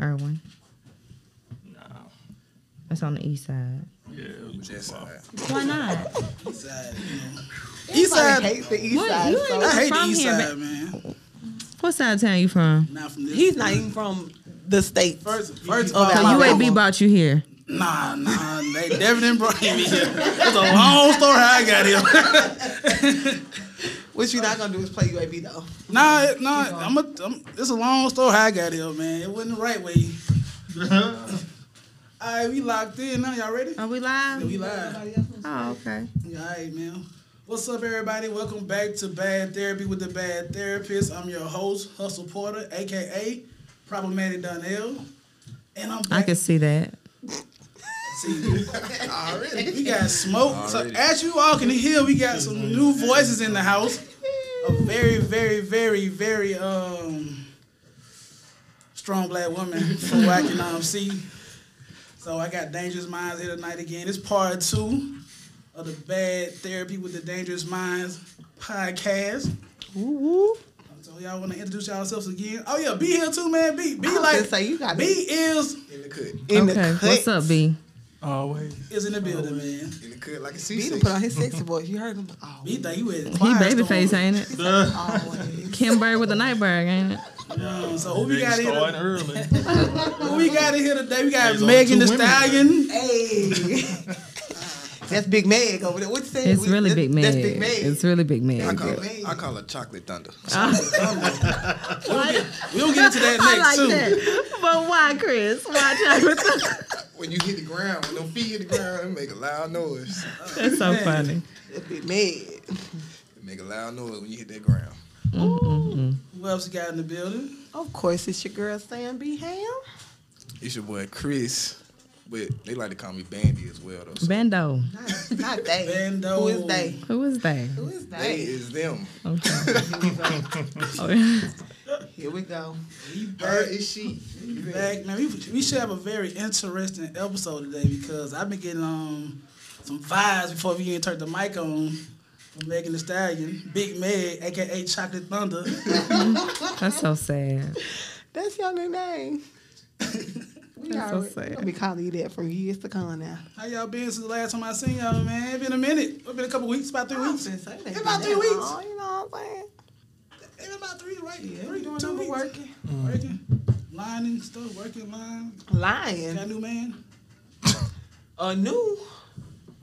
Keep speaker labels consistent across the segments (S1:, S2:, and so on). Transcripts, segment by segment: S1: Irwin.
S2: No.
S1: That's on the east side.
S2: Yeah.
S3: Just uh, side.
S1: Why not?
S3: East side.
S4: hates the east
S1: What?
S4: side.
S1: You ain't
S4: so-
S1: even
S3: I hate the
S1: from
S3: east
S1: here,
S3: side, man.
S1: What side of town you from?
S3: Not from this.
S4: He's not even from the states.
S3: First, first of
S4: Oh,
S3: all,
S4: so
S1: So
S4: My
S1: UAB
S4: mama.
S1: bought you here.
S3: Nah, nah, they definitely brought me here. It's a long story how I got here.
S4: What you're not gonna do is play UAB though.
S3: Nah, it- nah, I'm a, I'm, it's a long story how I got here, man. It wasn't the right way. all right, we locked in now. Y'all ready?
S1: Are we
S3: Yeah, we
S1: live?
S3: live.
S1: Oh, okay.
S3: Yeah, all right, man. What's up, everybody? Welcome back to Bad Therapy with the Bad Therapist. I'm your host, Hustle Porter, aka Problematic Donnell, and I'm
S1: I
S3: back.
S1: can see that.
S3: We got smoke. So as you all can hear, we got some new voices in the house. A very, very, very, very um strong black woman from what I can um, see. So I got Dangerous Minds here tonight again. It's part two of the Bad Therapy with the Dangerous Minds podcast. So y'all want to introduce yourselves again? Oh yeah, be here too, man. Be be
S4: I was
S3: like
S4: gonna say, you got
S3: B
S4: me.
S3: is
S5: In the cut.
S4: In
S1: okay.
S4: the cut.
S1: What's up, B?
S2: Always.
S3: is in the building, man.
S5: In the cut like a
S4: He done
S5: C6.
S4: put on his sexy voice. You heard him. Oh,
S3: B think you is
S1: He babyface, ain't it?
S4: always.
S1: Kimberg with the Nightbird, ain't it?
S3: um, So who we got here?
S2: Starting
S3: today?
S2: early.
S3: Who we got in here today? We got
S2: There's only
S3: Megan
S2: two
S3: the
S2: women.
S3: Stallion.
S4: Hey. That's Big Meg over there. What you saying?
S1: It's
S4: We-
S1: really
S4: that-
S1: big man.
S4: That's Big Meg.
S1: It's really big
S5: I
S1: man.
S5: call,
S4: Hey.
S5: it, I call it chocolate thunder.
S3: We'll get into that
S1: I like
S3: next too.
S1: that. But why, Chris? Why chocolate?
S5: When you hit the ground, when them feet hit the ground, it make a loud noise.
S1: That's so funny.
S4: That's Big Meg.
S5: It make a loud noise when you hit that ground.
S3: Who else we got in the building?
S4: Of course, it's your girl Sam B. Ham.
S5: It's your boy Chris, but they like to call me Bandy as well though. So
S1: Bando.
S4: Not, not they.
S3: Bando.
S4: Who is they?
S1: Who is that?
S4: Who is
S5: they
S4: they?
S5: is them.
S1: Oh,
S4: Here we go.
S5: Her is she.
S3: Back, man. We, we should have a very interesting episode today because I've been getting um some vibes before we even turned the mic on. From Megan the Stallion, Big Meg, aka Chocolate Thunder.
S1: that's so sad.
S4: That's your new name. We
S1: That's so
S4: already,
S1: sad.
S4: I'll be calling you that from years to come now.
S3: How y'all been since the last time I seen y'all, man? It been a minute. It's been a couple weeks, about three weeks.
S4: Since I ain't
S3: About
S4: been
S3: three
S4: that
S3: weeks.
S4: long, You know what I'm saying?
S3: It been about three, right?
S4: Yeah,
S3: three,
S4: we doing
S3: two
S4: number
S3: weeks.
S4: working.
S3: Working,
S2: Mm.
S3: line and stuff, working line. Got a
S4: Lying.
S3: new man.
S4: A new.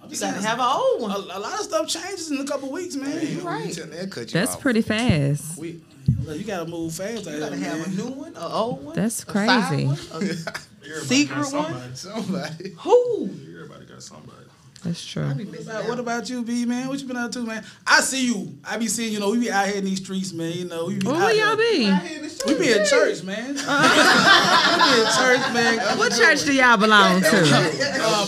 S3: I'm
S4: You
S3: just
S4: gotta
S3: saying,
S4: have an old
S3: a,
S4: one.
S3: a lot of stuff changes in a couple weeks,
S5: You
S3: man.
S5: know, when
S4: Right.
S5: you tell that cut you
S1: That's
S5: off.
S1: pretty fast.
S5: Quick.
S3: Look, you gotta move fast.
S4: You
S3: out
S4: gotta
S3: here,
S4: have a
S3: man.
S4: new one, an old one.
S1: That's
S4: a side
S1: crazy.
S4: one, a secret one.
S2: Somebody.
S5: Somebody.
S4: Who?
S2: Everybody got somebody.
S1: That's true.
S3: What about, what about you, B man? What you been up to, man? I see you. I be seeing you know we be out here in these streets, man. You know we be.
S1: Well,
S3: out
S1: where y'all
S3: here.
S1: be? Uh-huh.
S3: We be in church, man. we be in church, man.
S1: What church do y'all belong to?
S3: Uh,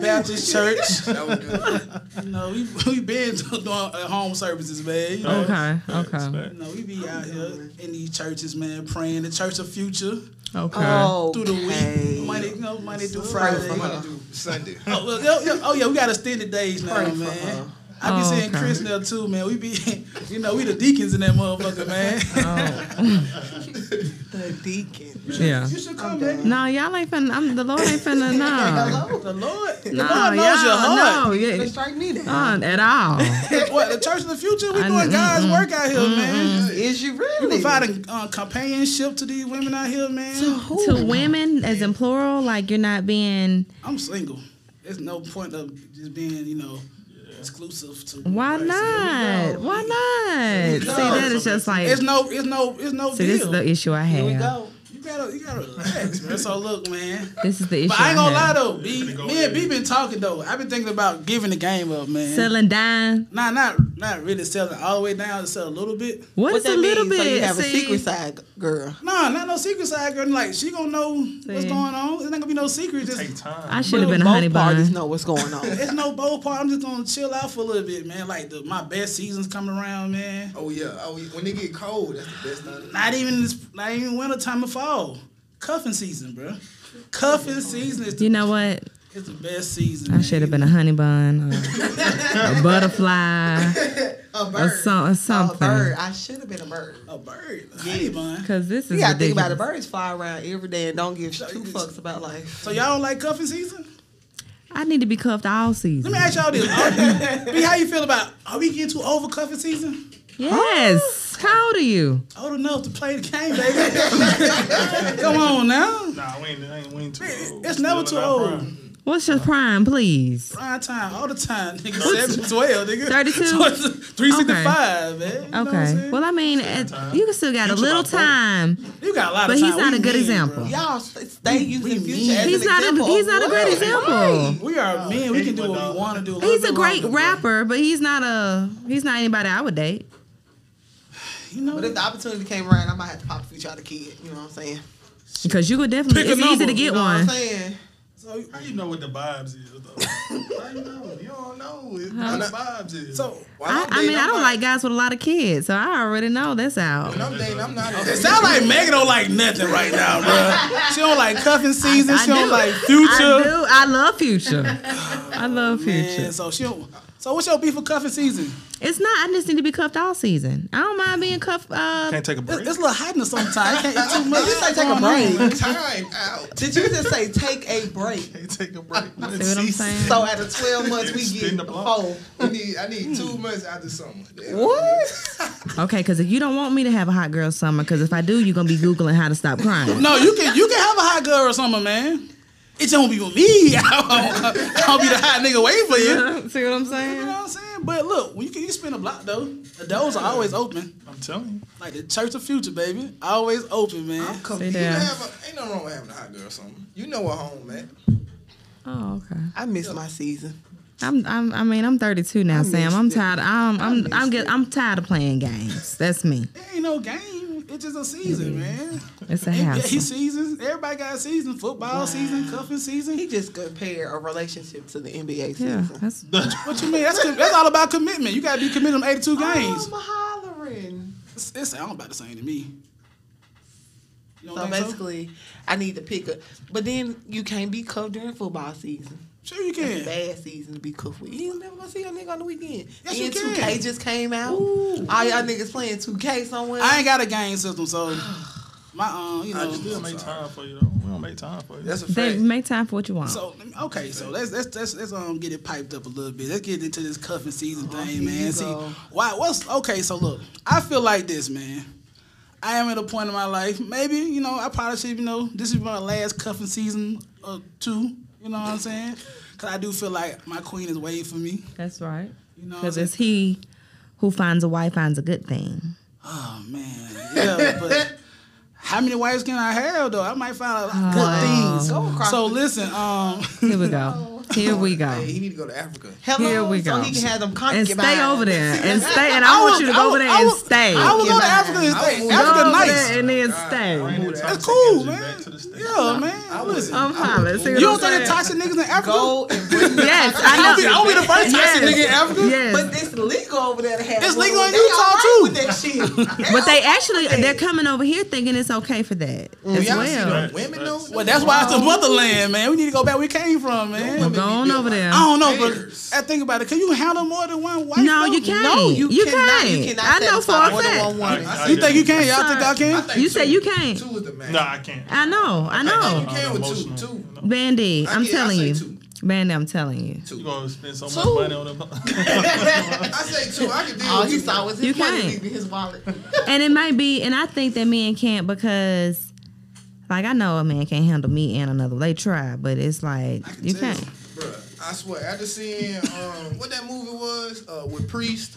S3: Baptist Church.
S5: That was good.
S3: You know we we been doing uh, home services, man. You know,
S1: Okay, okay,
S4: Oh.
S3: You know, we be out here in these churches, man, praying. The Church of Future
S1: okay.
S3: through the week, Monday, you know, Monday through Friday.
S5: Monday through Sunday.
S3: Oh, well, yeah, yeah. Oh, yeah, we got extended days now,
S4: Pray for
S3: man.
S4: her.
S3: I be
S1: Oh,
S3: seeing
S1: okay.
S3: Chris now too, man. We be, you know, we the deacons in that motherfucker, man.
S1: Uh-huh.
S4: The deacon.
S1: Yeah.
S3: you should come back.
S1: No, y'all ain't finna. I'm, the Lord ain't finna. No,
S4: Hello.
S3: The Lord, the
S1: no,
S3: Lord knows your
S1: y'all. No,
S3: heart.
S1: yeah,
S4: Don't strike me down.
S1: uh, at all.
S3: What the church of the future? We
S1: I
S3: doing
S1: kn-
S3: God's work out here, man.
S4: Is you
S3: We
S4: really?
S3: providing uh, companionship to these women out here, man.
S4: Who?
S1: To women, as in plural, like you're not being.
S3: I'm single. There's no point of just being, you know, exclusive to.
S1: Why
S3: Right.
S1: not? Why not? See, that is just like.
S3: It's no, it's no, it's no
S1: See, this is
S3: deal.
S1: the issue I
S4: Here we
S1: have.
S4: go.
S3: you gotta, you gotta relax, man. So look, man.
S1: This is the issue.
S3: But I ain't gonna lie
S1: have.
S3: though, B. Me and B been talking though. I've been thinking about giving the game up, man.
S1: Selling dime.
S3: Nah, not not really selling all the way down to sell a little bit.
S1: What
S4: What
S1: is
S4: that
S1: a little bit?
S4: means? So you have a
S1: See?
S4: secret side, girl.
S3: Nah, not no secret side girl. Like she gonna know what's
S1: See.
S3: going on. It's not gonna be no secret. Just
S2: Take time.
S1: I should have been a
S4: Both
S1: honey
S4: parties
S1: bun.
S4: know what's going on.
S3: it's no bold part. I'm just gonna chill out for a little bit, man. Like the, my best seasons coming around, man.
S5: Oh yeah. Oh, yeah. when they get cold, that's the best time.
S3: Not even this, not even winter time of fall. Cuffing season, bro. Cuffing season is the
S1: You know what?
S3: It's the best season.
S1: I
S3: man.
S1: should have been a honey bun, or a butterfly,
S4: A
S1: or,
S4: bird. Oh,
S1: so, or
S4: a bird.
S1: something.
S4: I should have been a bird.
S3: a bird. A honey bun.
S1: Because this is
S4: You gotta think
S1: ridiculous.
S4: about it. Birds fly around every day and don't give two fucks about life.
S3: So y'all don't like cuffing season?
S1: I need to be cuffed all season.
S3: Let me ask y'all this. Are- B, how you feel about are we getting too over cuffing season?
S1: Yes.
S4: Oh.
S1: How old are you?
S3: Old enough to play the game, baby. Come on now.
S2: Nah, we ain't, I ain't, we ain't too old.
S3: It's never too
S2: Still in our
S3: old.
S2: prime.
S1: What's your prime, please?
S3: Prime time, all the time, nigga. 7, 12, nigga.
S1: 32?
S3: So it's 365, man. You know what I'm
S1: Okay.
S3: saying?
S1: Well, I mean, it, you can still got a little time,
S3: you got a lot
S1: but
S3: of
S1: he's
S3: time.
S1: not
S3: We
S1: a good
S3: men,
S1: example.
S4: Y'all st- stay using future
S3: mean.
S4: as
S1: He's
S4: an
S1: not a
S4: example. oh,
S1: he's not a
S4: of
S1: great
S4: what?
S1: example.
S3: bro. We are men. We can do what we want to do.
S1: He's a
S3: little bit
S1: great
S3: longer,
S1: rapper, but he's not a he's not anybody I would date.
S3: bro. You know,
S4: But if the opportunity came around, I might have to pop future out of kid. You know what I'm saying?
S1: Because you could definitely
S3: Pick a
S1: it's easy
S3: number,
S1: to
S3: you
S1: get
S4: You know what I'm
S1: one.
S4: saying?
S3: so,
S2: How you know what the vibes is, though? How you know? You don't know it- what the vibes is.
S3: so
S5: When
S1: I,
S5: I'm
S1: I mean,
S5: dating,
S1: I
S5: I'm
S1: don't
S5: not-
S1: like guys with a lot of kids, so I already know that's out.
S5: When I'm dating, I'm not.
S3: it sounds like Megan don't like nothing right now, bro. She don't like cuffing season. She don't like
S1: I
S3: future.
S1: do. I love future. I love future.
S3: And so she don't. So what's your beef with cuffing season?
S1: It's not. I just need to be cuffed all season. I don't mind being cuffed. Uh,
S2: Can't take a
S3: It's,
S2: break.
S3: it's a little hotness sometimes. Can't eat too much.
S4: Did you say take a break?
S5: Time out.
S4: Did you just say take a break?
S2: Can't take a break.
S1: see what I'm saying?
S4: So out of 12 months, we
S2: Spin
S4: get
S2: the block.
S4: four.
S5: I need, I need two months after something.
S4: What?
S1: Okay, because if you don't want me to have a hot girl summer, because if I do, you're gonna be googling how to stop crying.
S3: No, you can you can have a hot girl or something, man. It don't be with me. I'll be the hot nigga waiting for you.
S1: See what I'm
S3: You know
S1: saying?
S3: what I'm saying? But look, when you can you spin a block though, the doors are always open.
S2: I'm telling you.
S3: Like the Church of Future, baby, always open, man.
S5: I'm confused.
S1: Sit
S5: Oh, You
S1: down.
S5: have a, ain't nothing wrong with having a hot girl or something. You know what home, man.
S1: Oh, okay.
S4: I miss my season.
S1: I'm, I'm. I mean, I'm 32 now, Sam. I'm tired. I'm. I'm. I'm. Get, I'm tired of playing games. That's me.
S3: It ain't no game. It's just a season, man.
S1: It's a
S3: Yeah, he
S1: hassle.
S3: seasons. Everybody got a season. Football season, cuffing season.
S4: He just compared a relationship to the NBA
S1: Yeah,
S4: season.
S1: that's
S3: What you mean? That's that's all about commitment. You gotta be committed to 82 games.
S4: Oh, I'm hollering.
S3: It's, it sound about the same to me. You don't
S4: So
S3: think
S4: basically, I need to pick up. But then you can't be cuffed during football season.
S3: sure you
S4: It's a
S3: can.
S4: bad season to be cuffed with. You ain't never gonna see a nigga on the weekend.
S3: Yes, you
S4: And
S3: can.
S4: 2K just came out. All y'all niggas playing 2K somewhere.
S3: I ain't got a game system, so my um, you
S5: I
S3: know.
S5: just-
S2: Still
S5: I'm
S2: make
S5: sorry.
S2: time for you, though. We don't make time for you.
S5: That's a
S1: they
S5: fact.
S1: make time for what you want.
S3: So okay, so let's let's let's, let's um get it piped up a little bit. Let's get into this cuffing season
S4: Oh, here
S3: thing, man.
S4: you
S3: See
S4: go.
S3: why? What's okay? So look, I feel like this, man. I am at a point in my life. Maybe you know I probably should you know this is my last cuffing season or two. You know what I'm saying? Cause I do feel like my queen is waiting for me.
S1: that's right.
S3: You know what I'm
S1: Because
S3: saying?
S1: it's he who finds a wife finds a good thing.
S3: Oh man, yeah, but how many wives can I have though? I might find a lot of good things.
S4: Go across
S3: So
S4: the-
S3: listen, um,
S1: Here we go. Here we go.
S5: Hey, he need to go to Africa.
S4: Hello,
S1: Here we
S4: so
S1: go.
S4: he can have them
S1: And
S4: concubines.
S1: stay over there. And stay. And I want
S3: would-
S1: you to
S3: I
S1: go over
S3: would-
S1: there
S3: I
S1: and
S3: would-
S1: stay.
S3: I would go to
S4: Concubine.
S3: Africa and
S5: I
S3: stay.
S5: would-
S1: Go
S3: Africa
S1: over
S3: nice.
S1: there and then
S5: God,
S1: stay.
S5: I ain't
S2: Toxic
S3: That's cool,
S2: energy
S3: man.
S2: back to the state.
S3: Yeah, man. Listen,
S1: I'm hollering. See
S3: you
S1: what
S3: don't
S1: I'm
S3: think the
S1: saying?
S3: toxic niggas in Africa?
S4: Go oh, and bring them.
S1: Yes,
S3: I'll be,
S1: I
S3: I'll
S1: know.
S3: be the first toxic
S1: Yes.
S3: nigga in Africa.
S1: Yes.
S4: But it's legal over there to have.
S3: It's
S4: one.
S3: legal in
S4: They all
S3: Utah,
S4: right
S3: too.
S4: With that shit.
S1: But
S4: all
S1: they
S4: right
S1: actually
S4: with that.
S1: they're coming over here thinking it's okay for that as
S5: y'all
S1: well.
S5: see the women though?
S3: Well, that's why it's the motherland, man. We need to go back where we came from, man.
S1: Well, go on over there.
S3: I don't know,
S5: Haters.
S3: but I think about it. Can you handle more than one wife?
S1: No,
S3: though?
S1: you can't.
S4: No, you,
S1: You
S4: cannot. You
S1: can't.
S4: cannot.
S1: I know for a
S4: satisfy more than
S1: fact.
S4: one woman.
S2: I-
S3: You think you can? Y'all think I
S5: I
S3: can?
S5: think
S1: You say
S5: two-
S1: you can't.
S5: Two is the max.
S2: No, I can't.
S1: I know. I
S5: think
S1: know.
S5: you can with
S2: Emotional.
S5: two. Two.
S1: Bandy,
S5: I
S1: I'm
S5: get- I
S1: telling
S5: say
S1: you.
S5: two.
S1: Bandy, I'm telling you.
S2: You gonna spend so much
S4: Two.
S2: money on them?
S5: I say two. I can deal
S3: Oh,
S4: All
S5: with
S4: he
S5: two.
S4: saw was his
S1: You
S4: money
S1: can't.
S4: leaving his wallet.
S1: And it might be, and I think that men can't because, like, I know a man can't handle me and another. They try, but it's like you
S3: tell.
S1: can't.
S5: Bruh, I swear, after seeing um, what that movie was uh, with Priest.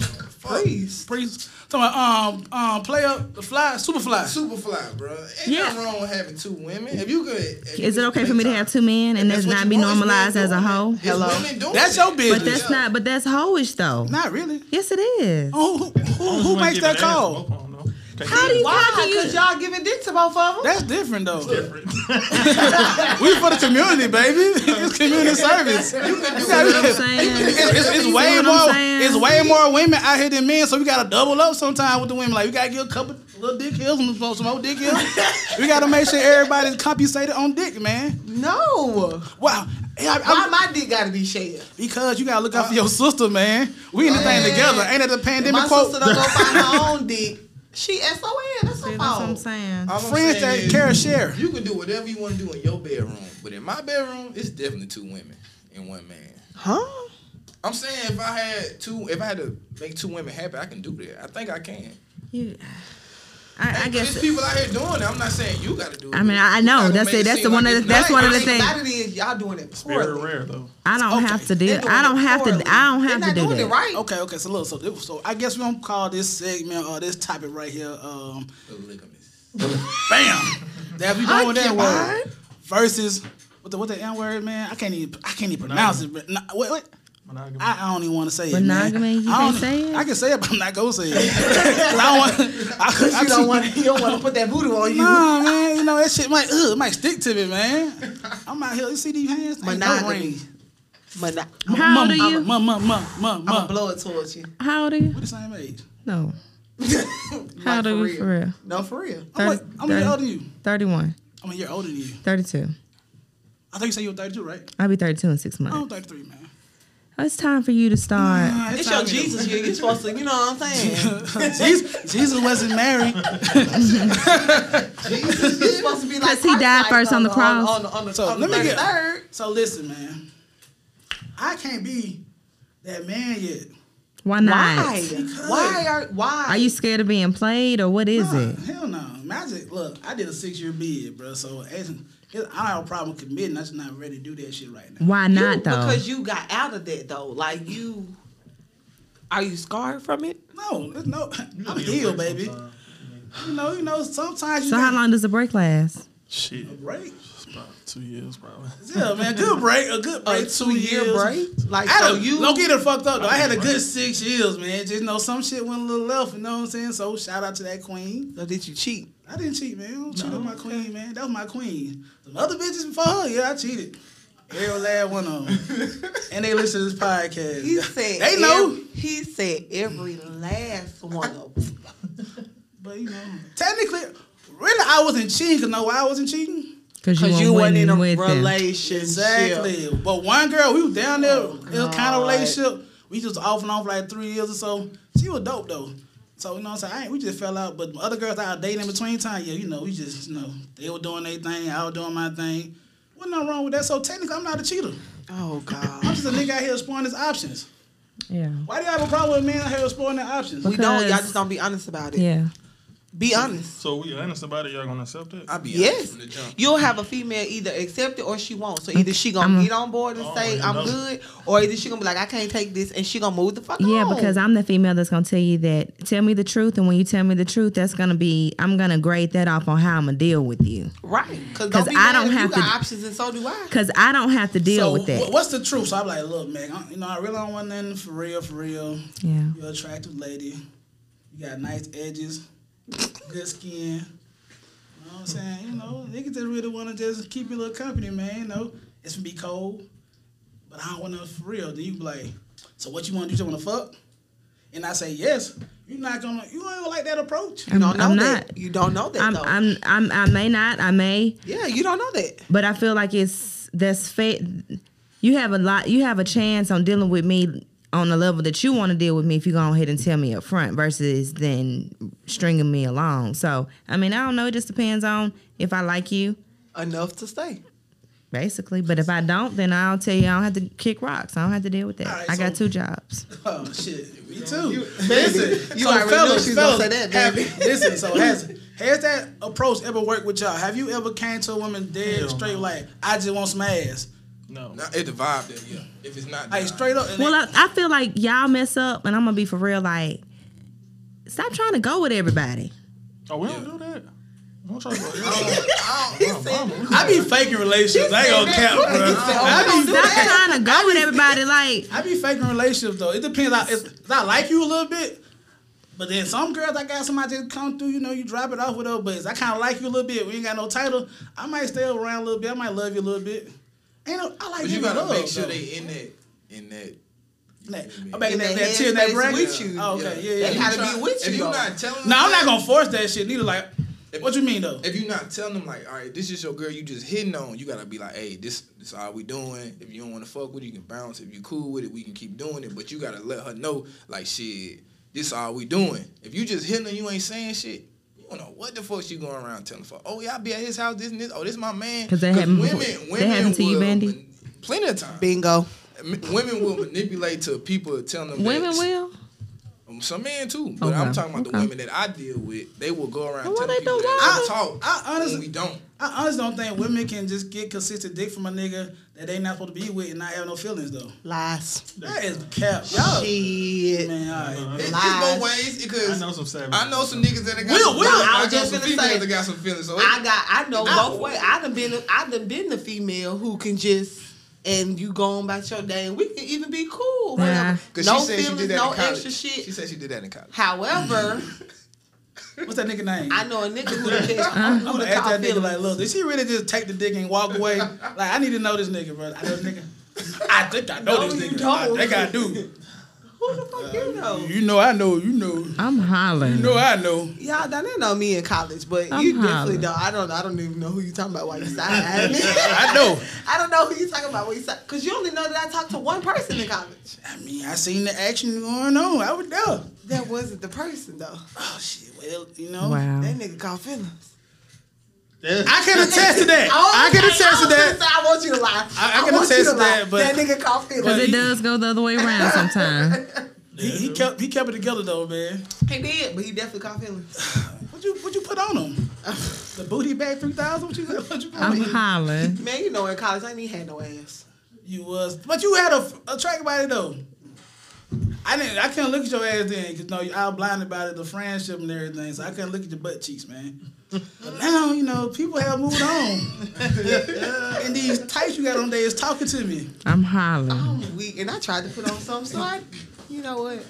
S5: Uh,
S3: Priest. Priest. Talking about um um play up the fly, super fly.
S5: Superfly, bro. Ain't
S1: Yeah.
S5: nothing wrong with having two women. If you could,
S1: Is
S5: if you
S1: it
S5: could
S1: okay for me to
S5: make
S1: have
S5: time-
S1: two men and that's
S5: what
S1: not
S5: you
S1: be
S5: want, it's men
S1: normalized as a
S5: doing it.
S1: hoe?
S5: It's
S4: Hello?
S5: women doing
S3: That's
S5: it.
S3: your business.
S1: But that's not. But that's hoish though.
S3: Not really.
S1: Yes, it is.
S3: Oh, who who, who makes that call?
S1: How do you? How
S4: Why?
S1: do
S4: Because
S1: you?
S4: y'all giving dick to both of them.
S3: That's different though. we for the community, baby. It's community service.
S1: See what I'm saying?
S3: It's, it's- it's
S1: You see
S3: way
S1: what I'm
S3: more.
S1: saying?
S3: It's way more women out here than men, so we gotta double up sometimes with the women. Like we gotta give a couple little dick hills and some some old dick hills. we gotta make sure everybody's compensated on dick, man.
S4: No.
S3: Wow, Yeah, I-
S4: Why
S3: I-
S4: my dick gotta be shaved?
S3: because you gotta look out for your sister, man. We in the thing together. Ain't it the
S4: If
S3: pandemic
S4: my
S3: quote?
S4: sister don't go find her own dick. She SON. That's
S1: See, that's
S4: her
S1: what I'm
S4: fault.
S1: saying.
S5: All I'm
S3: Friends
S5: saying
S3: that
S5: is,
S3: care share.
S5: You can do whatever you want to do in your bedroom, but in my bedroom, it's definitely two women and one man.
S4: Huh?
S5: I'm saying if I had two, if I had to make two women happy, I can do that. I think I can.
S1: You, I, I guess.
S5: There's people out here doing it. I'm not saying you got to do it.
S1: I mean, I I
S5: You
S1: know
S5: gotta
S1: that's
S5: make
S1: it. That's the
S5: seem
S1: one.
S5: like
S1: Of the,
S5: it's
S1: that's
S5: not.
S1: one of
S4: I
S1: the
S4: think
S1: things
S4: That it is y'all doing it
S2: Very
S4: poorly.
S2: rare though.
S1: I don't
S3: Okay.
S1: have to
S4: They
S1: do.
S4: doing
S1: I don't
S4: it
S1: have
S4: poorly.
S1: to. I don't
S4: They
S1: have to
S4: not
S1: do
S4: doing
S1: that.
S4: It right.
S3: Okay, okay. So look, so it- so I guess we gonna call this segment or this topic right here. Um,
S5: Polygamous.
S3: bam. That we going with that
S4: Occupied.
S3: word versus what the what the N word man? I can't even I can't even pronounce it. But no, wait, wait.
S2: Monogamy.
S3: I, I don't even want to say it.
S1: Monogamy,
S3: Man.
S1: you
S3: I
S1: can't
S3: don't-
S1: say it?
S3: I can say it, but I'm not gonna say it. 'Cause I don't want. I, could- I
S4: You don't want. You don't want to put that voodoo on you.
S3: Nah, man. You know that shit might ugh, it might stick to me, man. I'm out here. You see these hands? Ain't no
S4: Monogamy.
S3: ring.
S4: Mono-
S1: How old are you?
S3: Mum, mum, mum, mum, mum,
S4: I'm gonna
S3: mum.
S4: blow it towards you.
S1: How old are you?
S3: We the same age.
S1: No. How
S4: Like,
S1: old are you for real?
S4: No, for real.
S3: I'm, like,
S1: Thirty-
S3: I'm a year
S1: thirty.
S3: older than you.
S1: 31,
S3: I'm a year older than you.
S1: 32.
S3: I thought you said you were 32, right?
S1: I'll be 32 in six months.
S4: Oh.
S3: I'm 33, man.
S1: It's time for you to start.
S3: Nah,
S4: It's
S3: time
S4: your
S3: to-
S4: Jesus year. You're supposed to, you know what I'm saying?
S3: Jesus, Jesus wasn't married.
S4: You're supposed to be like
S1: 'Cause he died
S4: Christ-like
S1: first on the cross.
S4: On, the- on, the-
S3: So,
S4: on
S3: let me
S4: the
S3: get-
S4: third.
S3: So listen, man. I can't be that man yet.
S1: Why not?
S4: Why? Why are why?
S1: Are you scared of being played or what is
S3: Nah,
S1: it?
S3: Hell no. Magic, look, I did a six year bid, bro. So it's- it's- I don't have a problem committing. I'm just not ready to do that shit right now.
S1: Why
S4: You-
S1: not though?
S4: Because you got out of that though. Like you, are you scarred from it?
S3: No, there's no.
S2: You
S3: I'm
S2: need a
S3: healed,
S2: break
S3: baby.
S2: sometime.
S3: You know, you know. Sometimes you
S1: so how
S3: got
S1: long does the break last?
S2: Shit,
S3: a break.
S2: it's about two years probably.
S3: Yeah, man. Good break. A good break.
S4: A two year
S3: years.
S4: break? Like
S3: I
S4: so
S3: don't,
S4: you
S3: don't get it fucked up though. I had a good six years, man. Just know some shit went a little left. You know what I'm saying? So shout out to that queen.
S4: or did you cheat?
S3: I didn't cheat, man. I don't cheat on my queen, man. That was my queen. Some other bitches before her, yeah, I cheated. Every last one of them. and they listen to this podcast.
S4: He said
S3: they know.
S4: ev- he said every last one of them.
S3: But you know, technically, really, I wasn't cheating. 'cause know why I wasn't cheating?
S1: Because
S4: Cause you
S1: weren't
S4: wasn't in a
S1: with them.
S4: relationship.
S3: Exactly. But one girl, we was down there, it was kind of
S4: God.
S3: relationship. We just off and on for like three years or so. She was dope though. So you know what I'm saying? I ain't, we just fell out. But other girls I was dating in between time, yeah, you know, we just, you know, they were doing their thing, I was doing my thing. What's nothing wrong with that? So technically I'm not a cheater.
S4: Oh
S3: I'm
S4: God.
S3: just a nigga out here exploring his options.
S1: Yeah.
S3: Why do you have a problem with men out here exploring their options?
S4: We don't. Y'all
S1: Because-
S4: just don't be honest about it.
S1: Yeah.
S4: Be honest.
S2: So we honest about it. Y'all gonna accept it?
S5: I be honest
S4: Yes,
S5: from the jump.
S4: you'll have a female either accept it or she won't. So either she gonna
S1: I'ma-
S4: get on board and
S2: Oh,
S4: say
S2: yeah,
S4: I'm
S2: no.
S4: good, or either she gonna be like I can't take this and she gonna move the fuck.
S1: Yeah,
S4: on.
S1: because I'm the female that's gonna tell you that tell me the truth, and when you tell me the truth, that's gonna be I'm gonna grade that off on how I'm gonna deal with you.
S4: right because
S1: 'Cause I don't
S4: you
S1: have
S4: got
S1: to-
S4: options and so do I.
S1: Cause I don't have to deal
S3: so
S1: with that.
S3: wh- what's the truth? So I'm like, look, man, I, you know, I really don't want nothing for real, for real.
S1: yeah.
S3: You're an attractive lady. You got nice edges, good skin. You know what I'm saying? You know, niggas just really want to just keep you a little company, man. You know, it's gonna be cold, but I don't want nothing for real. Then you be like, so what you want to do? You want to fuck? And I say yes. You're not gonna. You ain't gonna like that approach.
S4: You don't know
S1: I'm
S4: that.
S1: not.
S4: You don't know that
S1: I'm,
S4: though.
S1: I'm I'm I may not. I may.
S4: yeah, you don't know that.
S1: but I feel like it's that's fair. You have a lot. You have a chance on dealing with me on the level that you want to deal with me if you go ahead and tell me up front versus then stringing me along. So I mean, I don't know. It just depends on if I like you,
S4: Enough to stay.
S1: basically. But if I don't, then I'll tell you I don't have to kick rocks. I don't have to deal with that.
S3: All right,
S1: I got
S3: so-
S1: two jobs.
S3: Oh shit, me too. Listen,
S4: You
S3: so
S4: already knew
S3: fellas,
S4: she was gonna
S3: fellas,
S4: say that,
S3: have-
S4: baby.
S3: Listen, so has has that approach ever worked with y'all? Have you ever came to a woman dead
S2: Hell
S3: straight
S2: no.
S3: like, I just want some ass,
S2: No.
S5: Now, it the vibe that yeah. If it's not,
S3: like
S5: the vibe.
S3: straight up? and
S1: Well,
S3: they-
S1: I, I feel like y'all mess up, and I'm gonna be for real. Like, stop trying to go with everybody.
S2: Oh, we don't do that. Don't try to go.
S3: I be faking relationships. I ain't gonna cap, bro. I be,
S1: Stop trying to go with everybody. Like,
S3: I be faking relationships though. It depends. I, if, if I like you a little bit, but then some girls I got somebody just come through. You know, you drop it off with her. But if I kind of like you a little bit. We ain't got no title. I might stay around a little bit. I might love you a little bit. Ain't no, I like
S5: But you
S3: giving
S5: gotta
S3: love,
S5: make sure
S3: though.
S5: they in that in that.
S3: Like, I'm back in
S4: In
S3: that,
S4: that
S3: that tier, that
S4: headspace
S3: bracket.
S4: with you.
S3: Oh, okay, yeah,
S4: They
S3: yeah.
S4: gotta be with you,
S5: If you
S4: though.
S5: not telling
S3: No,
S5: them
S3: I'm not
S5: that,
S3: gonna force that shit. Neither like What you mean though?
S5: If you're not telling them like, all right, this is your girl, you just hitting on, you gotta be like, hey, this this all we doing. If you don't want to fuck with it, you can bounce. If you cool with it, we can keep doing it. But you gotta let her know, like, shit, this all we doing. If you just hitting her, you ain't saying shit. You don't know what the fuck she going around telling for. Oh yeah, I be at his house. This and this. Oh, this my man.
S1: 'Cause that happened
S5: women,
S1: before- that
S5: women
S1: happened to you,
S5: will
S1: Bandy?
S5: man- Plenty of time.
S4: Bingo.
S5: M- women will manipulate to people telling them.
S1: Women
S5: that,
S1: will.
S5: um, Some men too, but
S1: Okay,
S5: I'm talking about the
S1: okay.
S5: women that I deal with. They will go around
S1: Well,
S5: telling
S1: they
S5: people
S1: don't
S5: that we
S3: want
S5: talk.
S3: I- I
S5: when
S3: honestly-
S5: we don't.
S3: I honestly don't think women can just get consistent dick from a nigga that they not supposed to be with and not have no feelings though.
S4: Lies.
S3: That is cap, y'all.
S4: Shit.
S3: Man, all right.
S5: It, it's
S4: Lies.
S5: both ways
S2: I
S5: because
S2: know some savage.
S5: I know some niggas that ain't got.
S3: Will,
S5: some,
S3: Will,
S5: I,
S4: I was
S5: know
S4: just
S5: some
S4: finna
S5: females
S4: say-
S5: that got some feelings. So
S4: I
S5: it,
S4: got. I know both ways. I done been. I done been the female who can just. And you go on about your day, and we can even be cool.
S1: Nah.
S4: whatever.
S5: because
S4: No
S5: she said she
S4: feelings,
S5: did that
S4: no
S5: in college.
S4: extra
S5: She
S4: shit.
S5: said she did that in college.
S4: However,
S3: What's that nigga name?
S4: I know a nigga who done catch. I'm
S3: I'm gonna ask that nigga like, look, did she really just take the dick and walk away? like, I need to know this nigga, bro. I know this nigga. I think I know
S4: No,
S3: this
S4: you
S3: nigga.
S4: don't.
S3: I think I do.
S4: Who the
S5: uh,
S4: fuck you know?
S3: You know, I know. You know.
S1: I'm hollering.
S3: You know, I know.
S4: Y'all done didn't know me in college, but
S1: I'm
S4: you definitely
S1: hollering.
S4: don't. I don't. I don't even know who you talking about. Why you side eyeing me?
S3: I know.
S4: I don't know who you talking about. Why you side? Cause you only know that I talked to one person in college.
S3: I mean, I seen the action going on. I was there.
S4: That wasn't the person though.
S3: Oh shit. Well, you know.
S1: Wow.
S4: That nigga called feelings.
S3: I can attest to that.
S4: I
S3: I can attest to
S4: was gonna
S3: that.
S4: say, I want you to lie.
S3: I- I can
S4: want you
S3: attest
S4: to
S3: to
S4: lie.
S3: that, but-
S4: that nigga called feelings.
S1: Cause it does go the other way around sometimes.
S3: He, he kept he kept it together though, man.
S4: He did, but he definitely caught feelings.
S3: What you what you put on him? the booty bag three thousand. What you what you put on
S1: I'm
S3: him?
S1: hollering.
S4: Man, you know in college I ain't even had no ass.
S3: You was, but you had a, a track about it though. I didn't. I couldn't look at your ass then, cause no, I was blinded by the, the friendship and everything, so I couldn't look at your butt cheeks, man. But now you know people have moved on, and these tights you got on there is talking to me.
S1: I'm hollering.
S4: I'm weak, and I tried to put on some, so I, you know what?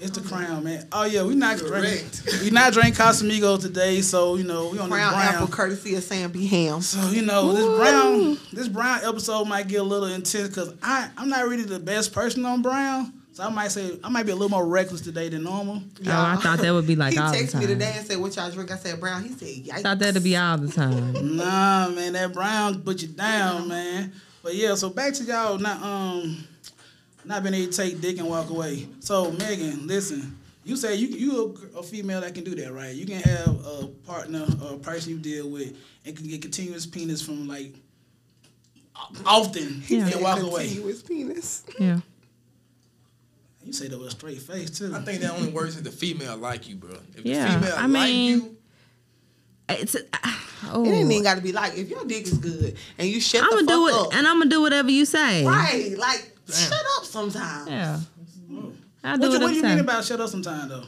S3: It's the crown, man. Oh yeah, we not drink.
S5: Correct.
S3: We not drink Casamigos today, so you know we on
S4: Brown,
S3: this
S4: apple
S3: brown.
S4: courtesy of Sam B. Ham.
S3: So you know this brown, this brown episode might get a little intense because I I'm not really the best person on brown, so I might say I might be a little more reckless today than normal.
S1: Oh, I thought that would be like
S4: he
S1: all the
S4: texted
S1: time.
S4: me today and said, "What y'all drink?" I said, "Brown." He said, "Yikes."
S1: I thought that'd be all the time.
S3: Nah, man, that brown put you down, man. But yeah, so back to y'all not um not being able to take dick and walk away. So Megan, listen, you say you you a, a female that can do that, right? You can have a partner or a person you deal with and can get continuous penis from like often
S1: Yeah.
S3: and walk away.
S4: Continuous penis.
S1: Yeah.
S3: You say that with a straight face too.
S5: I think that only works if the female like you, bro. If
S1: Yeah,
S5: the female
S1: I
S5: like
S1: mean-
S5: you,
S1: It's, oh,
S4: It ain't even got to be like if your dick is good and you shut
S1: I'm
S4: the
S1: gonna do it,
S4: fuck up.
S1: and I'm gonna do whatever you say.
S4: Right, like shut up sometimes.
S1: Yeah. I do what, I'm
S3: What you, what do you mean
S1: saying.
S3: about shut up sometime though?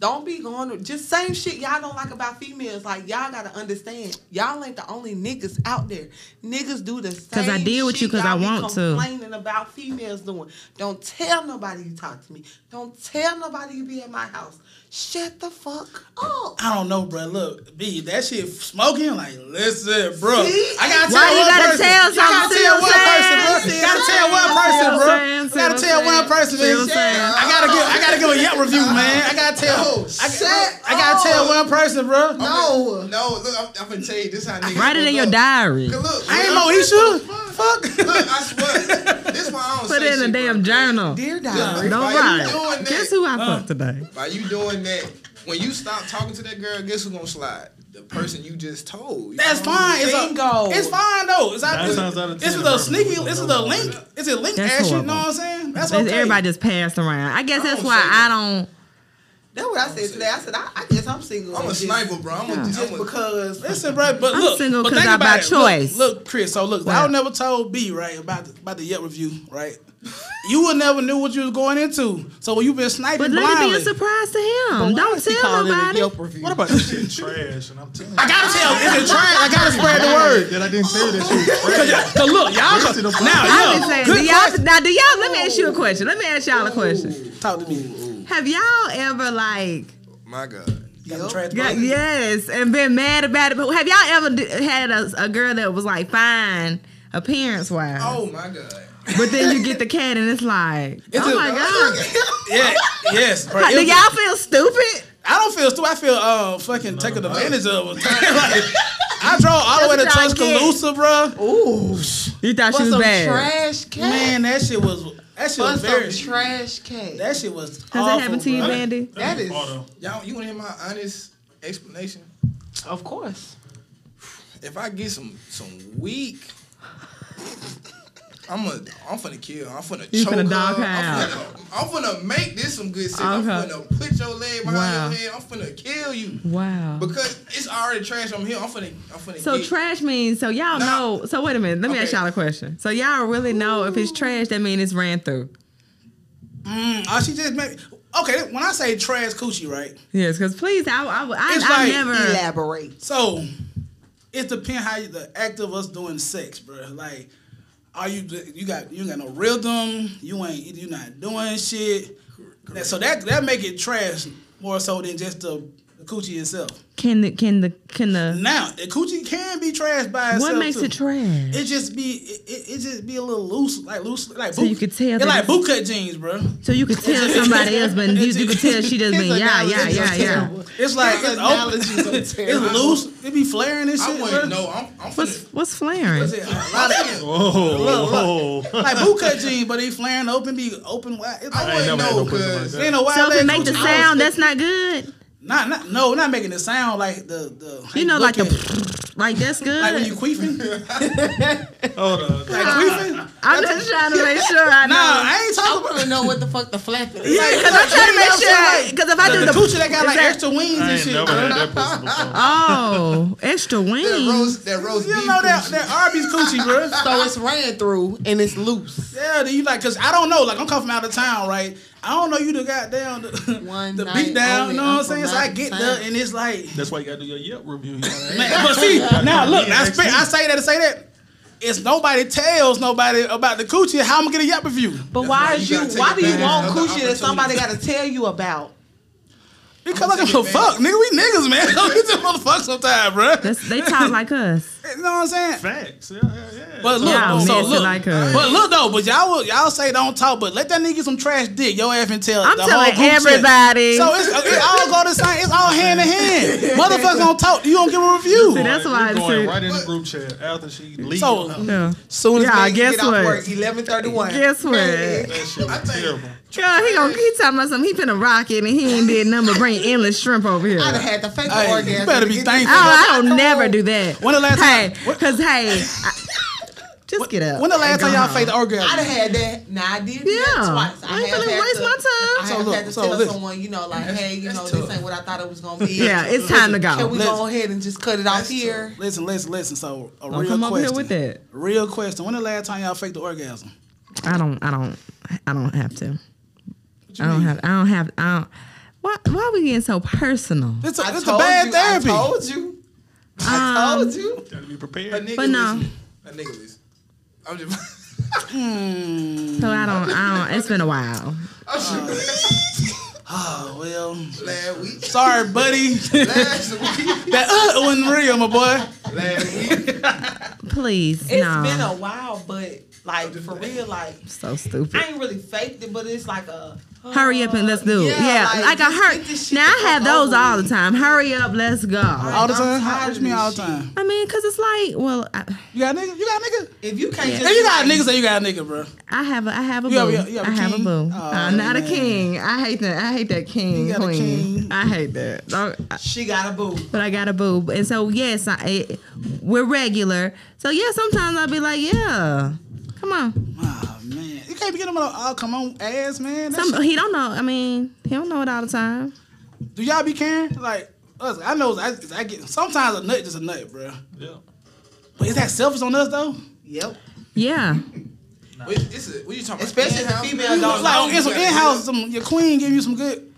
S4: Don't be going to just same shit y'all don't like about females. Like y'all gotta understand, y'all ain't the only niggas out there. Niggas do the same. Because
S1: I deal with you 'cause I want to.
S4: Complaining about females doing. Don't tell nobody you talk to me. Don't tell nobody you be at my house. Shut the fuck up.
S3: I don't know, bro. Look, B, that shit smoking. Like, listen, bro.
S4: See?
S3: I gotta tell
S1: Why you
S3: one
S1: gotta
S3: person.
S1: tell
S3: You gotta
S1: something?
S3: tell
S1: See
S3: one
S1: what I'm
S3: person, bro.
S1: saying?
S3: You gotta tell one
S1: See
S3: person,
S1: what I'm
S3: bro.
S1: saying?
S3: You
S1: See
S3: gotta
S1: what
S3: tell
S1: I'm
S3: one
S1: saying?
S3: person,
S1: See what
S3: man.
S1: I'm saying?
S3: I gotta give, I gotta give a Yelp review, man. I gotta tell, I,
S4: Shut
S3: I
S1: Oh.
S3: gotta tell one person, bro.
S4: No.
S5: no, look, I'm, I'm gonna tell you this how niggas.
S1: Write it in your diary.
S5: Look, look,
S3: I ain't
S5: look,
S3: Moesha. Fuck.
S5: Look, I swear, this why I don't
S1: Put
S5: say
S1: it in a
S5: shit,
S1: damn
S5: bro.
S1: journal.
S4: Dear
S5: Yeah.
S4: diary.
S1: Don't
S5: Why you
S1: write.
S5: doing
S1: it.
S5: that?
S1: Guess who I fucked today?
S5: By you doing that, when you stop talking to that girl, guess who gonna slide? The person you just told. You
S3: That's
S5: know what
S3: fine. It's,
S4: Bingo.
S3: a, it's fine though. It's
S2: Nine
S3: out it's,
S2: times out of
S3: this
S2: ten,
S3: is a
S2: bro,
S3: sneaky.
S2: people
S3: This is
S2: don't
S3: a
S2: know
S3: link. It's a link
S1: That's
S3: action. You
S1: horrible.
S3: know what I'm saying? That's
S1: It's-
S3: okay.
S1: Everybody just passed around. I guess
S5: I
S1: that's
S5: don't
S1: why
S5: say
S1: I
S5: that.
S1: don't.
S4: That's what I said today. I said I, I guess I'm single.
S5: I'm, I'm a
S4: Just-
S5: sniper, bro. I'm
S1: Yeah.
S5: a,
S4: Just
S5: I'm a,
S4: because
S3: Listen, bro, but
S1: I'm
S3: look,
S1: single
S3: but
S1: 'cause
S3: think
S1: I
S3: about
S1: by
S3: it.
S1: choice.
S3: Look, look, Chris. So look,
S1: Wow.
S3: I never told B right about the, about the Yelp review, right? you would never knew what you was going into. So you've been sniping
S1: But let it be a
S3: blindly.
S1: surprise to him. Don't tell nobody.
S3: what about this?
S2: Shit trash, and I'm telling you.
S3: I gotta tell. Is it trash? I gotta spread the word.
S2: That I didn't tell you that shit was trash.
S3: Cause look,
S2: Wasted
S3: y'all
S2: the
S3: now,
S1: I've been
S3: yeah,
S1: saying,
S3: good
S1: do y'all, now do y'all, let me ask you a question. Let me ask y'all a question.
S3: question. Talk to me.
S1: Have y'all ever like,
S5: my God.
S3: You got the trash
S1: got,
S3: bag?
S1: yes, and been mad about it? But have y'all ever d- had a, a girl that was like fine appearance wise,
S5: Oh my God.
S1: but then you get the cat and it's like, oh
S3: a-
S1: my God.
S3: Yeah, yes, bro.
S1: Like, do
S3: It was-
S1: y'all feel stupid?
S3: I don't feel stupid. I feel uh fucking taken advantage of. like, I drove all the way to
S1: That's what I get.
S3: Tuscaloosa, bro.
S4: Ooh,
S1: You thought
S4: for
S1: she was
S4: some
S1: bad.
S4: trash cat.
S3: Man, that shit was that shit
S4: for
S3: was very
S4: some trash cat.
S3: that shit was. Has
S1: Has that happened to you, Bandy?
S4: That is-
S2: Auto.
S5: Y'all, you want to hear my honest explanation?
S4: of course.
S5: If I get some some weak, I'm a I'm finna kill. her. I'm finna
S1: You
S5: choke
S1: finna dog her
S5: her. I'm
S1: out.
S5: finna, I'm finna make this some good shit. I'm
S1: Okay.
S5: finna put your leg behind
S1: Wow.
S5: your head. I'm finna kill you
S1: Wow.
S5: because it's already trash. I'm here. I'm finna I'm finna.
S1: So
S5: get,
S1: trash means so y'all
S5: Nah.
S1: know. So wait a minute. Let me ask
S5: Okay.
S1: y'all a question. So y'all really know if it's trash, that means it's ran through.
S3: Mm, oh, she just made. Okay, when I say trash coochie, right?
S1: Yes, because please, I I, I,
S3: It's
S1: I
S3: like
S1: never.
S4: Elaborate.
S3: So it depends how you, the act of us doing sex, bro. Like, are you you got you ain't got no rhythm? You ain't you not doing shit. That- so that that make it trash more so than just the, the coochie itself.
S1: Can the can the can the
S3: Now the coochie can be trash by itself.
S1: what makes
S3: too.
S1: it trash?
S3: It just be it, it, it just be a little loose, like loose, like
S1: So
S3: boot-
S1: you could tell
S3: It
S1: that
S3: like
S1: it's-
S3: boot cut jeans, bro.
S1: So you could tell somebody else, but you, you could tell she just been
S4: His
S1: yeah yeah
S4: analogies
S1: yeah
S4: are
S1: yeah.
S4: terrible.
S3: It's like
S4: His
S3: it's,
S4: analogies
S3: open,
S4: are
S3: it's
S4: terrible.
S3: loose. It be flaring and
S5: I
S3: shit.
S5: wouldn't
S3: bro.
S5: know. I'm I'm
S1: What's
S5: finna.
S1: what's flaring?
S3: It's a lot of-
S2: Oh,
S3: like boot cut jeans, but they flaring open, be open wide. It's
S5: I
S3: like,
S2: ain't
S5: wouldn't
S2: never had
S5: know
S2: no pussy like
S5: because
S2: that.
S3: it ain't no wide
S1: So if it
S3: leg
S1: make the
S3: coochie.
S1: sound, that's not good.
S3: not, not no, not making it sound like the the
S1: You know, like
S3: look at-
S1: the like that's good.
S3: like when you queefing,
S2: hold on.
S3: like queefing.
S1: I'm just trying to make sure I
S3: Nah,
S1: know.
S3: I ain't
S4: I
S3: talking
S4: want
S3: about.
S4: to know what the fuck the flap is.
S3: Yeah,
S1: Cause I'm trying to make sure. Because if I do
S3: The
S1: the
S3: coochie that got like
S1: that-
S3: extra wings
S2: I
S3: and
S2: ain't
S3: shit.
S2: never had that pussy before.
S1: oh extra
S5: That
S1: wings,
S5: roast, that roast
S3: You
S5: beef
S3: know that
S5: coochie.
S3: that Arby's coochie, bro.
S4: So it's ran through and it's loose.
S3: Yeah, do you like? Cause I don't know. Like I'm coming from out of town, right? I don't know you the goddamn the,
S4: One
S3: the
S4: night
S3: beat down. You
S4: only,
S3: know what I'm
S4: I'm
S3: saying?
S4: from
S3: So I
S4: out of
S3: get
S4: town.
S3: there and it's like,
S2: That's why you gotta do your Yelp review.
S3: man, but see now look, I, spe- I say that to say that. It's nobody tells nobody about the coochie. How I'm gonna get a yap review?
S4: But why
S5: why
S4: is
S5: you
S4: you?
S5: gotta take
S4: Why do you
S5: advantage
S4: want
S5: of the
S4: coochie that somebody got
S5: opportunity.
S4: to tell you about?
S3: Because I give a fuck, nigga. We niggas, man. we just motherfuck sometimes, bro.
S1: That's, they talk like us.
S3: You know what I'm saying?
S2: Facts. Yeah, yeah, yeah.
S3: But look,
S1: Y'all
S3: so
S1: messy
S3: look,
S1: like uh, us.
S3: but look though, but y'all will, y'all say don't talk, but let that nigga get some trash dick. Your ass and tell
S1: I'm
S3: the
S1: telling
S3: whole group chat.
S1: everybody.
S3: So it's, it all go the same. It's all hand in hand. Motherfuckers don't talk. You don't give a
S1: See,
S3: review.
S1: that's
S2: Boy,
S1: why
S2: we
S1: I
S2: going
S1: said.
S2: right in the group chat after she leaves.
S3: So-
S2: that
S1: Yeah.
S4: Soon
S1: Yeah,
S4: Maggie
S1: guess
S4: get off
S1: what?
S4: work, 11:31.
S1: Guess what?
S2: shit was terrible.
S1: Girl, he gonna he talking about something. He finna rock it and he ain't did nothing but bring endless shrimp over here.
S4: I'd have
S1: Oh,
S4: had the fake
S3: Hey,
S4: orgasm.
S3: you better
S4: to
S3: be
S4: get-
S3: thankful.
S1: I don't never do that.
S3: When the last
S1: hey,
S3: time- what-
S1: cause hey, I, just get up.
S3: When the last
S1: and go
S3: time y'all
S1: home.
S3: faked the orgasm?
S4: I'd have had that. Nah, I did
S1: Yeah.
S4: that twice.
S1: I ain't
S4: have
S1: finna
S4: had
S1: waste
S4: to-
S1: my time.
S4: I
S3: So
S4: have
S3: look,
S4: had to
S3: so
S4: tell
S3: listen.
S4: someone, you know, like, hey, you
S5: that's
S4: know,
S5: tough.
S4: this ain't what I thought it was gonna be.
S1: Yeah, it's time to
S4: Can
S1: go.
S4: we go ahead and just cut it off here?
S3: Listen, listen, listen. So a
S1: Don't
S3: real
S1: come over
S3: question.
S1: here with that.
S3: Real question. When the last time y'all faked the orgasm?
S1: I don't. I don't. I don't have to. I don't have. I don't have. I don't. Why? Why are we getting so personal?
S3: It's a,
S4: I
S3: it's a
S4: told
S3: bad
S4: you,
S3: therapy.
S4: I told you.
S1: Um,
S4: I told you.
S2: Gotta be
S5: A
S2: prepared.
S5: nigga
S1: But no.
S5: listen. A nigga listen. I'm just.
S1: So I don't. I don't. It's been a while.
S4: Um,
S5: I'm just
S3: Oh well.
S5: last week.
S3: Sorry, buddy.
S5: Last week.
S3: that uh wasn't real, my boy.
S5: Last week.
S1: Please,
S4: It's
S1: no.
S4: been a while, but like for real, like
S1: so stupid.
S4: I ain't really faked it, but it's like a
S1: Hurry up and let's do it.
S4: Yeah,
S1: Yeah, like,
S4: like,
S1: I
S4: just
S1: hurt.
S4: get this shit
S1: Now
S4: the
S1: I
S4: fuck
S1: have those
S4: over
S1: all the
S4: with.
S1: time. Hurry up, let's go.
S3: All the
S4: I'm
S3: time.
S4: tired
S3: How, what
S4: of
S3: you mean
S4: this
S3: all the
S4: shit.
S3: time?
S1: I mean, cause it's like, well, I,
S3: You got a nigga? You got a nigga?
S4: If you can't,
S3: If
S4: just
S3: you got a nigga, say you got a nigga, bro.
S1: I have a, I have a boo.
S3: You have- you have- you have a
S1: I have a
S3: king?
S1: boo.
S3: Oh,
S1: uh, not
S3: man.
S1: a king. I hate that. I hate that king
S3: You got a
S1: queen.
S3: king.
S1: I hate that. Don't- I-
S4: she got a boo.
S1: but I got a boo, and so yes, I, it, we're regular. So yeah, sometimes I'll be like, yeah, come on.
S3: Oh man, you can't be getting them all. Oh, come on, ass man. That
S1: Some,
S3: shit-
S1: he don't know. I mean, he don't know it all the time.
S3: do y'all be caring? Like, us, I know I, I get sometimes a nut just a nut, bro.
S2: Yeah.
S3: But is that selfish on us though?
S4: Yep.
S1: Yeah,
S5: Wait, it's a, what you talking about?
S4: Especially if the
S5: In-house?
S4: female don't
S3: like,
S4: know.
S3: on some in house, some your queen give you some good.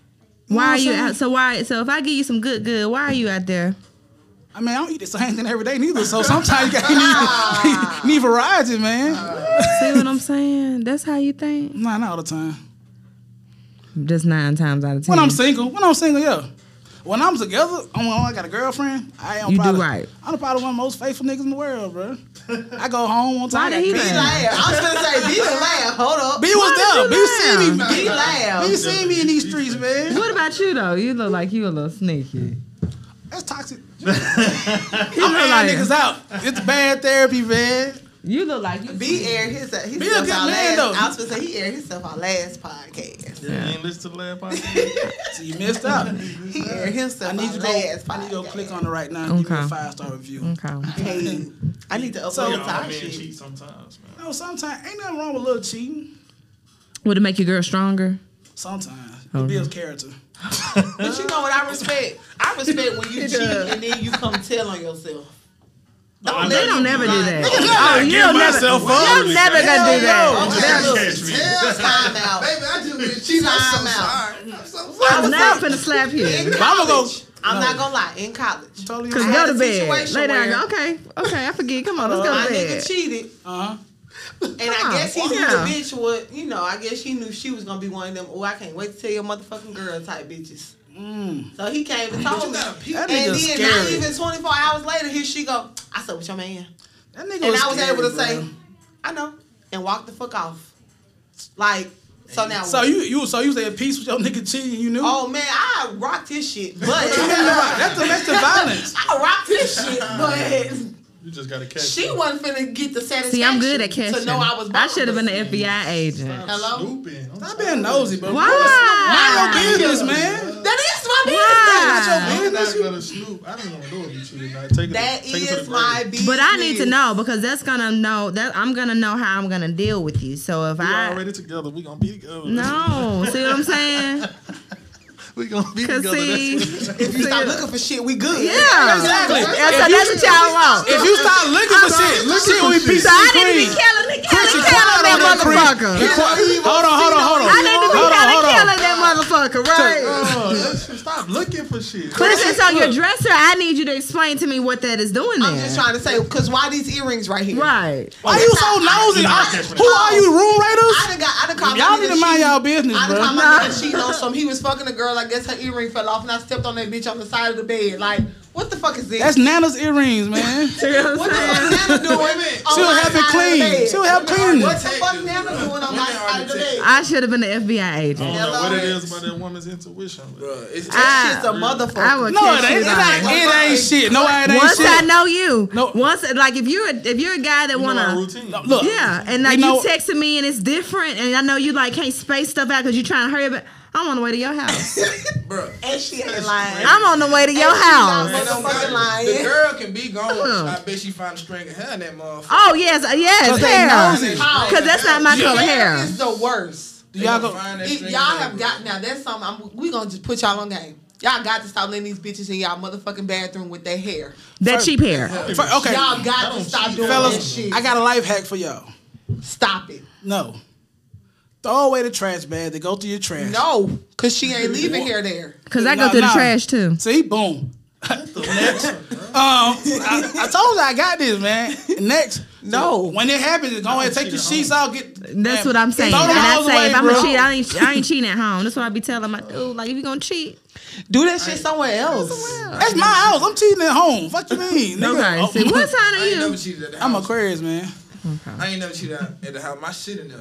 S1: why are
S3: what
S1: you
S3: I'm saying?
S1: out? So why? So if I give you some good, good, why are you out there?
S3: I mean, I don't eat the same thing every day neither. So sometimes you got need, need variety, man.
S1: See what I'm saying? That's how you think.
S3: nah, not all the time.
S1: Just nine times out of ten.
S3: When I'm single, when I'm single, yeah. When I'm together, I'm, when I got a girlfriend. I am
S1: You do
S3: probably,
S1: right.
S3: I'm probably one of the most faithful niggas in the world, bro. I go home on time.
S1: did he
S3: B,
S1: laugh?
S4: Laugh. I was gonna say, be laugh. Hold up.
S3: B was there. B seen me.
S4: Be
S3: B
S4: laugh.
S3: seen me in these streets, man.
S1: What about you though? You look like you a little sneaky.
S3: That's toxic.
S1: You
S3: I'm
S1: look
S3: airing niggas
S1: like
S3: out. It's bad therapy, man.
S1: you look like you.
S4: B aired his, his
S3: Be a good
S4: our
S3: man,
S4: last,
S3: though.
S4: I was gonna say he aired himself our last podcast.
S2: You ain't listen to the last podcast?
S3: So you missed out.
S4: He aired himself
S3: I need
S4: our
S3: you to go.
S4: last podcast.
S3: I need you to go click on it right now. and Give me a
S1: Okay.
S3: five star review.
S1: Okay.
S4: Hey, I need to upload
S3: So-
S4: so,
S2: Y'all
S4: our
S2: men
S4: shit.
S2: cheat sometimes, man.
S3: You know, sometimes Oh, ain't nothing wrong with a little cheating.
S1: Would it make your girl stronger?
S3: Sometimes it builds character.
S4: But you know what I respect? I respect when you cheat and then you come tell on yourself.
S2: No, I'm
S1: They
S2: not-
S1: don't never do that.
S2: I
S1: Oh,
S2: give
S1: you'll never,
S2: myself up.
S1: you'll never gonna do that.
S4: Okay, look,
S2: Catch me.
S4: tell time out.
S5: Baby, I just been cheating. I'm so
S4: Time out.
S5: sorry. I'm so
S1: I'm
S5: sorry.
S1: not finna slap you.
S4: In
S3: I'ma go-
S4: college, I'm not gonna lie. In college,
S3: Totally.
S1: Cause
S4: I
S1: go
S4: had
S1: to
S4: a
S1: bed.
S4: situation
S1: Lay down.
S4: where-
S1: Go, Okay. Okay. I forget. Come on. Let's go
S4: my
S1: to bed.
S4: nigga cheated,
S3: Uh huh.
S4: and I
S1: Come
S4: guess he
S1: on,
S4: knew
S1: yeah.
S4: the bitch would. You know, I guess he knew she was gonna be one of them. Oh, I can't wait to tell your motherfucking girl type bitches.
S3: Mm.
S4: So he came and told me,
S5: gotta peep.
S4: and
S3: That
S4: then
S3: nigga's
S4: not
S3: scary.
S4: even 24 hours later, here she go. I said, "What's your man?"
S3: That nigga
S4: and
S3: was
S4: I was
S3: scary,
S4: able to
S3: bro.
S4: say, I know, and walk the fuck off. Like, so now,
S3: So you you so you was at peace with your nigga cheating. You knew.
S4: oh man, I rocked his shit, but
S3: That's domestic violence.
S4: I rocked his shit, but
S2: You just gotta catch
S4: she
S2: me.
S4: wasn't finna get the satisfaction.
S1: See, I'm good at catching.
S4: To know I was.
S1: should have been
S4: bothered.
S1: an FBI agent.
S4: Hello?
S2: Stupid. I'm
S3: Stop being nosy, bro.
S1: Why?
S3: Mind your business, man.
S4: That is my business.
S1: Why?
S2: I'm not gonna snoop. I don't want to know if you cheated or not. Take it
S4: That
S2: to, take it to
S4: is
S2: the
S4: my
S2: grave.
S4: business.
S1: But I need to know because that's gonna know that I'm gonna know how I'm gonna deal with you. So if
S2: We
S1: I
S2: already together. We gonna be together.
S1: no, see what I'm saying?
S2: We gonna be
S1: Cause
S2: together.
S1: see,
S2: That's
S4: If you
S1: see-
S4: stop looking for shit, we good.
S1: yeah,
S3: Exactly.
S1: And so that's what y'all want.
S3: If you start looking for shit, look shit when we peace
S1: so I need to be
S3: and clean.
S1: killing,
S3: Christian,
S1: killing, killing
S3: quiet
S1: that
S3: on that creep.
S1: motherfucker.
S3: You qui- Hold on, hold on, hold on.
S1: I need to be
S3: Hold on,
S1: killing,
S3: hold on.
S1: killing that motherfucker, right?
S2: Oh, that's true. Stop looking for shit.
S1: Christian, so your dresser, I need you to explain to me what that is doing there.
S4: I'm just trying to say, cause why these earrings right here?
S1: Right.
S3: Why you so nosy? I- Who are you, room
S4: I
S3: raiders?
S4: done got, I done caught
S3: Y'all
S4: my
S3: need
S4: nigga
S3: to mind
S4: cheating.
S3: y'all business,
S4: I done
S3: bro.
S4: caught my nigga cheating on some. He was fucking a girl. I guess her earring fell off, and I stepped on that bitch on the side of the bed. Like, what the fuck is this?
S3: That's Nana's earrings, man.
S1: See what I'm
S4: what the
S1: saying?
S4: fuck Nana doing? on
S3: She'll
S4: my
S3: have it
S4: side of the
S3: clean.
S4: bed?
S3: She'll have
S4: What
S3: clean.
S4: the- What the fuck Nana doing on my side of the bed?
S1: I should have been an FBI
S2: I
S1: agent.
S2: don't know what it
S4: Hello?
S2: is about that woman's intuition. But
S5: Bruh, it's
S1: I-
S4: That shit's a motherfucker.
S1: I would
S3: No,
S1: catch
S3: it ain't. It
S1: you like-
S3: ain't, it ain't shit. No, it ain't
S1: Once
S3: shit.
S1: I know you,
S3: No.
S1: once like if you're a, if you're a guy that
S2: you know, our
S1: wanna
S2: routine.
S3: Look,
S1: yeah, and like
S3: You
S1: you,
S3: know-
S1: texting me and it's different, and I know you like can't space stuff out because you're trying to hurry up. I'm on the way to your house.
S5: bruh.
S4: and she ain't lying.
S1: I'm on the way to your house.
S5: Ain't no
S4: Motherfucking
S5: guy-
S4: lying.
S5: The girl can be gone.
S1: Uh-uh.
S5: I bet she find a string of hair in that motherfucker.
S1: Oh yes, uh, yes,
S3: they
S1: hair.
S3: nosy.
S4: How?
S1: Because that's not my
S5: Yeah.
S1: color
S4: Hair
S1: hair.
S4: is the worst.
S5: They
S3: Y'all
S5: gonna
S3: go-
S5: find that
S4: If
S5: string
S4: y'all
S5: of hair,
S4: have
S5: bruh.
S4: got now, that's something I'm, we gonna just put y'all on game. Y'all got to stop letting these bitches in y'all motherfucking bathroom with their hair.
S1: That cheap hair.
S3: For- okay,
S4: Y'all got to stop doing that
S3: fellas,
S4: shit.
S3: I got a life hack for y'all.
S4: stop it.
S3: No, throw away the trash bag. They go through your trash.
S4: No, cause she ain't leaving hair there.
S1: Because I
S3: Nah,
S1: go through the
S3: nah.
S1: trash too.
S3: See, boom. Next, um, I, I told you I got this, man. Next,
S4: No.
S3: When it happens, go ahead, take your sheets out. Get
S1: That's what I'm saying.
S3: Throw
S1: And
S3: them
S1: I
S3: hoes
S1: say if
S3: away,
S1: I'm
S3: bro.
S1: gonna cheat, I ain't I ain't cheating at home. That's what I be telling my dude. Like if you gonna cheat,
S4: Do that shit somewhere else.
S3: That's my house. I'm cheating at home. Fuck you mean?
S1: okay.
S3: nigga? Oh,
S1: See what sign
S5: I
S1: are
S5: ain't
S1: you?
S5: never cheated at the
S3: I'm
S5: house.
S3: Aquarius, man.
S5: I ain't never cheated at at the house. My shit in there.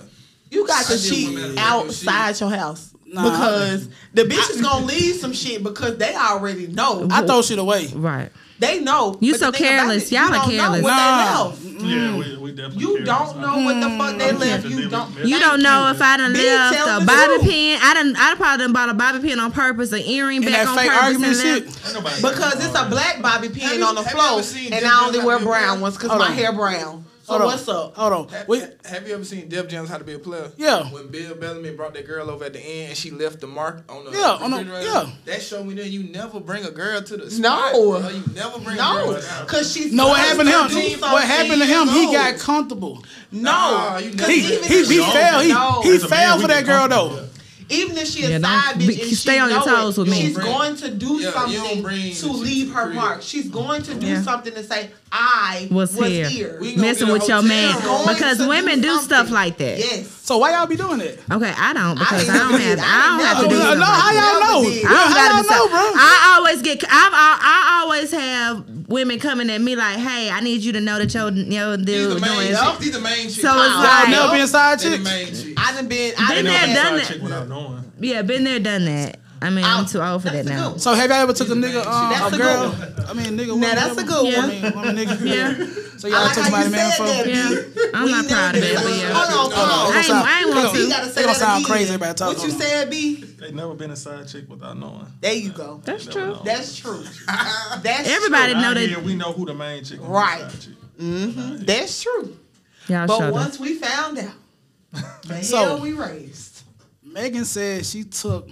S4: You got
S5: I
S4: to
S5: did
S4: cheat
S5: women that like your shit.
S4: outside your house
S3: Nah.
S4: because the bitch is gonna leave some shit because they already know.
S3: I throw shit away.
S1: Right.
S4: They know.
S1: You
S4: But
S1: so
S4: the thing about
S1: careless.
S4: it, you
S1: Y'all are
S4: don't know
S1: careless. Hmm.
S4: what
S3: Nah.
S4: they left.
S2: yeah, we, we definitely.
S4: You
S2: care.
S4: don't know what the fuck they left.
S2: to
S4: You
S2: live
S4: don't.
S2: with-
S1: You
S4: Thank
S1: don't know if I done
S4: Bitch, tell
S1: left
S4: the
S1: a bobby
S4: truth.
S1: pin. I done. I probably done bought a bobby pin on purpose, an earring
S3: And
S1: back
S3: that
S1: on
S3: fake
S1: purpose,
S3: argument
S1: and
S3: shit.
S1: left.
S5: Ain't nobody
S4: Because it's a black bobby pin
S5: you-
S4: on the
S5: have you
S4: floor,
S5: ever seen
S4: and
S5: Jim
S4: I only
S5: Jones
S4: wear
S5: have a big
S4: brown
S5: ass?
S4: ones because
S3: Hold
S4: my
S3: on.
S4: hair brown. So
S3: Hold on.
S4: what's up?
S3: Hold on.
S5: Have,
S3: We,
S5: have you ever seen Deb Jones How to Be a Player?
S3: Yeah.
S5: When Bill Bellamy brought that girl over at the end and she left the mark on the
S3: Yeah, on the-
S5: refrigerator,
S3: yeah.
S5: That showed me that you never bring a girl to the spot.
S4: No.
S5: bro. You never bring a
S4: No,
S5: girl. down.
S4: because she's
S3: no, what happened to him?
S4: 13,
S3: What happened to him?
S4: 14
S3: He
S4: years
S3: got
S4: old.
S3: comfortable.
S5: Nah,
S4: no.
S5: you
S4: 'cause
S5: never-
S3: He
S4: even
S3: he,
S4: if
S3: he
S4: she-
S3: fell.
S4: no.
S3: He he
S2: As a man,
S3: fell
S2: we
S3: for that
S2: get
S3: girl
S2: comfortable.
S3: though.
S4: Even if she a
S1: Yeah, don't-
S4: side
S1: be-
S4: bitch and
S1: stay
S4: she
S1: on your
S4: know it,
S1: toes with me.
S4: she's
S5: Bring-
S4: going to do
S5: Yeah, you don't bring
S4: something to
S5: the
S4: leave
S5: shit
S4: her
S5: to the
S4: mark.
S5: crib.
S4: She's going to do
S1: Yeah.
S4: something to say I
S1: Was
S4: was
S1: here.
S4: here.
S5: We gonna
S1: Messing
S5: get a
S1: with your
S5: hotel
S1: man
S5: room.
S1: because
S4: Going to
S1: women
S4: do
S1: do stuff
S4: something.
S1: like that.
S4: Yes.
S3: So why y'all be doing that?
S1: Okay, I don't because I,
S4: didn't
S1: don't
S4: do
S1: have
S4: it.
S1: I don't
S4: I
S1: have to
S4: didn't
S1: do
S3: no,
S4: know.
S1: something
S3: no,
S1: like
S3: how
S1: that.
S4: that.
S3: y'all know?
S4: I
S1: I don't
S3: how
S1: gotta
S3: y'all
S1: be
S3: know,
S1: so-
S3: bro?
S1: I always get. I've, I, I always have women coming at me like, "Hey, I need you to know that your your dude
S5: These the
S1: doing
S5: main,
S1: shit."
S5: these the main chicks.
S1: So it's
S3: Y'all
S1: like,
S3: never been side
S5: They the
S3: chicks.
S5: main chicks.
S4: I done been. I
S1: Been
S4: done
S1: there, done
S4: been.
S2: Side
S1: that.
S2: chick without knowing.
S1: yeah, been there, done that. I mean, I'm
S4: Oh,
S1: too old for that
S4: that's a good
S1: now.
S4: one.
S3: So have y'all ever took a nigga, uh,
S4: That's
S3: a
S4: a
S3: girl?
S4: good
S3: I mean, nigga.
S4: Now
S3: woman,
S4: that's
S3: whatever.
S4: a good
S1: one.
S3: I mean, woman, nigga.
S1: Yeah.
S3: So
S4: I
S3: y'all
S4: like
S3: took
S4: how
S3: somebody
S4: you
S3: man
S4: said
S3: for?
S4: that.
S1: Yeah, I'm
S4: We
S1: not
S4: know
S1: proud of
S4: that.
S1: that, but yeah.
S4: Hold on, hold on.
S1: I ain't- I ain't want
S4: Look,
S1: to.
S4: You gotta say
S3: They gonna
S4: that
S3: sound
S4: again.
S3: crazy, everybody talk
S4: What you
S3: on.
S4: said, B?
S2: They never been a side chick without knowing.
S4: There you go.
S1: That's
S2: They
S1: true.
S2: never know.
S4: That's true. That's
S1: Everybody
S2: Out
S1: know
S2: here,
S1: that.
S2: we know who the main chick and who the
S4: Right.
S2: side chick.
S4: True. Mm-hmm. That's true.
S1: Y'all
S4: But
S1: shut up.
S4: once we found out, the
S3: So-
S4: hell we raised.
S3: Megan said she took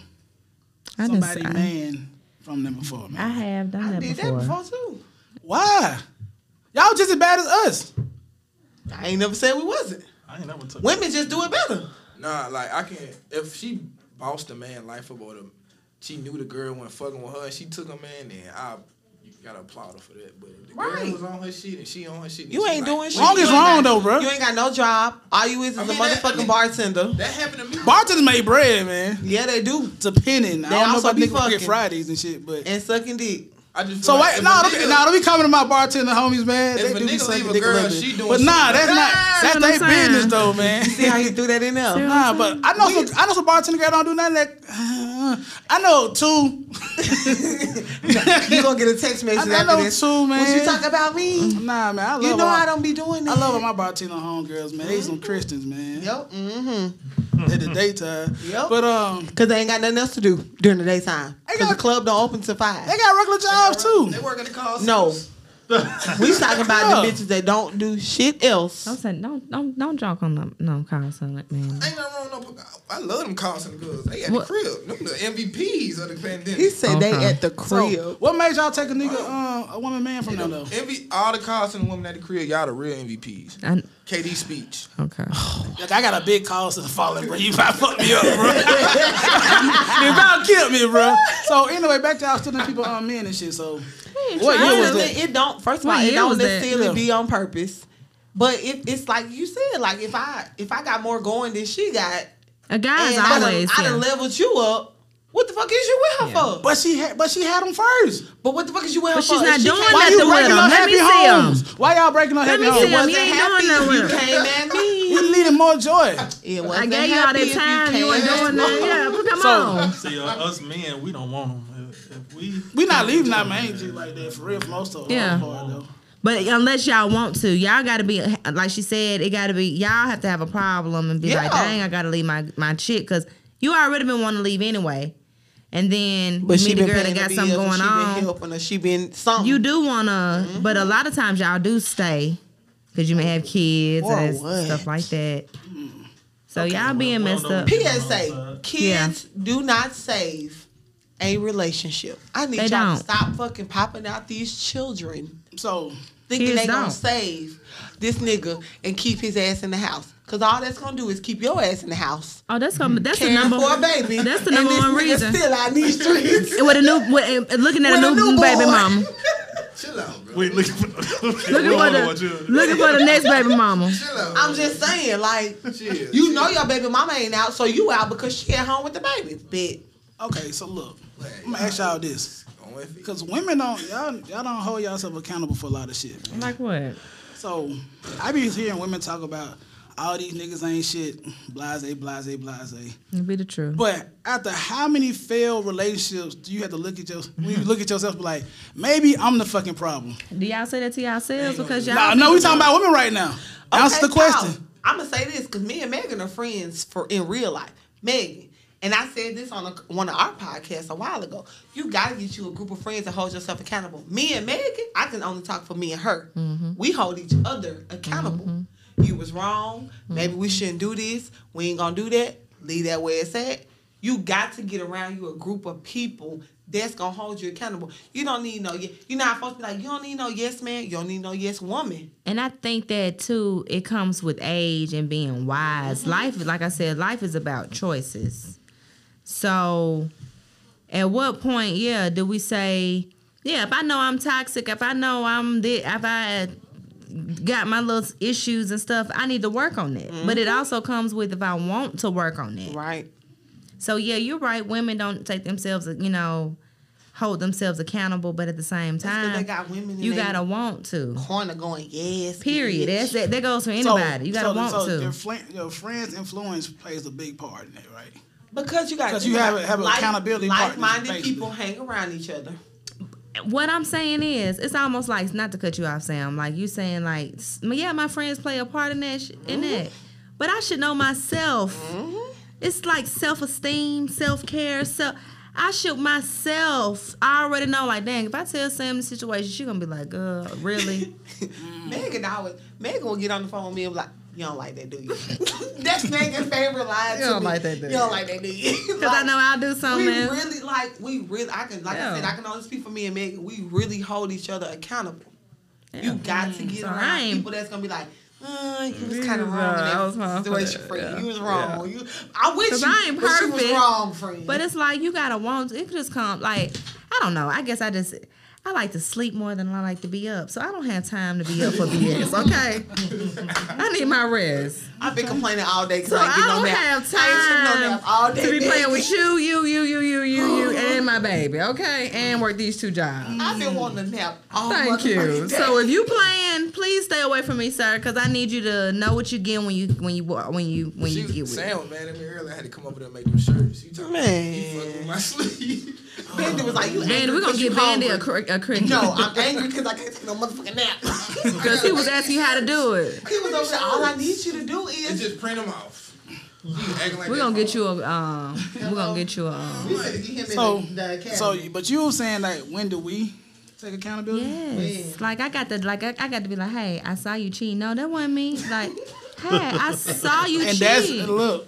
S1: I done
S3: somebody
S1: s- I-
S3: man from them before, man.
S1: I have done
S4: I
S1: that
S4: did
S1: before.
S4: that before too.
S3: Why? Y'all just as bad as us.
S4: I ain't never said we wasn't.
S2: I ain't never took.
S4: Women just do it better.
S5: Nah, like I can if she bossed the man life about him, she knew the girl wasn't fucking with her and she took her man, then I you gotta applaud her for that. But if the girl
S4: Right.
S5: was on her shit and she on her shit, then
S4: You
S5: she
S4: ain't
S5: like,
S4: doing shit.
S3: Wrong is
S4: You ain't
S3: wrong,
S4: got-
S3: though, bruh.
S4: You ain't got no job. All you is is
S5: I mean,
S4: a
S5: that-
S4: motherfucking bartender.
S5: That happened to me.
S3: Bartenders made bread, man.
S4: Yeah, they do.
S3: Depending. I
S4: They
S3: don't know
S4: also
S3: about
S4: be
S3: niggas fucking.
S4: fucking.
S3: Fridays and shit, but.
S4: And sucking dick.
S5: I just feel
S3: so
S5: like
S3: wait,
S5: if
S3: nah,
S5: a
S3: don't, be-
S5: nigga-
S3: nah, don't be coming to my bartender homies, man.
S5: If
S3: They
S5: a
S3: do be
S5: nigga
S3: sucking
S5: leave a
S3: dick
S5: girl,
S3: little bit.
S5: she doing
S3: But nah,
S5: something.
S3: that's
S1: Ah,
S3: not
S1: that's
S3: that's
S1: what
S3: their
S1: I'm saying.
S3: business though, man.
S4: See how you threw that in there?
S1: Seriously?
S3: Nah, but I know some I know some bartender guy don't do nothing like I know two.
S4: you gonna get a text message
S3: I- I
S4: after
S3: know
S4: this.
S3: too, man.
S4: What you talk about me?
S3: Nah, man, I love
S4: You know
S3: all-
S4: I don't be doing
S3: I
S4: that.
S3: love all my bartender homegirls, man. They some Christians, man.
S4: Yep. Mm-hmm.
S3: At the daytime.
S4: Yep.
S3: But um
S4: Cause they ain't got nothing else to do during the daytime.
S3: They
S4: Cause
S3: got-
S4: the club don't open till five.
S3: they got regular jobs too.
S5: They work at the call
S4: No.
S5: centers.
S4: we talking about the
S3: Yeah.
S4: bitches that don't do shit else.
S1: Don't say don't don't don't joke on them. No, Kyle Sonic, man.
S5: Ain't nothing wrong with no. I love them call center girls. They at
S1: What?
S5: the crib. Them the MVPs of the pandemic.
S4: He said
S1: Okay.
S4: they at the
S3: So,
S4: crib.
S3: what made y'all take a nigga, um, a woman man from there though?
S5: MV, all the call center women at the crib, y'all the real MVPs.
S1: I,
S5: KD speech.
S1: okay.
S3: Like, I got a big cause to the falling, bro. You about fucked me up, bro. you about killed me, bro. So anyway, back to y'all stealing people on men and shit. So what year was
S4: Honestly,
S3: that?
S4: It don't. First of
S1: What
S4: all, it
S1: year was
S4: don't
S1: that?
S4: necessarily
S3: Yeah.
S4: be on purpose. But if it's like you said, like if I if I got more going than she got,
S1: A guy's
S4: and I done,
S1: always.
S4: I done
S1: yeah.
S4: leveled you up. What the fuck is you with her
S1: Yeah.
S4: for? But,
S3: But she had, but she had them first.
S4: what the fuck is you with her
S1: But
S4: for?
S1: she's not
S4: If she
S1: doing
S4: came-
S3: Why
S1: nothing
S3: you
S1: with
S3: breaking
S1: him.
S3: up
S1: Let
S3: happy
S1: me see him.
S3: homes? Why y'all breaking up
S1: Let
S3: happy
S1: me see
S3: homes?
S1: him.
S4: wasn't
S1: You ain't
S4: happy
S1: doing nothing
S4: if
S1: with
S4: You
S1: him.
S4: came at me.
S3: We needed more joy.
S4: It
S1: I
S4: wasn't
S1: gave y'all
S4: happy
S1: that
S4: if
S1: time. You weren't
S4: came at
S1: doing
S4: me.
S1: that. Yeah, but come
S3: So-
S1: on.
S2: See, uh, us men, we don't want them. If, if we,
S3: We not leaving our main chick like that for real. For most of them,
S1: Yeah.
S3: Lord, though.
S1: But unless y'all want to, y'all got to be like she said. It got to be y'all have to have a problem and be like,
S4: Yeah.
S1: dang, I got to leave my my chick because you already been wanting to leave anyway. And then you
S4: But she
S1: meet a
S4: been
S1: girl
S4: paying
S1: that
S4: the
S1: got
S4: bills.
S1: something
S4: and
S1: going
S4: she been
S1: on.
S4: helping Mm-hmm. her. She been something.
S1: You do wanna, but a lot of times y'all do stay because you may have kids
S4: Or
S1: and
S4: what? Mm.
S1: stuff like that. So y'all being
S2: well,
S1: messed
S2: well,
S1: up.
S4: PSA:
S2: no.
S4: Kids do not save a relationship. I need
S1: They
S4: y'all
S1: don't.
S4: to stop fucking popping out these children
S3: So
S4: thinking
S1: Kids
S4: they
S1: don't.
S4: gonna save this nigga and keep his ass in the house. Cause all that's gonna do is keep your ass in the house.
S1: Oh, that's gonna that's the
S4: Caring
S1: number
S4: for a baby.
S1: That's the
S4: and
S1: number
S4: this
S1: one
S4: nigga
S1: reason.
S4: Still out these streets.
S1: With a new with, uh, looking at
S4: With
S1: a new,
S4: a newborn.
S1: baby mama,
S5: Chill out, bro.
S2: we looking for the,
S1: looking for the looking for the next baby mama.
S5: Chill out.
S4: I'm just saying, like,
S5: Chill.
S4: you know your baby mama ain't out, so you out because she at home with the baby. Bitch.
S3: okay, so look, I'm gonna ask y'all this.
S5: Don't let it-
S3: Cause women don't y'all y'all don't hold yourself accountable for a lot of shit. Man.
S1: Like what?
S3: So I be hearing women talk about all these niggas ain't shit, blase, blase, blase.
S1: It'd be the truth.
S3: But after how many failed relationships do you have to look at your when you look at yourself be like maybe I'm the fucking problem?
S1: Do y'all say that to yourselves? Because y'all.
S3: Nah, no, we talking about women right now. Answer the question.
S4: I'm gonna say this because me and Megan are friends for in real life. Megan and I said this on a, one of our podcasts a while ago. You gotta get you a group of friends and hold yourself accountable. Me and Megan, I can only talk for me and her.
S3: Mm-hmm.
S4: We hold each other accountable. You was wrong. Maybe
S3: Mm-hmm.
S4: we shouldn't do this. We ain't gonna do that. Leave that where it's at. You got to get around you a group of people that's gonna hold you accountable. You don't need no. ye- You're not supposed to be like you don't need no yes man. You don't need no yes woman.
S1: And I think that too, it comes with age and being
S3: Mm-hmm.
S1: wise. Life, like I said, life is about choices. So, at what point, yeah, do we say, yeah, if I know I'm toxic, if I know I'm the, if I, got my little issues and stuff. I need to work on that. But
S3: Mm-hmm.
S1: it also comes with if I want to work on that.
S4: Right.
S1: So yeah, you're right. Women don't take themselves, you know, hold themselves accountable. But at the same
S4: 'cause
S1: time,
S4: they got women in
S1: you
S4: they-
S1: gotta want to.
S4: Corner going, yes.
S1: Period.
S4: bitch."
S1: That's that. That goes for
S3: So-
S1: anybody. you gotta
S3: so-
S1: want
S3: so
S1: to.
S3: Your, flan- your friends' influence plays a big part in that, right?
S4: Because you got
S3: 'Cause you have- have accountability partners,
S4: Like-minded
S3: basically.
S4: people hang around each other.
S1: what I'm saying is, it's almost like not to cut you off, Sam. Like you saying, like s- yeah, my friends play a part in that. Sh-
S4: Mm-hmm.
S1: in that, but I should know myself. It's like self esteem, self care. So I should myself. I already know. Like dang, if I tell Sam the situation, she gonna be like, uh, really? Mm.
S4: Megan always Megan will get on the phone with me and be like, You don't like that, do you? That's Megan's favorite line.
S1: You
S4: to
S1: don't
S4: me.
S1: like that, do
S4: you?
S1: you?
S4: don't like that, do you?
S1: Because I know I'll do something.
S4: We really like we really I can like I said,
S1: Yeah.
S4: I can only speak for me and Megan. We really hold each other accountable. You
S1: Yeah. Mm-hmm.
S4: got to get
S1: So I
S4: around
S1: ain't-
S4: people that's gonna be like, uh, you was
S1: You
S4: kind of
S1: was,
S4: wrong
S1: uh, I was
S4: in that
S1: wrong for
S4: situation,
S1: that,
S4: friend.
S1: yeah,
S4: You was wrong.
S1: yeah.
S4: You, I wish
S1: 'Cause
S4: you,
S1: I ain't
S4: but you was
S1: perfect,
S4: wrong, friend.
S1: But it's like you gotta want. It could just come like I don't know. I guess I just I like to sleep more than I like to be up, so I don't have time to be up for BS. Okay, I need my rest,
S4: I've been complaining all day because
S1: so
S4: I ain't
S1: I
S4: getting no
S1: don't
S4: nap.
S1: have
S4: I ain't taking no nap all
S1: time
S4: day.
S1: to be playing
S4: baby.
S1: with you, you, you, you, you, you, you, and my baby. Okay, and work these two jobs.
S4: I've been wanting a nap all
S1: Thank you.
S4: motherfucking day.
S1: So if you playing, please stay away from me, sir, because I need you to know what you get when you when you wa- when you when
S5: She
S1: you get
S5: was
S1: with. it.
S5: Sam, man, at me earlier. I had to come over there and make them shirts. You talking about
S4: Man.
S5: you fucking with my sleep.
S4: Bandit was like, you
S1: Bandy,
S4: angry
S1: we're gonna
S4: 'cause you
S1: give Bandy a,
S4: hungry.
S1: cr- a cricket.
S4: No, I'm angry because I can't take no motherfucking nap.
S1: because he was asking you how to do it.
S4: he was over there. All I need you to do
S5: And
S4: is.
S5: just print them off. You acting like
S1: We're
S5: that
S1: gonna get
S5: phone.
S1: you a um. We're gonna get you a. Um,
S4: We should get him in
S3: So,
S4: the- the academy.
S3: so, but you were saying like, when do we take accountability?
S1: yes. Like I got to like I, I got to be like, hey, I saw you cheat. No, that wasn't me. Like, hey, I saw you
S3: And
S1: cheat.
S3: that's look,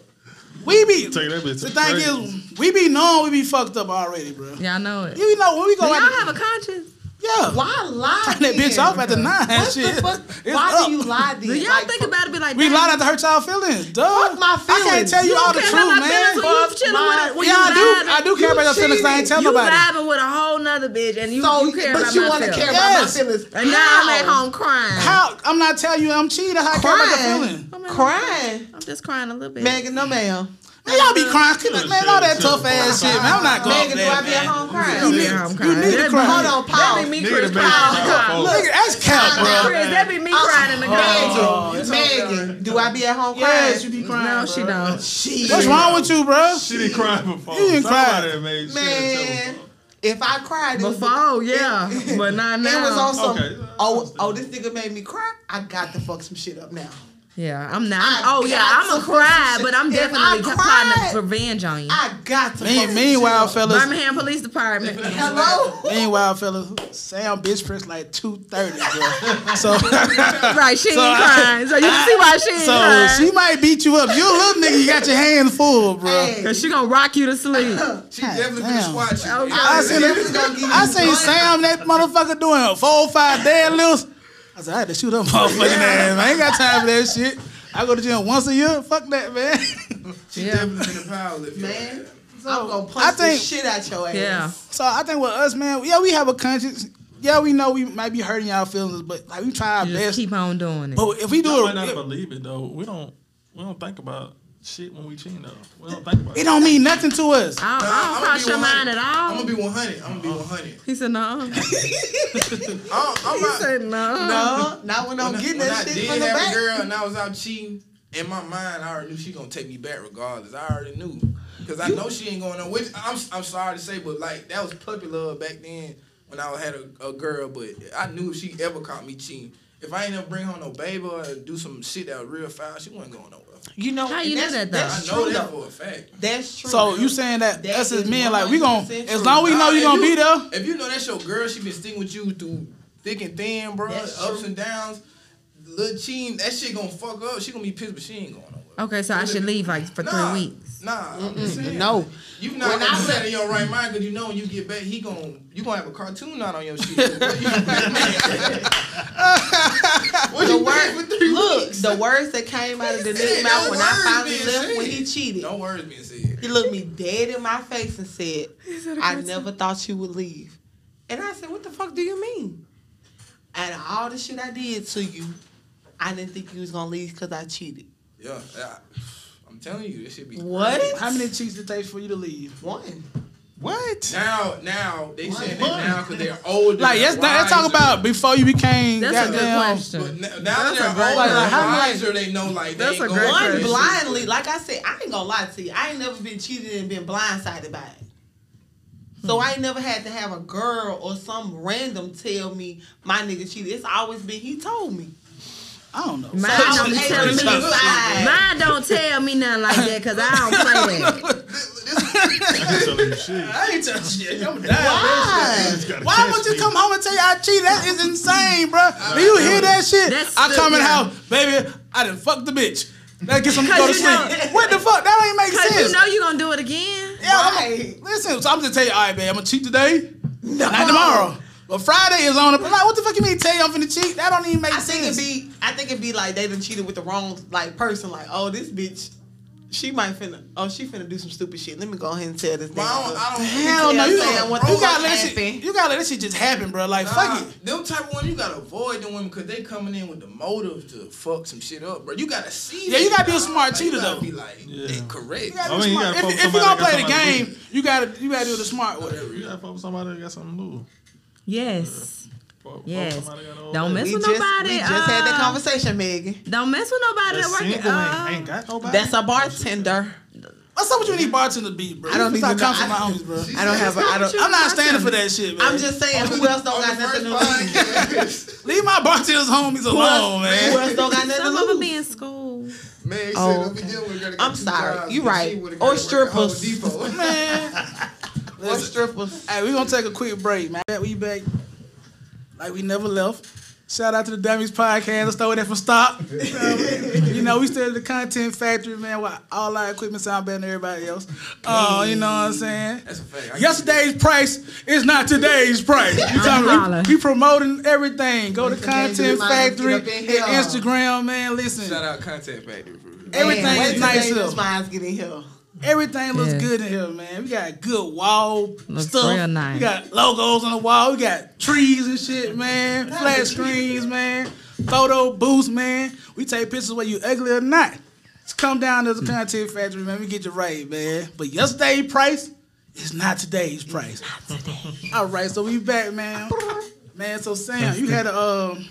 S3: we be
S2: Take that bitch to
S3: the thing
S2: the
S3: is, we be knowing we be fucked up already, bro. Yeah,
S1: Y'all know it. Do
S3: we know when we go
S1: y'all
S3: out, to-
S1: have a conscience?
S3: yeah,
S4: why lie?
S3: turn that bitch
S4: then?
S3: off at the nine.
S4: What
S3: shit.
S4: the fuck?
S3: It's
S4: Why
S3: up.
S4: do you lie
S1: Do
S4: then?
S1: y'all
S4: Like,
S1: think about it? Be like,
S3: We
S1: damn,
S3: lied out to hurt y'all feelings, duh.
S4: Fuck my
S3: I
S4: feelings.
S3: can't tell you,
S1: you
S3: all the
S1: can't
S3: truth,
S1: hurt my
S3: man.
S1: feelings When you
S4: Fuck
S1: chilling
S4: my-
S1: with a, when
S3: yeah,
S1: you
S3: I do.
S1: vibing-
S3: I do care about your feelings. I ain't tell
S1: You
S3: nobody.
S1: vibing with a whole nother bitch, and you,
S4: So,
S1: you care
S4: but
S1: about
S4: you
S1: myself.
S4: wanna care
S3: Yes.
S4: about my feelings.
S1: And now I'm at
S4: How?
S1: home crying.
S3: How I'm not telling you I'm cheating. How I care about your feeling?
S1: crying? I'm at home
S4: Crying.
S1: I'm just crying a little bit.
S4: Megan, no ma'am.
S3: Man, y'all be crying, man. All that tough ass shit, man. I'm not going.
S4: Megan, do I
S3: there,
S4: be at
S3: Oh, man.
S4: home
S1: You
S4: crying?
S1: need,
S3: you need to cry.
S4: Hold on, pause.
S1: me
S2: Nigga,
S1: Chris
S2: the baby
S1: crying.
S2: shower, folks.
S3: Look, that's cap, bro.
S1: Chris, that be me
S4: Uh,
S1: crying in the garage.
S4: Megan, Megan, do I be at home
S3: Oh, Yes, you be
S4: crying?
S1: No,
S3: crying.
S1: she
S3: bro.
S1: don't.
S4: Shit.
S3: What's wrong with you, bro?
S2: She didn't cry before.
S3: You didn't cry.
S2: Somebody made shit
S4: Man,
S2: tell her.
S4: if I cried, it was
S1: Before, yeah, but not
S4: It
S1: now.
S4: was on some.
S2: Okay.
S4: Oh, oh, this nigga made me cry. I got to fuck some shit up now.
S1: yeah, I'm not.
S4: I
S1: oh yeah,
S4: got
S1: I'm gonna
S4: to
S1: cry,
S4: fucking-
S1: but I'm
S4: if
S1: definitely
S4: I
S1: plotting
S4: cried-
S1: to revenge on you.
S4: I got to. fuck
S3: Man,
S4: some
S3: meanwhile,
S4: shit up.
S3: fellas.
S1: Birmingham Police Department.
S4: Hello.
S3: Meanwhile, fellas, Sam bitch press like two thirty, bro. So,
S1: right, she ain't
S3: So I-
S1: crying, so you can see why she ain't
S3: so
S1: crying.
S3: she might beat you up. You a little nigga, you got your hands full, bro.
S4: Hey,
S1: Cause she gonna rock you to sleep.
S5: She definitely been
S3: damn.
S5: squatching.
S1: Okay.
S3: I seen, I seen Sam that motherfucker doing four or five deadlifts. I said I had to shoot up motherfucking ass. I ain't got time for that shit. I go to gym once a year. Fuck that, man.
S5: She
S1: Yeah.
S5: definitely been a pile lift.
S4: man. I'm gonna punch
S3: I
S4: the
S3: think-
S4: shit out your ass.
S1: yeah,
S3: So I think with us, man, yeah, we have a conscience. Yeah, we know we might be hurting y'all feelings, but like we try our
S1: you just
S3: best.
S1: keep on doing it.
S3: But if we do
S2: Y'all might
S3: it,
S2: not
S3: it,
S2: believe it though. We don't. We don't think about shit when we cheat though. We don't think about
S3: it
S2: it.
S3: don't mean nothing to us.
S1: I don't, I
S5: I'ma
S1: don't
S5: be
S1: cross your
S5: 100.
S1: mind at
S5: I'm
S1: all.
S5: gonna be 100. I'm gonna be 100.
S1: he said no.
S5: I'm, I'm
S1: He
S5: not,
S1: said no.
S4: No, not when I'm
S5: when I-
S4: getting
S5: when
S4: that
S5: I
S4: shit
S5: did
S4: from the
S5: have a
S4: back.
S5: girl and I was out cheating, in my mind, I already knew she gonna take me back regardless. I already knew because I know she ain't going nowhere. Which I'm I'm sorry to say, but like that was puppy love back then when I had a, a girl. But I knew if she ever caught me cheating, if I ain't ever bring home no baby or do some shit that was real foul, she wasn't going nowhere.
S4: You know
S1: How you
S4: that's,
S1: know that, though?
S5: I
S4: That's
S5: know
S4: true
S5: that
S4: though.
S5: for a fact.
S4: That's true.
S3: So you saying that,
S4: That
S3: us as
S4: is
S3: men, like we gon'
S4: 100%
S3: as long as we
S5: Nah,
S3: know you
S5: if
S3: gonna be there,
S5: If you know that's your girl, she been sticking with you through thick and thin, bro,
S4: That's
S5: ups
S4: true.
S5: and downs. Little cheating, that shit gonna fuck up. She gonna be pissed, but she ain't going nowhere.
S1: Okay, so I should leave like for
S5: nah,
S1: three weeks.
S5: Nah, I'm just saying.
S4: no.
S5: You not
S4: When
S5: gonna
S4: I left-
S5: do that in your right mind because you know when you get back, he gonna you gonna have a cartoon out on your shit. what you
S4: The
S5: what you
S4: word,
S5: word, for three
S4: look,
S5: weeks?
S4: the words that came out of the nigga
S5: Shit,
S4: mouth
S5: no
S4: when
S5: words
S4: I finally
S5: being
S4: left
S5: said.
S4: when he cheated.
S5: No words being said.
S4: He looked me dead in my face and said, I never thought you would leave. And I said, What the fuck do you mean? out of all the shit I did to you, I didn't think you was gonna leave because I cheated.
S5: Yeah, I, I'm telling you, this should be
S4: What?
S3: How many cheeks did it take for you to leave?
S4: One.
S6: What?
S5: Now, now they saying that now because they're older.
S3: Like, that's not, that's talk
S5: wiser.
S3: about before you became
S1: That's a good
S3: goddamn.
S5: But n-
S1: question.
S5: now that they're
S1: a great
S5: older,
S1: question.
S5: and wiser, they know like
S6: That's
S5: they
S6: a
S5: ain't
S6: great
S5: going
S4: One
S5: through that shit.
S4: blindly, like I said, I ain't gonna lie to you. I ain't never been cheated and been blindsided by it. So I ain't never had to have a girl or some random tell me my nigga cheated. It's always been he told me.
S3: I don't know.
S1: Mine
S4: I
S1: don't
S4: was eight
S1: tell me.
S4: years old.
S1: Mine don't tell me nothing like that because I don't play that.
S2: I ain't telling you shit.
S3: I ain't telling shit. I'm dying.
S4: Why?
S2: Just gotta
S3: Why
S2: catch
S3: would you
S2: me.
S3: come home and tell you I cheated? That is insane, bro. Do you hear that shit?
S1: That's
S3: I
S1: the-
S3: come in the
S1: yeah.
S3: house, baby. I done fucked the bitch. That gets some go to
S1: Because you know-
S3: sleep. What the fuck? That ain't make
S1: Because
S3: sense.
S1: you know you're going to do it again.
S3: yeah, I'm
S4: Right.
S3: gonna, listen. So I'm just tell you, all right, babe. I'm gonna cheat today, not tomorrow. But Friday is on. The, like, what the fuck you mean? Tell you I'm finna cheat? That don't even make
S4: I think
S3: sense.
S4: it'd be I think it'd be like they done cheated with the wrong like person, like, oh this bitch she might finna oh she finna do some stupid shit. Let me go ahead and tell this nigga.
S5: Well, I don't, I don't
S3: Hell no, you,
S4: Yeah,
S3: gotta-
S4: saying what the
S3: you gotta
S4: fuck
S3: let that
S4: happened.
S3: shit. You gotta let that shit just happen, bro. Like, fuck it.
S5: Them type of women, you gotta avoid them women because they coming in with the motive to fuck some shit up, bro. You gotta see.
S3: Yeah, you
S5: that,
S3: gotta be a
S5: dog.
S3: smart
S5: Like,
S3: cheater,
S5: you gotta
S3: though.
S5: Be like, they correct.
S3: You gotta
S2: I
S3: do
S2: mean, you
S3: smart.
S2: gotta fuck
S3: if, if you're gonna
S2: somebody that
S3: play the
S2: got somebody
S3: game, you gotta you gotta do it the smart way.
S2: You gotta fuck with somebody that got something new.
S1: Yes.
S2: Fuck- fuck
S1: Yes.
S2: somebody that got
S1: Don't
S2: old.
S1: mess
S4: We
S1: with
S4: just,
S1: nobody.
S4: we just had that
S1: uh,
S4: conversation, Megan.
S1: Don't mess with nobody
S2: That's
S1: that working.
S2: single
S1: Uh,
S2: ain't, ain't got nobody.
S4: That's a bartender.
S3: What's up with you need bartender to be, bro?
S4: I don't
S3: You
S4: need
S3: stop
S4: to know-
S3: coming
S4: I-
S3: from my homies, bro.
S4: I don't have a I don't
S3: I'm not standing for that shit, man.
S4: I'm just saying who else don't got nothing to lose.
S3: leave my bartenders homies
S4: Who else-
S3: alone,
S4: Who
S3: man.
S4: else don't got nothing
S1: uh, some
S4: to
S1: of them
S4: lose?
S1: be in school.
S5: Man,
S4: Oh,
S5: shit, we dealing with a girl that got
S4: I'm
S5: two
S4: sorry.
S5: jobs,
S4: You
S5: but
S4: right.
S5: she with a
S4: Or
S5: girl that work at
S4: strippers.
S5: Home Depot.
S3: man.
S4: Or strippers.
S3: Hey, we gonna take a quick break, man. Bet We back like we never left. Shout out to the Dummies Podcast. I started that from stock. you know, we started the content factory, man. Why all our equipment sound better than everybody else. Oh, you know what I'm saying?
S5: That's a fact. I
S3: Yesterday's price is not today's price. You talking
S1: holler.
S3: about we, we promoting everything. Go to
S4: Listen, man, you
S3: Content
S4: might get
S3: Factory
S4: up
S3: and
S4: in here.
S3: Instagram, man.
S5: get-
S3: Listen,
S5: Shout out Contact Factory. For real.
S3: Everything
S4: Man,
S3: is
S4: wait
S3: nice
S4: till
S3: here.
S4: these Mine's getting here.
S3: everything looks
S1: Yeah.
S3: good in here, man. We got good wall
S1: Looks
S3: stuff.
S1: real nice.
S3: We got logos on the wall. We got trees and shit, man. Flat screens, man. Photo booths, man. We take pictures whether you ugly or not. Just come down to the
S1: Hmm.
S3: Content Factory, man. We get you right, man. But yesterday's price is not today's price. All right, so we back, man. Man, so Sam, you had a um,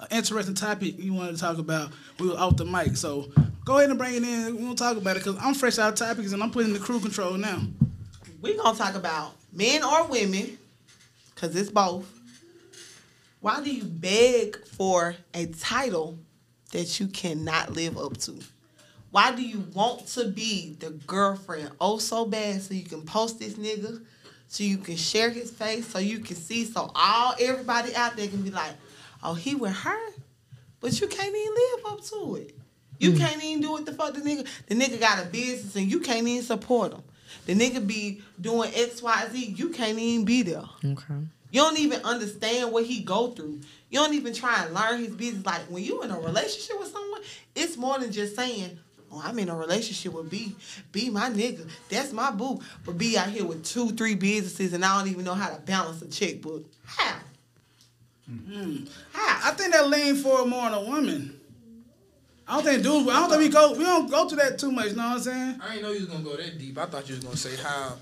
S3: an interesting topic you wanted to talk about. We were off the mic, so go ahead and bring it in. We'll talk about it because I'm fresh out of topics and I'm putting the crew control now.
S4: We're gonna talk about men or women, cause it's both. Why do you beg for a title that you cannot live up to? Why do you want to be the girlfriend oh so bad so you can post this nigga, so you can share his face, so you can see, so all everybody out there can be like, oh he with her, but you can't even live up to it. You can't even do what the fuck the nigga. The nigga got a business and you can't even support him. The nigga be doing X Y Z. You can't even be there.
S1: Okay.
S4: You don't even understand what he go through. You don't even try and learn his business. Like when you in a relationship with someone, it's more than just saying, "Oh, I'm in a relationship with B. B my nigga. That's my boo." But B out here with two, three businesses, and I don't even know how to balance a checkbook. How? How?
S3: I think that lean forward more on a woman. I don't think dudes. I don't think we go. We don't go through that too much. Know what I'm saying?
S5: I didn't know you was gonna go that deep. I thought you was gonna say how.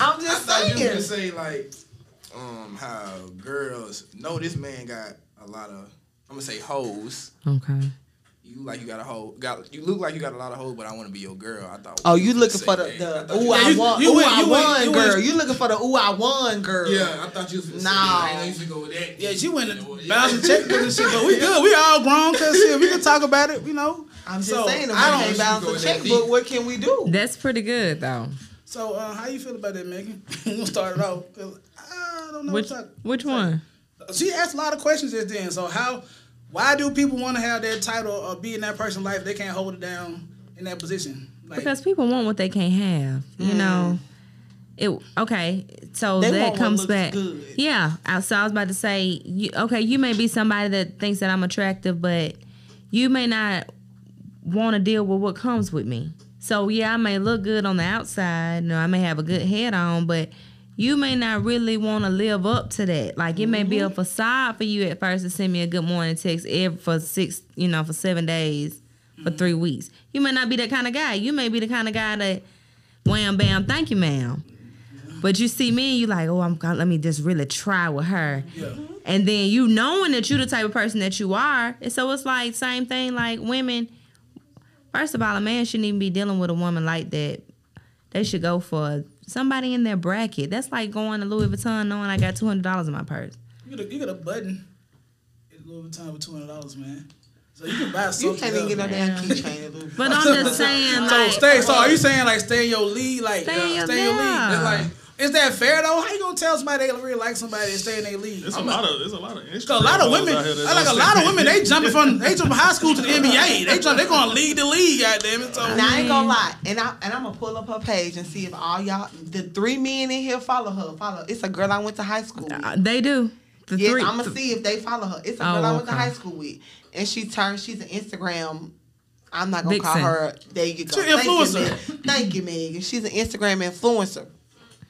S4: I'm
S5: I
S4: just
S5: thought you was
S4: saying.
S5: gonna say like, um, how girls know this man got a lot of. I'm gonna say hoes.
S1: Okay.
S5: You like you got a hoe. Got you look like you got a lot of hoes, but I want to be your girl. I thought.
S4: Oh, you looking
S5: say
S4: for the,
S5: that. I
S4: the
S5: thought
S4: ooh
S5: you-
S3: Yeah,
S4: I
S3: you-
S4: won,
S3: you
S4: ooh
S3: went-
S4: I
S3: you went- you
S4: won
S3: went-
S4: girl. You looking for the ooh I won girl?
S5: Yeah, I thought you was. finna say
S4: Nah.
S5: that. I didn't know you should go with that.
S3: Yeah, she went to
S5: Yeah.
S3: bouncing checkbooks and shit, but we good. We all grown, cause shit, we can talk about it. You know.
S4: I'm just
S3: So,
S4: saying. If
S3: I
S4: I
S3: don't-
S4: can't
S5: you
S4: balance a
S5: go in that
S4: checkbook,
S5: deep.
S4: what can we do?
S1: That's pretty good, though.
S3: So uh, how you feel about that, Megan? we'll start it off. 'cause I don't know.
S1: Which
S3: what to-
S1: which one?
S3: She asked a lot of questions just then. So how, why do people want to have that title or be in that person's life? They can't hold it down in that position. Like,
S1: Because people want what they can't have.
S4: Mm.
S1: You know. It okay. So
S4: They want
S1: that
S4: what
S1: comes
S4: looks
S1: back.
S4: good.
S1: Yeah. I- So I was about to say, you, okay, you may be somebody that thinks that I'm attractive, but you may not want to deal with what comes with me. So yeah, I may look good on the outside, you know, I may have a good head on, but you may not really want to live up to that. Like it may be
S4: Mm-hmm.
S1: a facade for you at first to send me a good morning text every for six, you know, for seven days,
S4: Mm-hmm.
S1: for three weeks. You may not be that kind of guy. You may be the kind of guy that, wham bam, thank you, ma'am. But you see me, and you like, oh, I'm gonna let me just really try with her. And then you knowing that you're the type of person that you are, and so it's like same thing. Like women, first of all, a man shouldn't even be dealing with a woman like that. They should go for somebody in their bracket. That's like going to Louis Vuitton knowing I got two hundred dollars in my purse.
S3: You get a, you get a button at Louis Vuitton for two hundred dollars, man. So you can buy something.
S4: You can't even get no damn keychain. at Louis
S1: But I'm just saying,
S3: So
S1: like,
S3: stay. So are you saying like stay in your league? Like uh,
S1: Stay in your
S3: league.
S1: league.
S3: It's like is that fair though? How you gonna tell somebody they really like somebody and stay in their league?
S2: It's a
S3: I'm
S2: lot of it's a lot of Instagram.
S3: a lot of
S2: models
S3: women,
S2: out here that
S3: like a
S2: don't
S3: lot
S2: say
S3: of women, they jumping from they jump from high school to the NBA. They jump, they gonna lead the league, goddamn it. So
S4: Now, I ain't gonna lie, and I and I'm gonna pull up her page and see if all y'all, the three men in here, follow her. Follow. It's a girl I went to high school. with.
S1: uh, they do. The
S4: Yes,
S1: three.
S4: I'm gonna see if they follow her. It's a
S1: Oh,
S4: girl I went to
S1: okay.
S4: high school with, and she turned. She's an Instagram. I'm not gonna call
S1: Vixen.
S4: her. There you go.
S3: She an influencer.
S4: Thank you, Meg. Thank you, Megan. She's an Instagram influencer.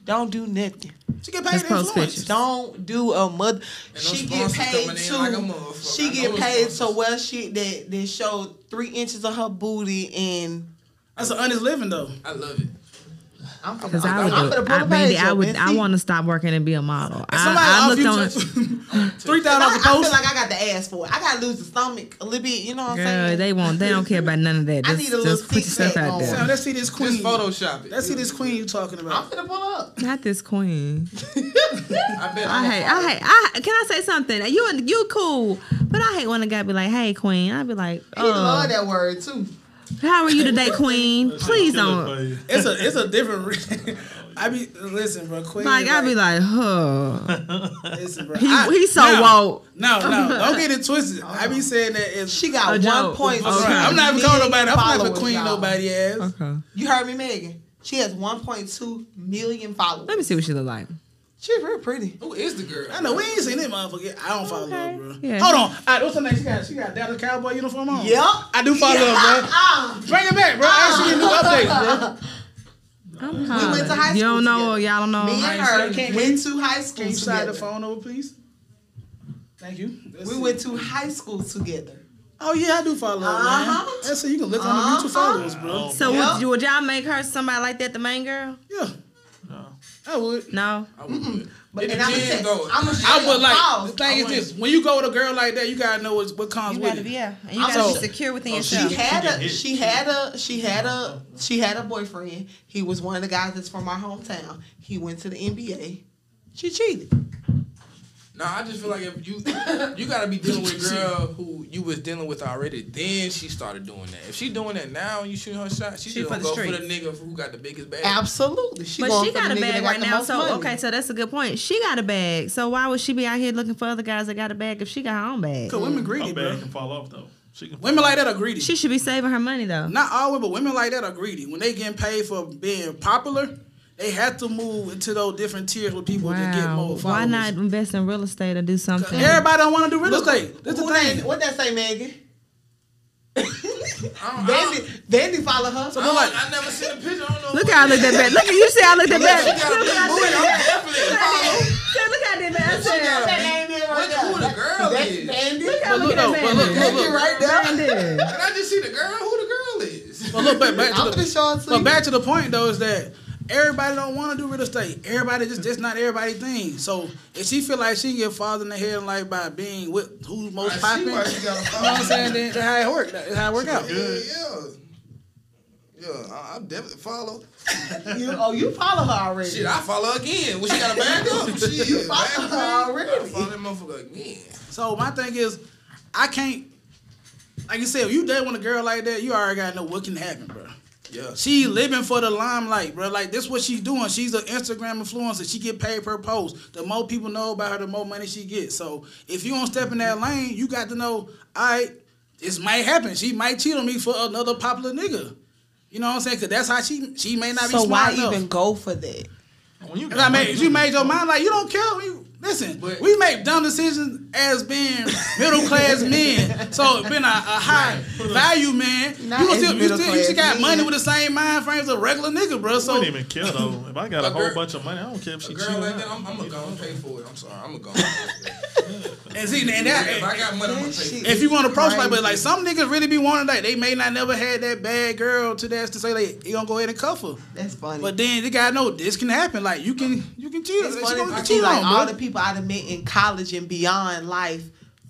S4: Don't do nothing.
S3: she get paid
S1: Let's
S3: to
S1: post
S3: influence.
S1: pictures.
S4: Don't do a mother.
S5: And those
S4: She get
S5: sponsors
S4: paid
S5: coming in
S4: to.
S5: like a motherfucker. I
S4: she
S5: know
S4: get
S5: those
S4: paid to
S5: sponsors.
S4: wear shit that that showed three inches of her booty and.
S3: That's an honest living though.
S5: I love it.
S4: I'm finna-
S1: Cause I
S4: I'm
S1: would,
S4: finna pull
S1: I,
S4: the
S1: Randy,
S4: page
S1: I
S4: up
S1: would,
S4: and
S1: I
S4: see.
S1: want to stop working and be a model.
S3: Somebody
S1: I, I looked on,
S3: off you three thousand dollars a
S4: I, I feel
S3: post.
S4: like I got the ass for it. I gotta lose the stomach a little bit. You know what I'm
S1: girl,
S4: saying?
S1: they won't, they don't care about none of that.
S4: I
S1: Just,
S4: need a little
S1: just put your
S4: six-pack
S1: stuff out
S4: on.
S3: Sam,
S1: there.
S3: let's see this queen.
S5: Just Photoshop it.
S3: Let's see this queen you talking
S4: I'm
S3: about.
S4: finna pull up.
S1: Not this queen.
S5: I bet.
S1: I hate, I hate, I can I say something? You, you cool, but I hate when a guy be like, "Hey, queen," I'd be like,
S3: Uh.
S4: He love
S1: "Oh,
S4: that word too.
S1: how are you today, queen?
S2: that shit
S1: Please
S2: kill it
S1: don't."
S2: for you.
S3: It's a it's a different. re- I be listen, bro. Queen,
S1: Like I'd be like, huh.
S3: listen, bro.
S1: He,
S3: I-
S1: he's so
S3: now-
S1: woke.
S3: No, no, don't get it twisted. I be saying that it's.
S4: She got
S1: A
S4: one
S1: joke.
S4: point.
S1: Okay.
S3: I'm not even calling nobody. I'm not even
S4: followers,
S3: queen
S4: y'all.
S3: nobody ass.
S1: Okay.
S4: You heard me, Megan. She has 1.2 million followers.
S1: Let me see what she look like.
S4: She's real pretty.
S5: Who is the girl?
S3: I know we ain't seen that motherfucker. I don't follow
S1: Okay.
S3: her, bro.
S1: Yeah.
S3: Hold on. All right, what's her name? She got she got Dallas Cowboy uniform on.
S4: Yep.
S3: I do follow her, bro.
S4: Ah,
S3: Bring it back, bro. I see new updates, bro.
S1: I'm
S4: went to
S1: hollering.
S4: high
S1: You
S4: school
S1: don't know her.
S4: together.
S1: Y'all don't know
S4: me
S1: her.
S4: and
S3: Oh, I
S4: her
S3: can't-
S4: went to high school
S3: Can you slide the
S4: together.
S3: phone over, please? Thank you. That's
S4: We
S3: it.
S4: went to high school together.
S3: Oh yeah, I do follow her, man.
S4: Uh-huh.
S3: That's it. You can look on the
S4: Uh-huh.
S3: mutual followers, bro.
S1: So
S4: Yeah.
S1: would, would y'all make her somebody like that, the main girl?
S3: Yeah. I would.
S1: No.
S5: I would.
S4: But
S5: It
S4: and I'm gonna
S5: depends,
S4: say,
S5: though.
S4: I'm gonna
S3: I would like.
S4: pause.
S3: The thing is this: when you go with a girl like that, you gotta know what's, what comes with it.
S1: yeah. And you
S4: I'm
S1: gotta
S4: so-
S1: be secure within
S2: Oh, she-
S1: yourself.
S4: She
S2: Yeah.
S4: had a
S2: Yeah.
S4: she had a she had a she had a boyfriend. He was one of the guys that's from our hometown. He went to the NBA. She cheated.
S5: No, I just feel like if you you gotta be dealing with a girl who you was dealing with already, then she started doing that. If she doing that now, and you shooting her shot, she,
S1: She
S5: should
S1: for the
S5: go for the
S1: streets.
S5: nigga who got the biggest bag.
S4: Absolutely. She
S1: But
S4: going
S1: she
S4: for the
S1: got a
S4: nigga that
S1: bag
S4: got
S1: right
S4: the
S1: now,
S4: most
S1: so
S4: money.
S1: okay, so that's a good point. She got a bag, so why would she be out here looking for other guys that got a bag if she got her own bag?
S3: Cause women greedy,
S2: Her bag
S3: bro.
S2: can fall off though. She can.
S3: Women like that are greedy.
S1: She should be saving her money though.
S3: Not all women, but women like that are greedy. When they getting paid for being popular, they have to move into those different tiers with people to get
S1: wow,
S3: more followers.
S1: why not invest in real estate or do something?
S3: Everybody don't want to do real
S4: Look,
S3: estate. That's the
S4: who
S3: thing.
S4: that- What that say, Megan?
S5: I, don't, I,
S4: Vandy,
S5: don't,
S4: Vandy follow her.
S5: I, don't, I never seen a picture. I don't know.
S1: Look how I looked at that. Look at you see how I looked at
S5: Look,
S1: that.
S5: she got a big booty. I'm definitely follow.
S1: Look how I did that.
S4: Look at
S1: I
S4: that name there right
S5: Look
S4: there.
S5: who the girl
S4: That's
S5: is.
S4: Vandy.
S1: said,
S3: But look, though, but look, look, look.
S4: right there.
S1: Brandon.
S5: And I just see the girl. Who the girl is?
S3: But look, back, back
S4: I'm
S3: to
S4: gonna
S3: the,
S4: show it to
S3: but
S4: you.
S3: back to the point though is that everybody don't want to do real estate. Everybody just that's not everybody thing. So if she feel like she can get father in the head like by being with who's
S5: I
S3: most
S5: see
S3: popular, you
S5: why
S3: know
S5: she got a
S3: what I'm
S5: follow.
S3: saying? Then That's how it work. That's how it work out.
S5: Yeah, yeah. Yeah, I, I definitely follow.
S4: You, oh, you follow her already.
S5: Shit, I follow again. When she got a bag up, shit, you
S4: follow her already.
S5: follow that motherfucker again.
S3: So my thing is, I can't. Like you said, if you date with a girl like that, you already gotta know what can happen, bro.
S5: Yeah.
S3: She living for the limelight, bro. Like this, what she's doing. She's an Instagram influencer. She get paid per post. The more people know about her, the more money she gets. So if you don't step in that lane, you got to know. All right, this might happen. She might cheat on me for another popular nigga. You know what I'm saying? Cause that's how she she may not
S4: so
S3: be smart
S4: why
S3: enough.
S4: even go for that?
S2: When you
S3: If I
S2: got
S3: made,
S2: money,
S3: if you made your mind like you don't care. We, listen,
S5: But-
S3: we make dumb decisions as being middle class men So being a, a high value man,
S4: Not
S3: you gonna
S4: as
S3: still, you
S4: middle
S3: still, you still got
S4: class
S3: money
S4: men.
S3: with the same mind frames as a regular nigga, bro.
S2: I
S3: So
S2: wouldn't even care though. If I got a
S5: A
S2: whole
S5: girl-
S2: bunch of money, I don't care if
S5: A
S2: she cheating.
S5: girl
S2: or
S5: like that,
S2: not.
S5: I'm, I'm gonna go and pay for it. I'm sorry, I'm gonna go. and pay for it.
S3: and see, and
S5: If
S3: that,
S5: I got money, I'm gonna
S4: That
S5: pay.
S4: shit
S5: for it.
S3: if you want to approach like, but like some niggas really be wanting like they may not never had that bad girl to that to say like you gonna go ahead and cuff her.
S4: That's funny.
S3: But then they gotta know this can happen. Like you can you can cheat.
S4: it's
S3: She
S4: funny
S3: gonna
S4: to
S3: cheat
S4: see like
S3: on,
S4: all
S3: bro.
S4: the people I've met in college and beyond life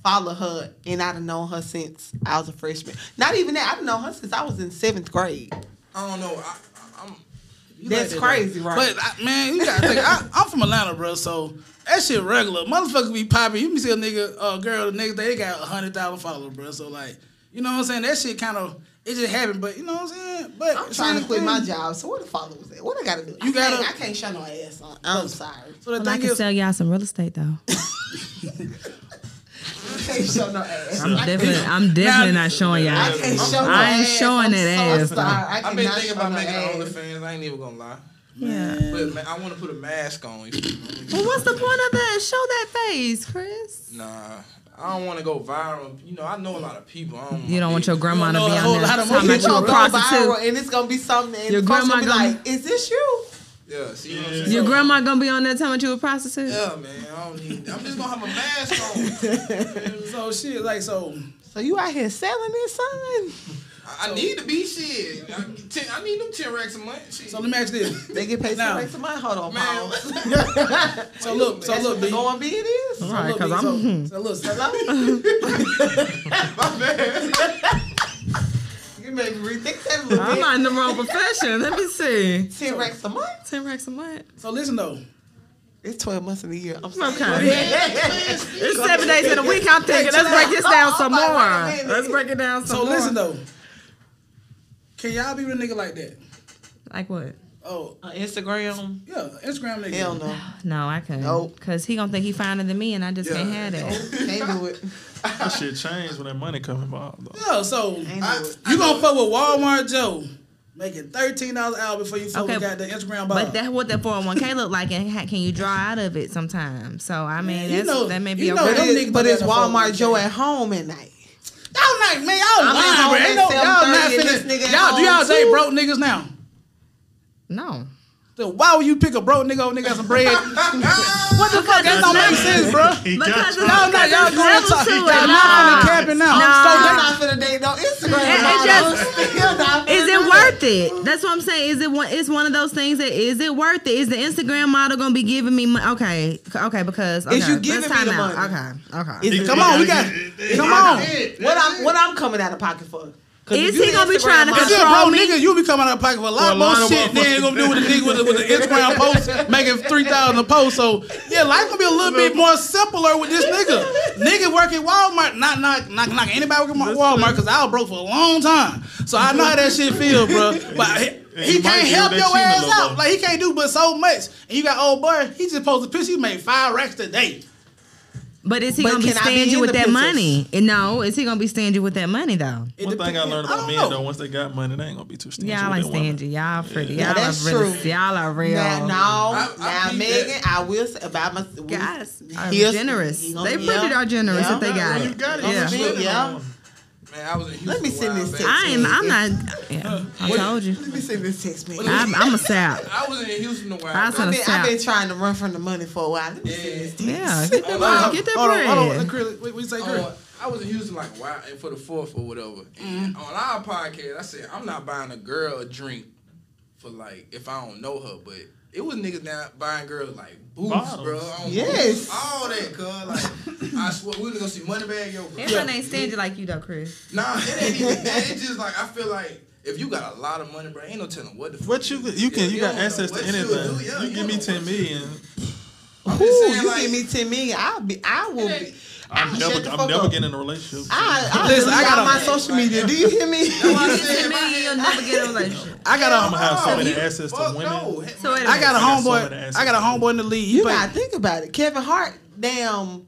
S4: follow her, and I've known her since I was a freshman. Not even that, I've known her since I was in seventh grade.
S5: I don't know. I, I, I'm.
S4: That's crazy, right?
S3: But I, man, you gotta think. I, I'm from Atlanta, bro. So that shit regular. Motherfuckers be popping. You can see a nigga, a girl, the next day they got a hundred dollar follower, bro. So like, you know what I'm saying? That shit kind of it just happened. But you know what I'm saying? But
S4: I'm trying to quit my job, so what the followers at? What I gotta do?
S3: You
S4: I can't-
S3: gotta-
S4: I can't show no ass on. I'm sorry.
S3: So the
S1: Well, I
S3: thing
S1: can
S3: is,
S1: sell y'all some real estate though.
S4: I can't show no ass.
S1: I'm
S4: I
S1: definitely,
S4: can't-
S1: I'm definitely
S3: Now-
S1: not showing y'all.
S4: I can't show no
S1: I ain't
S4: ass.
S1: showing
S4: I'm
S1: that
S4: so
S1: ass, though.
S4: sorry. I
S5: I've been
S4: cannot
S5: thinking
S4: show
S5: about
S4: no
S5: making
S4: ass.
S5: an OnlyFans. I ain't even gonna lie.
S1: Yeah.
S5: But man, I want to put a mask on. You feel me?
S1: Well, what's the point of that? Show that face, Chris.
S5: Nah, I don't want to go viral. You know, I know a lot of people. I don't
S1: You don't want your grandma to
S3: know
S1: be
S3: a
S1: on
S3: whole
S1: there
S3: lot of
S1: talking about
S3: money.
S1: you a
S4: It's gonna go viral
S1: prostitute.
S4: and it's gonna be something. And
S1: Your
S4: your grandma
S1: grandma
S4: gonna be
S1: gonna-
S4: like, "Is this you?"
S5: Yeah, see what I'm
S2: Yeah.
S5: saying?
S1: Your grandma gonna be on there talking about you a prostitute.
S5: Yeah, man. I don't need. I'm just gonna have a mask on.
S3: so shit like so.
S4: So you out here selling this, son?
S5: I, I need to be shit. I, ten, I need them ten racks a month. Shit.
S3: So let me ask you this.
S4: They get paid
S3: Now-
S4: some extra money. Hold on,
S5: Man,
S4: pause.
S5: what-
S3: So look, so
S4: That's
S3: look,
S4: what the
S3: B. So
S4: going bid is.
S1: All right,
S3: look, B,
S1: because I'm.
S3: so, so look, so
S4: Hello?
S5: my bad.
S4: you made me rethink that a little
S1: I'm
S4: bit.
S1: not in the wrong profession. Let me see.
S4: Ten racks a month.
S1: Ten racks a month.
S3: so listen though.
S4: It's twelve months in a year. I'm sorry.
S1: Okay. It's seven days in a week. I'm thinking. Let's break this down some more. Let's break it down some
S3: So
S1: more.
S3: listen though. Can y'all be with a nigga like that?
S1: Like what?
S3: Oh
S4: On Instagram,
S3: yeah, Instagram nigga.
S4: hell no,
S1: No, I couldn't.
S4: Nope.
S1: Cause he gonna think he finer than me, and I just
S5: Yeah.
S1: can't have that.
S4: can't do it.
S2: That shit changed when that money come involved. Though.
S3: Yeah, so
S4: Ain't
S5: I-
S4: do it.
S3: You gonna fuck with Walmart Joe making thirteen dollars an hour before you fuck
S1: Okay,
S3: with got the Instagram bar.
S1: But that's what that 401k look like, and ha- can you draw out of it sometimes? So I mean,
S3: Man, you
S1: that's,
S3: know-
S1: that may be
S3: you
S1: a
S3: know
S1: risk.
S3: them
S4: But,
S3: niggas
S4: it, but
S3: put
S4: it's
S3: that on
S4: Walmart
S3: Facebook.
S4: Joe at home at night.
S3: y'all like man, y'all
S4: I'm at
S3: lying,
S4: home
S3: bro. Ain't no,
S4: at
S3: y'all not
S4: 7:30 and
S3: finna.
S4: this nigga at
S3: Y'all do y'all
S4: home,
S3: date
S4: too?
S3: broke niggas now?
S1: No.
S3: So why would you pick a broke nigga over nigga got some bread? what the fuck? That don't make sense, bro.
S2: He
S1: Because
S2: got
S1: it's-
S3: Y'all not y'all
S1: it's level
S3: doing top.
S1: to
S3: Y'all
S1: it.
S3: not on
S1: Nah.
S3: the capping now.
S1: Nah.
S4: I'm
S3: So
S4: not finna date no Instagram.
S1: It- it
S4: model.
S1: just-
S4: Still not
S1: Is
S4: finna
S1: it
S4: do
S1: worth it? That's what I'm saying. Is it one? It's one of those things that is it worth it? Is the Instagram model gonna be giving me? Mon- okay, c- okay, because okay,
S4: Is you
S1: let's
S4: giving me
S1: time
S4: the
S1: out.
S4: money?
S1: Okay, okay.
S4: Is
S1: Is,
S4: it
S3: Come
S4: worth
S3: on, we
S4: it?
S3: got. Come on. If
S4: What I'm what I'm coming out of pocket for? 'Cause
S1: Is
S4: if you
S1: he
S4: the
S1: gonna be
S4: Instagram
S1: trying to
S4: model-
S3: you a
S1: Control
S3: broke
S1: me.
S3: nigga, you be coming out of pocket for a
S2: For
S3: lot
S2: a
S3: more
S2: lot of
S3: shit than you gonna do with a nigga with, a, with an Instagram post making three thousand a post. So yeah, life gonna be a little bit more simpler with this nigga. Nigga work at Walmart, not not not not anybody working at Walmart because I was broke for a long time. So I know how that shit feel, bro. But
S2: And
S3: he, he
S2: you might
S3: can't
S2: be
S3: help
S2: with
S3: your
S2: that cheating
S3: ass
S2: little
S3: out.
S2: boy.
S3: Like he can't do but so much. And you got old boy, he just posted pictures. He made five racks today.
S1: but is he
S4: But
S1: gonna be
S4: can I be
S1: stingy
S4: in
S1: with
S4: the
S1: that
S4: pictures?
S1: money? And No, is he gonna be stingy with that money though?
S3: It
S2: One thing I
S3: depend-
S2: learned
S3: don't
S2: about men
S3: know.
S2: though, once they got money, they ain't gonna be too stingy.
S1: Y'all
S2: with
S1: ain't
S2: their women.
S1: stingy. Y'all pretty.
S4: Now,
S1: Y'all are
S4: that's
S1: really.
S4: true.
S1: Y'all are real.
S4: Now, now,
S5: I- I
S4: now
S5: peep
S4: Megan,
S5: that.
S4: I will say about my we-
S1: Guys are
S4: here's-
S1: generous.
S4: he gonna
S1: They
S4: be-
S1: pretty
S4: yeah.
S1: are generous
S4: Yeah.
S1: if they got
S2: Well, you
S1: it.
S2: got it.
S1: Yeah.
S2: You should.
S4: Yeah.
S5: Man, I was in Houston.
S4: Let me
S5: a while
S4: send this
S5: back.
S4: text.
S1: I am. I'm
S4: man.
S1: not. Yeah, I told you.
S4: Let me send this text man.
S1: I'm, I'm a sap.
S5: I was in Houston a while.
S1: I
S5: back.
S1: said-
S4: I've been, I've
S1: sap.
S4: been trying to run from the money for a while. Let me send this text.
S1: Yeah, get that
S5: Hold on,
S1: bread. Get that
S3: Hold on, hold on.
S1: bread.
S3: Chris, What what you say, Chris?
S5: Uh, I was in Houston like wow, and for the fourth or whatever.
S4: Mm-hmm.
S5: And on our podcast, I said I'm not buying a girl a drink for like if I don't know her, but it was niggas not buying girls like boots,
S2: Bottles.
S5: bro. on
S4: Yes.
S5: Boots, all that, cuz. Like I swear, we was gonna see money bag, yo, bro.
S1: Everyone ain't stingy like you though, Chris.
S5: Nah, it ain't even that. It's just like I feel like if you got a lot of money, bro, ain't no telling what the fuck
S2: What you you can you got
S5: don't know
S2: access to
S5: what you do,
S2: anything.
S5: yeah,
S2: You
S5: you
S2: give me
S5: don't know
S2: ten million.
S5: I'm
S4: Ooh,
S5: just saying,
S4: you
S5: like,
S4: give me ten million, I'll be. I will be.
S2: I'm
S4: I'll
S2: never
S4: shut the
S2: I'm
S4: fuck
S2: never
S4: up.
S2: getting in a relationship.
S4: I, I
S3: Listen,
S4: delete
S3: I got
S4: all
S3: a-
S4: my social media. Do you hear me?
S5: I
S1: You
S5: said
S1: get to
S5: if I
S1: me, you'll never get a relationship.
S3: I got a
S2: I'm gonna have so
S5: Oh,
S2: many
S5: you-
S2: access to
S5: fuck
S2: women.
S5: no. Hell
S1: So wait a
S3: I got a
S2: I got so
S3: homeboy.
S2: many
S3: I got a
S2: assets.
S3: homeboy in the league.
S4: You
S3: He
S4: gotta
S3: played,
S4: think about it. Kevin Hart, damn,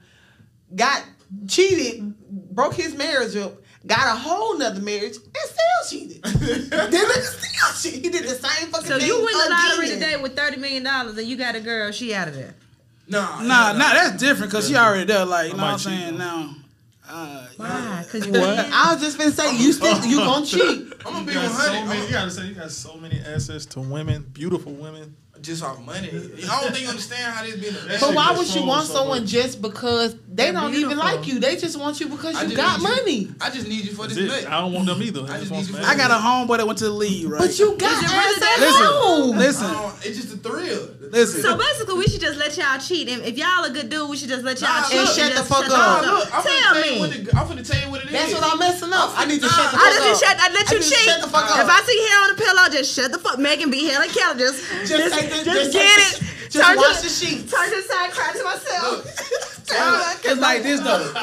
S4: got cheated, broke his marriage up, got a whole nother marriage, and still cheated. then nigga still cheated. He did the same fucking
S1: So
S4: thing.
S1: you win the lottery
S4: again.
S1: today with thirty million dollars, and you got a girl. She out of there.
S5: Nah,
S3: nah,
S5: hell
S3: nah, that's different because she already there. Like you know
S2: might
S3: what I'm
S2: cheat,
S3: saying
S2: though.
S3: now. Uh,
S1: Why? Cause you
S4: I was just gonna say you still you gonna cheat.
S5: I'm gonna
S2: You
S5: be
S2: got so
S5: 100.
S2: many.
S5: I'm
S2: You gotta say you got so many access to women, beautiful women.
S5: just off money. I don't think you understand how this been.
S4: But
S5: a bad-
S4: why
S2: shit
S4: would you
S2: controls
S4: want
S2: so
S4: someone
S2: much.
S4: just because they
S1: They're
S4: don't even
S1: beautiful.
S4: like you? They just want you because
S5: I
S4: you
S5: just
S4: got
S5: need you-
S4: money.
S5: I just need you for
S2: That's
S5: this
S2: it.
S5: money.
S2: I don't want them either. I,
S5: I
S2: just want
S5: just need you
S2: some
S5: for-
S2: ass.
S3: I got a homeboy that went to the league, right?
S4: But you
S1: Is
S4: got
S1: it
S4: ass
S1: really that
S4: at
S1: Listen,
S4: home.
S5: I
S3: listen,
S5: don't- It's just a thrill.
S3: listen.
S1: So basically, we should just let y'all cheat, and if y'all a good dude, we should just let y'all
S5: Nah,
S1: cheat
S5: look,
S4: shut the
S1: just
S4: fuck
S5: Nah,
S1: the
S5: look, I'm
S1: fuck up.
S5: gonna tell you
S1: Tell
S5: what
S1: me.
S5: it, I'm gonna tell you what it is.
S4: That's what I'm messing up. I need to
S5: Nah,
S4: shut the
S1: I just
S4: fuck
S1: be
S4: up.
S1: shut. I let
S4: I
S1: you
S4: just
S1: cheat.
S4: shut the fuck up.
S1: If I see hair on the pillow, just shut the fuck. Megan be Helen Keller. Just, just,
S4: take
S1: just,
S4: the- just
S1: get
S4: take the-
S1: it.
S4: just
S1: Turn
S4: watch
S1: to-
S4: the sheets.
S1: Turn to the side, cry to myself.
S3: Look, it's like this though.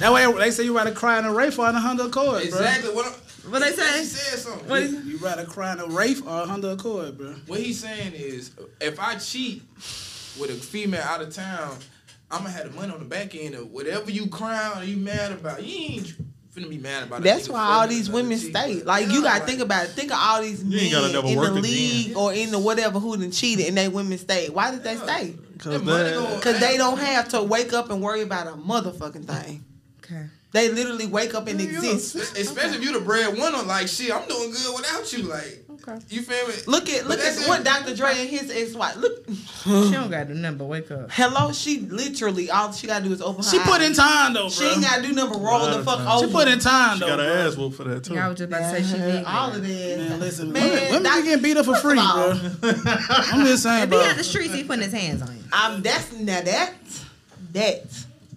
S3: That way they say you rather cry in a Wraith or in a Honda Accord,
S5: exactly what I'm.
S1: What they
S5: She
S1: say?
S5: said something.
S1: What?
S3: bro. You rather cry in a Wraith or a Honda Accord, bro.
S5: What he's saying is, if I cheat with a female out of town, I'm gonna have the money on the back end of whatever you crying or you mad about. You ain't finna be mad about. a
S4: That's
S5: nigga
S4: why all
S5: fucking
S4: these
S5: another
S4: women
S5: chick.
S4: stay. Like you
S5: Yeah,
S4: gotta think about it. Think of all these
S2: You ain't
S4: men
S2: gotta double
S4: in the
S2: work again.
S4: league or in the whatever who done cheated and they women stayed. Why did they
S5: Yeah.
S4: stay?
S5: that
S2: Cause
S5: money
S2: that-
S5: going-
S4: Cause they don't have to wake up and worry about a motherfucking thing.
S1: Okay.
S4: They literally wake up and
S5: Yeah.
S4: exist.
S5: Especially if you the breadwinner, like shit, I'm doing good without you, like.
S1: Okay.
S5: You feel me?
S4: Look at
S5: But
S4: look at
S5: that's
S4: what
S5: it.
S4: Dr. Dre and his ex-wife. Look,
S1: She don't got the number. Wake up.
S4: hello. She literally all she gotta do is open. Her
S3: She put
S4: eyes.
S3: in time though, bro.
S4: She ain't gotta do number roll the
S2: Right,
S4: fuck
S2: man.
S4: over.
S3: She put in time
S2: She
S3: though.
S2: got
S3: bro.
S2: her ass whooped for that too.
S1: Yeah, I was just about to say she did.
S4: all of this.
S3: Man, listen,
S4: Man,
S3: women, women
S4: that-
S3: be getting beat up for
S4: first of
S3: free,
S4: all-
S3: bro. I'm just saying,
S1: If he
S3: bro.
S1: had the streets, he putting his hands on you.
S4: I'm that's now that that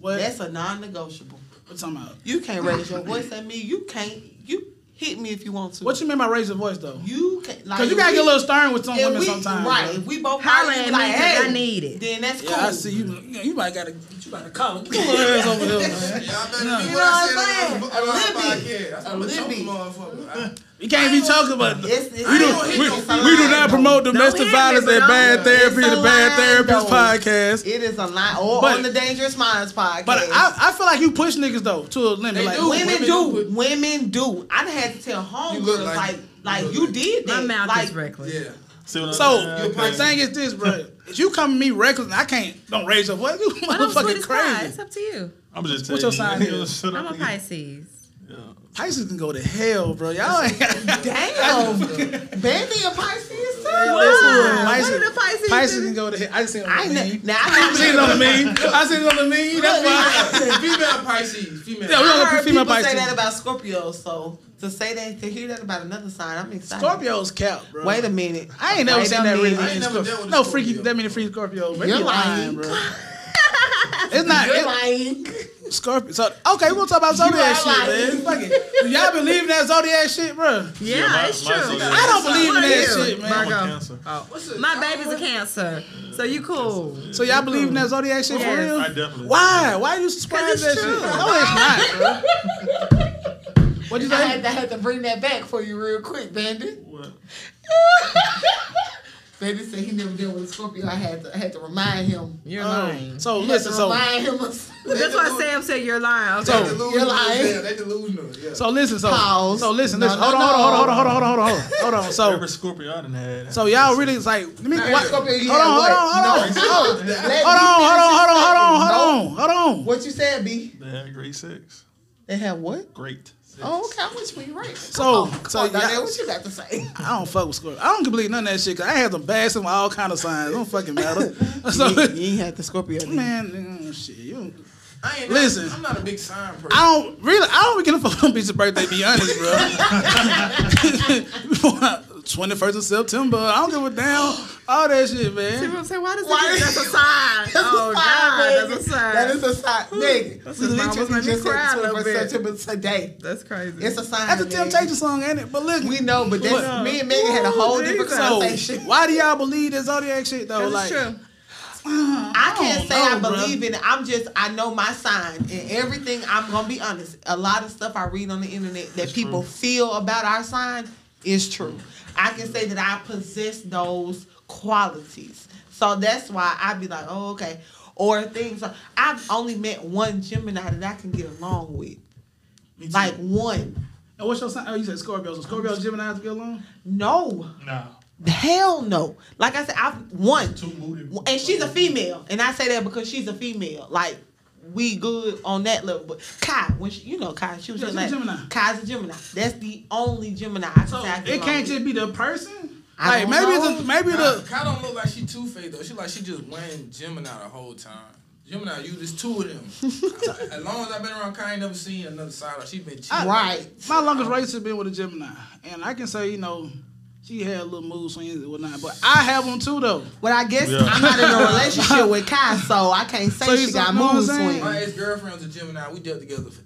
S3: What?
S4: that's a non-negotiable.
S3: What talking about?
S4: You can't raise your voice at me. You can't. You hit me if you want to.
S3: What you mean by raise your voice though?
S4: You can't. Like,
S3: Cause you
S4: if
S3: gotta
S4: we-
S3: get a little stern with some
S4: if
S3: women
S4: we-
S3: sometimes.
S4: Right.
S3: bro.
S4: If we both
S1: Holler
S4: fighting,
S1: at me
S4: you like,
S1: 'cause I
S4: hey,
S1: need it.
S4: Then that's cool.
S3: Yeah, I see you. You might gotta, you gotta call. Get your little ass over here, man.
S5: Y'all better
S3: No.
S5: do
S4: You
S5: what I
S4: know what I'm saying?
S5: said on my-
S4: A
S5: on my
S4: Libby.
S5: podcast. That's
S4: A
S5: what I'm a
S4: Libby.
S5: motherfucker. I-
S3: You can't be talking about.
S4: It's, it's,
S5: We don't- we-
S3: We do not promote domestic
S1: hit me,
S3: violence
S1: bro.
S3: and bad therapy,
S4: It's
S3: the
S4: a
S3: Bad Therapist
S4: line,
S3: podcast.
S4: It is a lie. Or
S3: But-
S4: on the Dangerous Minds podcast.
S3: But I, I feel like you push niggas though to a limit.
S5: They
S3: Like,
S5: do.
S4: women,
S5: Women
S4: do.
S5: do.
S4: Women do. I done had to tell
S5: You
S4: homegirls
S5: look
S4: like,
S5: like-
S4: like,
S5: you
S4: like
S5: look
S4: you
S5: like-
S4: did that.
S1: My mouth
S4: like,
S1: is reckless.
S5: Yeah.
S2: See what I'm
S3: So
S2: saying?
S3: my
S2: Okay.
S3: thing is this, bro. If you come to me reckless, I can't. Don't raise your voice. You
S1: But I'm sweet
S3: motherfucking
S1: as pie. It's
S3: crazy.
S1: up to you.
S2: I'm just
S3: What's
S2: telling
S3: your
S2: you.
S3: sign is?
S2: Shut up,
S1: I'm a
S2: nigga.
S1: Pisces.
S3: Pisces can go to hell, bro. Y'all ain't.
S4: Damn. Bandy a Pisces too.
S1: Why? What
S3: Pisces-
S1: did the Pisces
S3: Pisces
S1: do?
S3: can go to hell. I just seen it
S4: I
S3: on the
S4: ain't
S3: meme.
S4: now.
S3: I seen it
S4: I
S3: on the meme. I seen it on the meme. That's why.
S5: female Pisces. Female.
S3: Yeah, we don't
S4: I
S3: want
S4: heard
S3: female
S4: people say
S3: Pisces.
S4: that about Scorpios. So to say that, to hear that about another sign, I'm excited.
S3: Scorpio's cap, bro.
S4: Wait a minute.
S3: I ain't never
S4: Wait
S3: seen
S4: a
S3: that
S4: minute.
S3: really.
S5: I ain't never
S3: Scorpio.
S5: dealt with a
S3: no freaky,
S5: Scorpio.
S3: that many freaky Scorpio. Bro. You're,
S4: You're
S3: lying,
S4: lying.
S3: bro. it's not
S4: You're
S3: it,
S4: lying.
S3: Scorpio. So okay, we're gonna talk about zodiac shit,
S4: are
S3: man. Fuck it. Y'all believe in that zodiac shit, bro?
S1: Yeah,
S2: my-
S1: it's true.
S2: my zodiac-
S3: I don't believe in
S1: What
S3: that
S1: are you?
S3: shit, man.
S2: I'm a
S1: Virgo.
S2: Cancer.
S3: Uh,
S5: What's up?
S1: My baby's a cancer, so you cool.
S3: So y'all believe in that zodiac shit
S1: Yes.
S3: for real?
S2: I definitely-
S3: Why? Why you subscribe to
S1: 'Cause
S3: that
S1: it's
S3: shit?
S1: true.
S3: No, it's not, bro. What'd you
S4: I
S3: say?
S4: had, to, I had to bring that back for you real quick, Bandit.
S2: What?
S4: Bandit said he never dealt with a Scorpio. I had to, I had to remind him. Um,
S1: You're
S3: Oh,
S1: lying.
S3: so
S4: I had
S3: listen,
S4: to
S3: so
S4: remind him of
S1: That's why Sam said you're lying.
S5: They
S1: Okay.
S3: So-
S5: delusional.
S4: You're lying.
S5: Yeah, they delusional. Yeah.
S3: so listen, so
S4: Pause.
S3: so listen,
S4: No,
S3: listen.
S4: no,
S3: Hold on,
S4: no.
S3: hold on, hold on, hold on, hold on, hold on, hold on. So
S2: Every Scorpio I done had.
S3: so y'all really it's like let me
S4: Every
S3: what- hold on,
S4: Scorpio you
S3: hold
S4: had
S3: on,
S4: what?
S3: hold on,
S4: No.
S3: hold on.
S4: Let me
S3: Hold on, hold
S4: finish
S3: on,
S4: this
S3: hold
S4: sentence.
S3: on, hold on, hold on.
S4: What you said, B?
S2: They had great sex.
S4: They had what?
S2: Great. Sex.
S4: Oh, okay. I'm with you. you right.
S3: So so
S4: So,
S3: y'all,
S4: what you got to say?
S3: I don't fuck with Scorpio. I don't believe none of that shit. Cause I had them bass with all kind of signs. It don't fucking matter. So
S4: ain't had the Scorpio. then.
S3: man, mm, shit, you.
S5: I ain't
S3: Listen.
S5: I'm not a big sign person.
S3: I don't really. I don't give a fuck on bitch's birthday. Be honest, bro. Twenty first of September. I don't give a damn. All that shit, man.
S1: I'm saying, why does
S4: Why-
S1: it? That's a sign. Oh God, that's a sign.
S4: That is a sign. Nigga,
S1: That's
S4: we
S1: a sign. What's making
S4: literally
S1: me
S4: just
S1: cry a
S4: had
S1: little
S4: 21st
S1: bit.
S4: September today.
S1: That's crazy.
S4: It's a sign.
S3: That's a
S4: nigga.
S3: temptation song, ain't it? But look,
S4: We know, but that's,
S3: What?
S4: me and Megan had a whole different
S3: so
S4: conversation.
S3: why do y'all believe that zodiac shit though?
S1: That's
S3: Like, uh,
S1: true.
S4: I can't say I
S3: know, Oh, bruh.
S4: believe in it. I'm just, I know my sign. And everything, I'm going to be honest. A lot of stuff I read on the internet that people feel about our sign is true. I can say that I possess those qualities. So that's why I'd be like, oh, okay. Or things. like- I've only met one Gemini that I can get along with. Like one.
S3: And what's your sign? Oh, you said Scorpio. So Scorpio, Gemini, to get along.
S4: No.
S2: Nah.
S4: Hell no. Like I said, I've one.
S2: Too moody.
S4: And she's a female. And I say that because she's a female. Like, we good on that level. But Kai, when she, you know Kai, she was
S3: Yeah,
S4: just
S3: she's
S4: like
S3: a Gemini.
S4: Kai's a Gemini. That's the only Gemini. I can
S3: So
S4: say I can
S3: it can't
S4: relate.
S3: just be the person.
S4: I
S3: Like
S4: don't
S3: maybe
S4: know.
S3: the maybe
S5: Nah,
S3: the
S5: Kai don't look like she two faced though. She like she just wearing Gemini the whole time. Gemini, you just two of them. I- as long as I've been around Kai, I ain't never seen another side. of her. She been cheating.
S4: Right.
S3: my longest race has been with a Gemini, and I can say you know she had a little mood swings and whatnot, but I have them too though.
S4: Well, I guess
S2: Yeah.
S4: I'm not in a relationship with Kai, so I can't say
S3: So you
S4: she got
S3: know what I'm
S4: mood
S3: saying?
S4: swings.
S5: My ex girlfriend's a Gemini. We dealt together for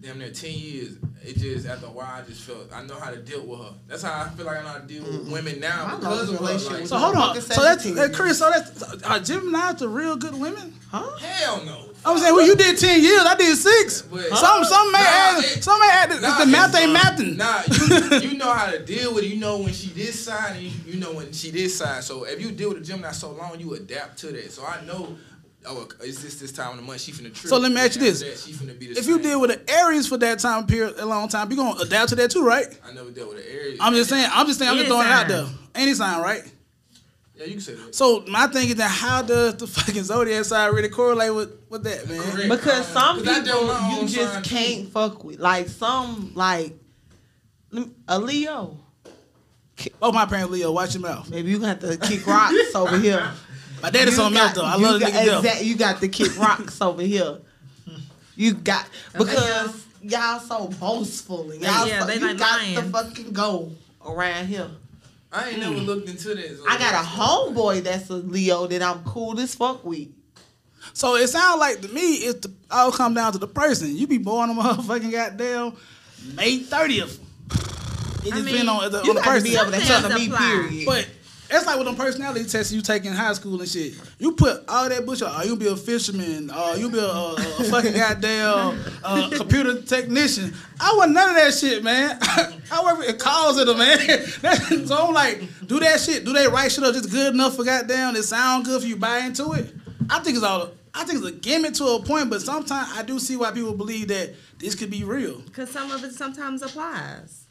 S5: damn near ten years. It just after a while, I just felt I know how to deal with her. That's how I feel like I know how to deal
S3: Mm-hmm.
S5: with women now
S4: My
S5: because of her.
S4: relationship
S5: Like,
S4: was-
S3: So hold on.
S4: Fucking
S3: So that's
S4: Sagittarius.
S3: that, Chris. So that's are Gemini's the real good women?
S4: Huh?
S5: hell no.
S3: I'm saying, well, you did ten years. I did six.
S5: But-
S3: Some some may
S5: Nah,
S3: add.
S5: it-
S3: Some may add. It's
S5: Nah,
S3: the math
S5: it's,
S3: ain't
S5: uh,
S3: mathing.
S5: Nah, you, you know how to deal with it. You know when she this side and you, you know when she this side. So if you deal with a Gemini so long, you adapt to that. So I know, oh, it's just this time of the month she finna trip.
S3: So let me ask you
S5: After
S3: this.
S5: that, she finna be the
S3: If you
S5: same.
S3: deal with the Aries for that time period, a long time, you gonna adapt to that too, right?
S5: I never dealt with an Aries.
S3: I'm just saying. I'm just saying. I'm just
S1: Any
S3: throwing it out
S1: sign.
S3: there. Any sign, right?
S5: Yeah, you can say that.
S3: So my thing is that how does the fucking zodiac side really correlate with with that, man?
S5: Correct.
S4: Because some
S5: Because I dealt
S4: people
S5: with my
S4: you
S5: own
S4: just
S5: sign, too.
S4: can't fuck with. Like some, like lem- a Leo.
S3: Oh, my parents Leo, watch your mouth.
S4: Maybe you got to kick rocks over here.
S3: My daddy's
S4: You
S3: on
S4: got-
S3: mouth though. I
S4: you
S3: love the
S4: got-
S3: nigga. though.
S4: exact- You got to kick rocks over here. You got because y'all so boastful and y'all
S1: Yeah,
S4: so,
S1: they
S4: you
S1: like
S4: got to
S1: lying.
S4: fucking go around here.
S5: I
S3: Hmm.
S5: ain't never looked into this.
S4: I got a homeboy that's a Leo that I'm cool as fuck with.
S3: So it sounds like to me, it's the, all come down to the person. You be born on motherfucking goddamn May thirtieth. It
S1: I
S3: just
S1: mean,
S3: depend on the,
S4: You
S3: on the
S4: got to
S3: person.
S4: be able to
S1: Some
S4: tell
S1: things
S4: me
S1: apply.
S4: period.
S3: But that's like with them personality tests you take in high school and shit. You put all that bullshit. Oh, you be a fisherman. Oh, you be a, a, a fucking goddamn uh, computer technician. I want none of that shit, man. I work with calls it, man. That's- so I'm like, do that shit. Do they write shit up just good enough for goddamn? It sound good for you buy into it. I think it's all. I think it's a gimmick to a point, but sometimes I do see why people believe that this could be real.
S1: Because some of it sometimes applies.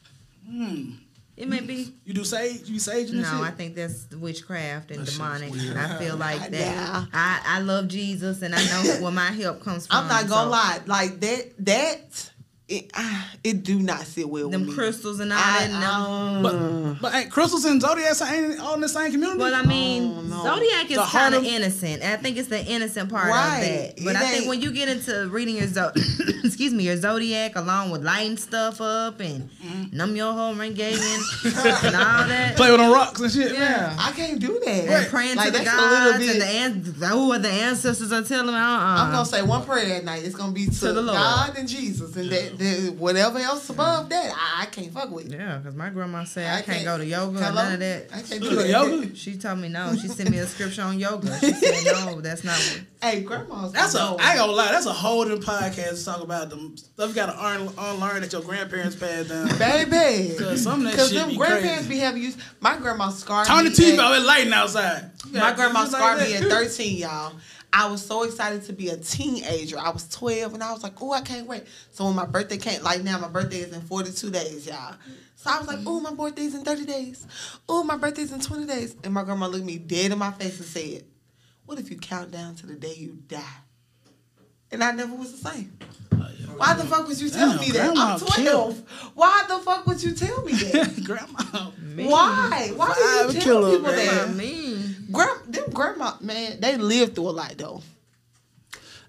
S1: It may be.
S3: You do sage, you sage and
S1: No,
S3: shit.
S1: I think that's witchcraft and demonic. I feel like that.
S4: Yeah.
S1: I, I love Jesus and I know where my help comes from.
S4: I'm not gonna
S1: Mm, so
S4: lie, like that that it ah, it do not sit well
S1: Them
S4: with me.
S1: crystals and all
S4: I,
S1: that. no.
S3: But, but ain't crystals and zodiacs ain't all in the same community.
S1: Well, I mean,
S4: no.
S1: zodiac is
S3: The heart
S1: kind of
S3: of-
S1: innocent. I think it's the innocent part
S4: Right.
S1: of that. But
S4: It
S1: I
S4: ain't-
S1: think when you get into reading your zo- excuse me, your zodiac along with lighting stuff up and
S4: Mm-hmm.
S1: numb your whole ring and all that.
S3: play with them rocks and shit.
S1: yeah.
S4: I can't do that.
S1: And praying
S4: Like,
S1: to the
S4: that's a little
S1: gods and the, an- oh, the ancestors are telling me, uh-uh.
S4: I'm gonna say one prayer that night. It's gonna be to,
S1: the Lord.
S4: God and Jesus, and that, that whatever else above that, I, I can't fuck with.
S1: yeah, because my grandma said I, can't, go to yoga or
S4: Hello?
S1: none of that.
S4: I can't
S3: You
S4: do
S3: go
S4: that.
S3: to yoga?
S1: She told me no. She sent me a scripture on yoga. She said no, that's not what.
S4: Hey, grandma's.
S3: That's a
S4: no.
S3: I ain't gonna lie. That's a whole different podcast to talk about them stuff you gotta un- unlearn that your grandparents passed down.
S4: baby.
S3: 'Cause some of that
S4: Cause
S3: shit
S4: them
S3: be
S4: grandparents
S3: crazy.
S4: be having used. My grandma scarred
S3: Turn the
S4: me.
S3: TV
S4: at-
S3: off. It's lighting outside. You
S4: My
S3: gotta-
S4: grandma
S3: just like
S4: scarred
S3: that.
S4: me at 13, y'all. I was so excited to be a teenager. I was 12 and I was like, oh, I can't wait. So when my birthday came, like now my birthday is in 42 days, y'all. So I was like, oh, my birthday's in 30 days. Oh, my birthday's in 20 days. And my grandma looked me dead in my face and said, what if you count down to the day you die? And I never was the same. Why the fuck would you tell
S3: Damn,
S4: me that?
S3: grandma
S4: I'm 12. Why the fuck would you tell me that?
S3: grandma.
S4: Why? Why
S3: Five
S4: do you tell
S3: killer,
S4: people
S3: man.
S4: that?
S1: I mean,
S4: Gra- them grandma, man, they lived through a lot though.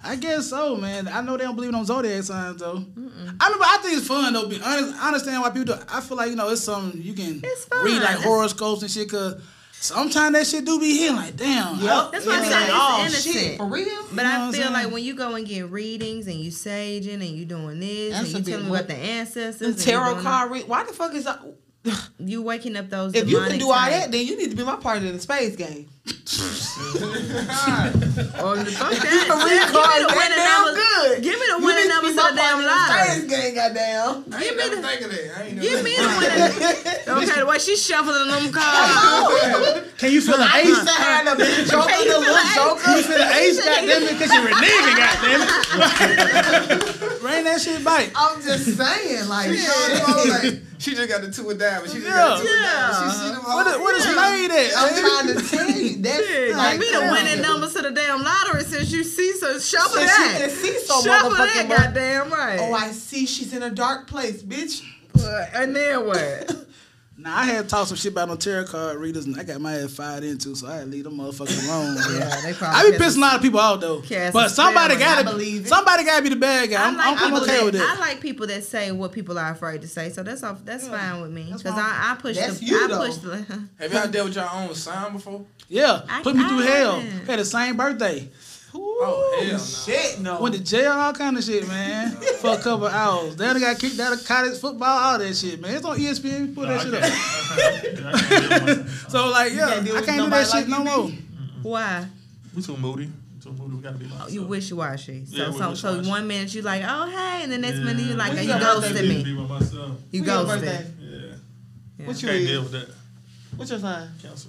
S3: I guess so, man. I know they don't believe in them zodiac signs though. I mean, but I think it's fun though. Be honest, I understand why people do. it. I feel like you know it's something you can
S1: It's fun.
S3: read like
S1: It's-
S3: horoscopes and shit. Cause sometimes that shit do be hitting. Like damn. I-
S1: that's why I
S4: It's
S1: said
S4: like,
S1: it's
S4: oh,
S1: innocent.
S4: shit, for
S1: But
S4: real.
S3: You know what
S1: I
S3: I'm
S1: feel like
S3: saying?
S1: when you go and get readings and you saging and you doing this
S4: That's a
S1: and
S4: bit
S1: you telling me
S4: much.
S1: about the ancestors,
S4: The
S1: and you
S4: tarot
S1: doing
S4: card read. Why the fuck is I,
S1: all- you waking up those.
S4: if you can
S1: demonic
S4: do all that,
S1: type-
S4: then you need to be my partner in the space game.
S1: or the fuck
S4: read cards that
S1: that,
S4: damn good.
S1: give me the winning numbers. Give
S4: You need to be
S1: me the winning numbers
S4: my
S1: of the damn
S4: partner
S1: lottery.
S4: in the space game, goddamn.
S5: I ain't
S1: give me
S5: never
S1: the-
S5: think of that. I ain't never
S1: Give me
S5: think
S1: the winning. Okay, the way she's shuffling them cards.
S3: Can you feel an
S4: I used to have the big joker,
S1: Hey,
S4: the
S1: you feel
S4: little
S1: like-
S4: joker.
S3: You feel the ace, goddamn it, because you reneging, goddamn it. Rain that shit back.
S4: I'm just saying, like,
S5: She showed them all, like, she just got the two of diamonds. She just got the two of
S1: Uh-huh.
S5: diamonds. She see them all.
S3: What is, what is made
S4: I'm
S3: at?
S4: trying to tell you
S1: Like,
S4: that's like
S1: me the
S4: come
S1: winning
S4: on.
S1: numbers to the damn lottery since you see so shuffle
S4: Since you
S1: that.
S4: can see so
S1: shuffle
S4: motherfucking
S1: that,
S4: much.
S1: goddamn right.
S4: Oh, I see. She's in a dark place, bitch.
S1: Well, and then what?
S3: Nah, I had talked some shit about on tarot card readers, and I got my head fired into, so I had to leave them motherfuckers alone.
S1: yeah, they probably.
S3: I be pissing a lot of people out though,
S1: Cast
S3: but
S1: a
S3: somebody
S1: spell, I
S3: gotta
S4: believe it.
S3: somebody gotta be the bad guy.
S1: I
S3: I'm,
S1: like
S3: I'm,
S1: people
S3: I'm okay
S1: that,
S3: with
S1: I
S3: that.
S1: like people that say what people are afraid to say, so that's off, that's fine with me. Cause I, I push
S4: That's
S1: the,
S4: you,
S1: I
S4: though.
S1: push the.
S5: Have y'all dealt with your own sign before?
S3: Yeah,
S1: I-
S3: put me through
S1: I
S3: hell.
S1: haven't.
S3: Had the same birthday.
S5: Oh, hell no.
S4: Shit, no.
S3: Went to jail, all kind of shit, man, for a couple hours. Then I got kicked out of college football, all that shit, man. It's on E ESPN. Put that shit up. So like, yeah,
S4: can't deal
S3: I
S4: with
S3: can't do that
S4: nobody like
S3: shit no
S4: you,
S3: more.
S1: Why?
S2: We too moody. We too moody. We gotta
S3: Oh,
S2: be like
S1: You wishy washy. So
S2: Yeah, we
S1: so so
S2: wishy-washy.
S1: one minute you like, oh hey, and the next minute you like,
S4: When's
S1: oh, you
S4: your
S1: ghosted
S4: birthday,
S1: me.
S2: Be by myself.
S1: You
S4: Who your
S1: ghosted.
S4: birthday?
S2: Yeah.
S1: Yeah.
S4: What you
S2: Can't deal
S4: is?
S2: with that.
S4: What's your sign?
S2: Cancer.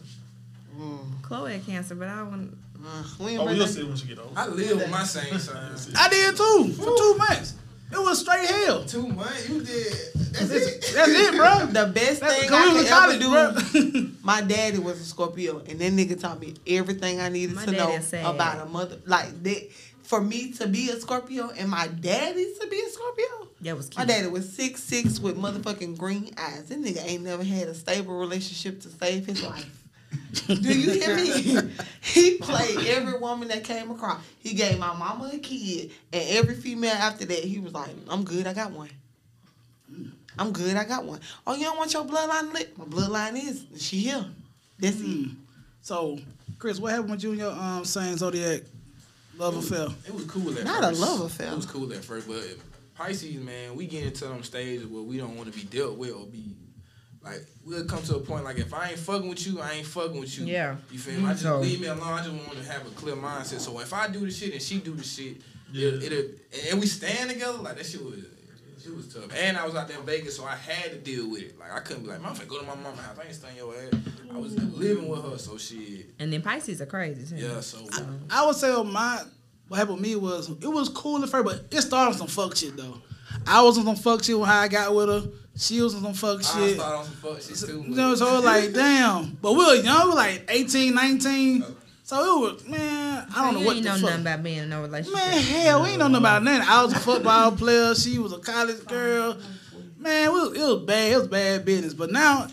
S3: Mm.
S1: Chloe had cancer, but I want.
S4: Mm, we ain't
S2: Oh,
S4: birthday.
S2: you'll see once you get older.
S5: I live with my same sign.
S3: I did too for two months. It was straight hell.
S5: Two months, you did. That's
S3: That's
S5: it.
S3: it, bro.
S4: The best
S3: That's
S4: thing
S3: we was
S4: I could
S3: in
S4: ever
S3: college,
S4: do.
S3: bro.
S4: My daddy was a Scorpio, and that nigga taught me everything I needed
S1: My
S4: to
S1: daddy
S4: know
S1: is sad.
S4: about a mother. Like that, for me to be a Scorpio and my daddy to be a Scorpio.
S1: That was
S4: My
S1: cute.
S4: daddy was six six with motherfucking green eyes. This nigga ain't never had a stable relationship to save his life. Do you hear me? he played every woman that came across. He gave my mama a kid, and every female after that, he was like, "I'm good, I got one. I'm good, I got one. Oh, you don't want your bloodline lit? My bloodline is she here. That's
S3: Mm.
S4: it.
S3: So, Chris, what happened with you and your um saying zodiac love affair?
S5: It was cool at
S4: Not a
S5: first.
S4: love affair.
S5: It was cool at first, but Pisces, man, we get into them stages where we don't want to be dealt with or be like we'll come to a point like if I ain't fucking with you, I ain't fucking with you.
S1: Yeah.
S5: You feel me? I just
S1: So-
S5: leave me alone. I just want to have a clear mindset. So if I do the shit and she do the shit,
S2: Yeah.
S5: it, it'll and we stand together like that shit was. It was tough, and I was out there in Vegas, so I had to deal with it. Like I couldn't be like, "Mom, I'm finna go to my mama's house. I ain't staying your ass." I was living with her, so shit.
S1: And then Pisces are crazy too.
S5: Yeah, so
S3: I would say on my what happened with me was it was cool at first, but it started on some fuck shit though. I was on some fuck shit with how I got with her. She was on some fuck
S5: I
S3: shit.
S5: started on some fuck shit too.
S3: You
S5: but-
S3: know, so it was like, damn. But we were young, we were like 18, 19. So it was, man, I don't know
S1: you
S3: what
S1: ain't
S3: the
S1: know
S3: fuck.
S1: nothing about being in no relationship.
S3: Man, hell, we ain't know nothing about nothing. I was a football player. She was a college girl. Man, it was, it was bad. It was bad business. But now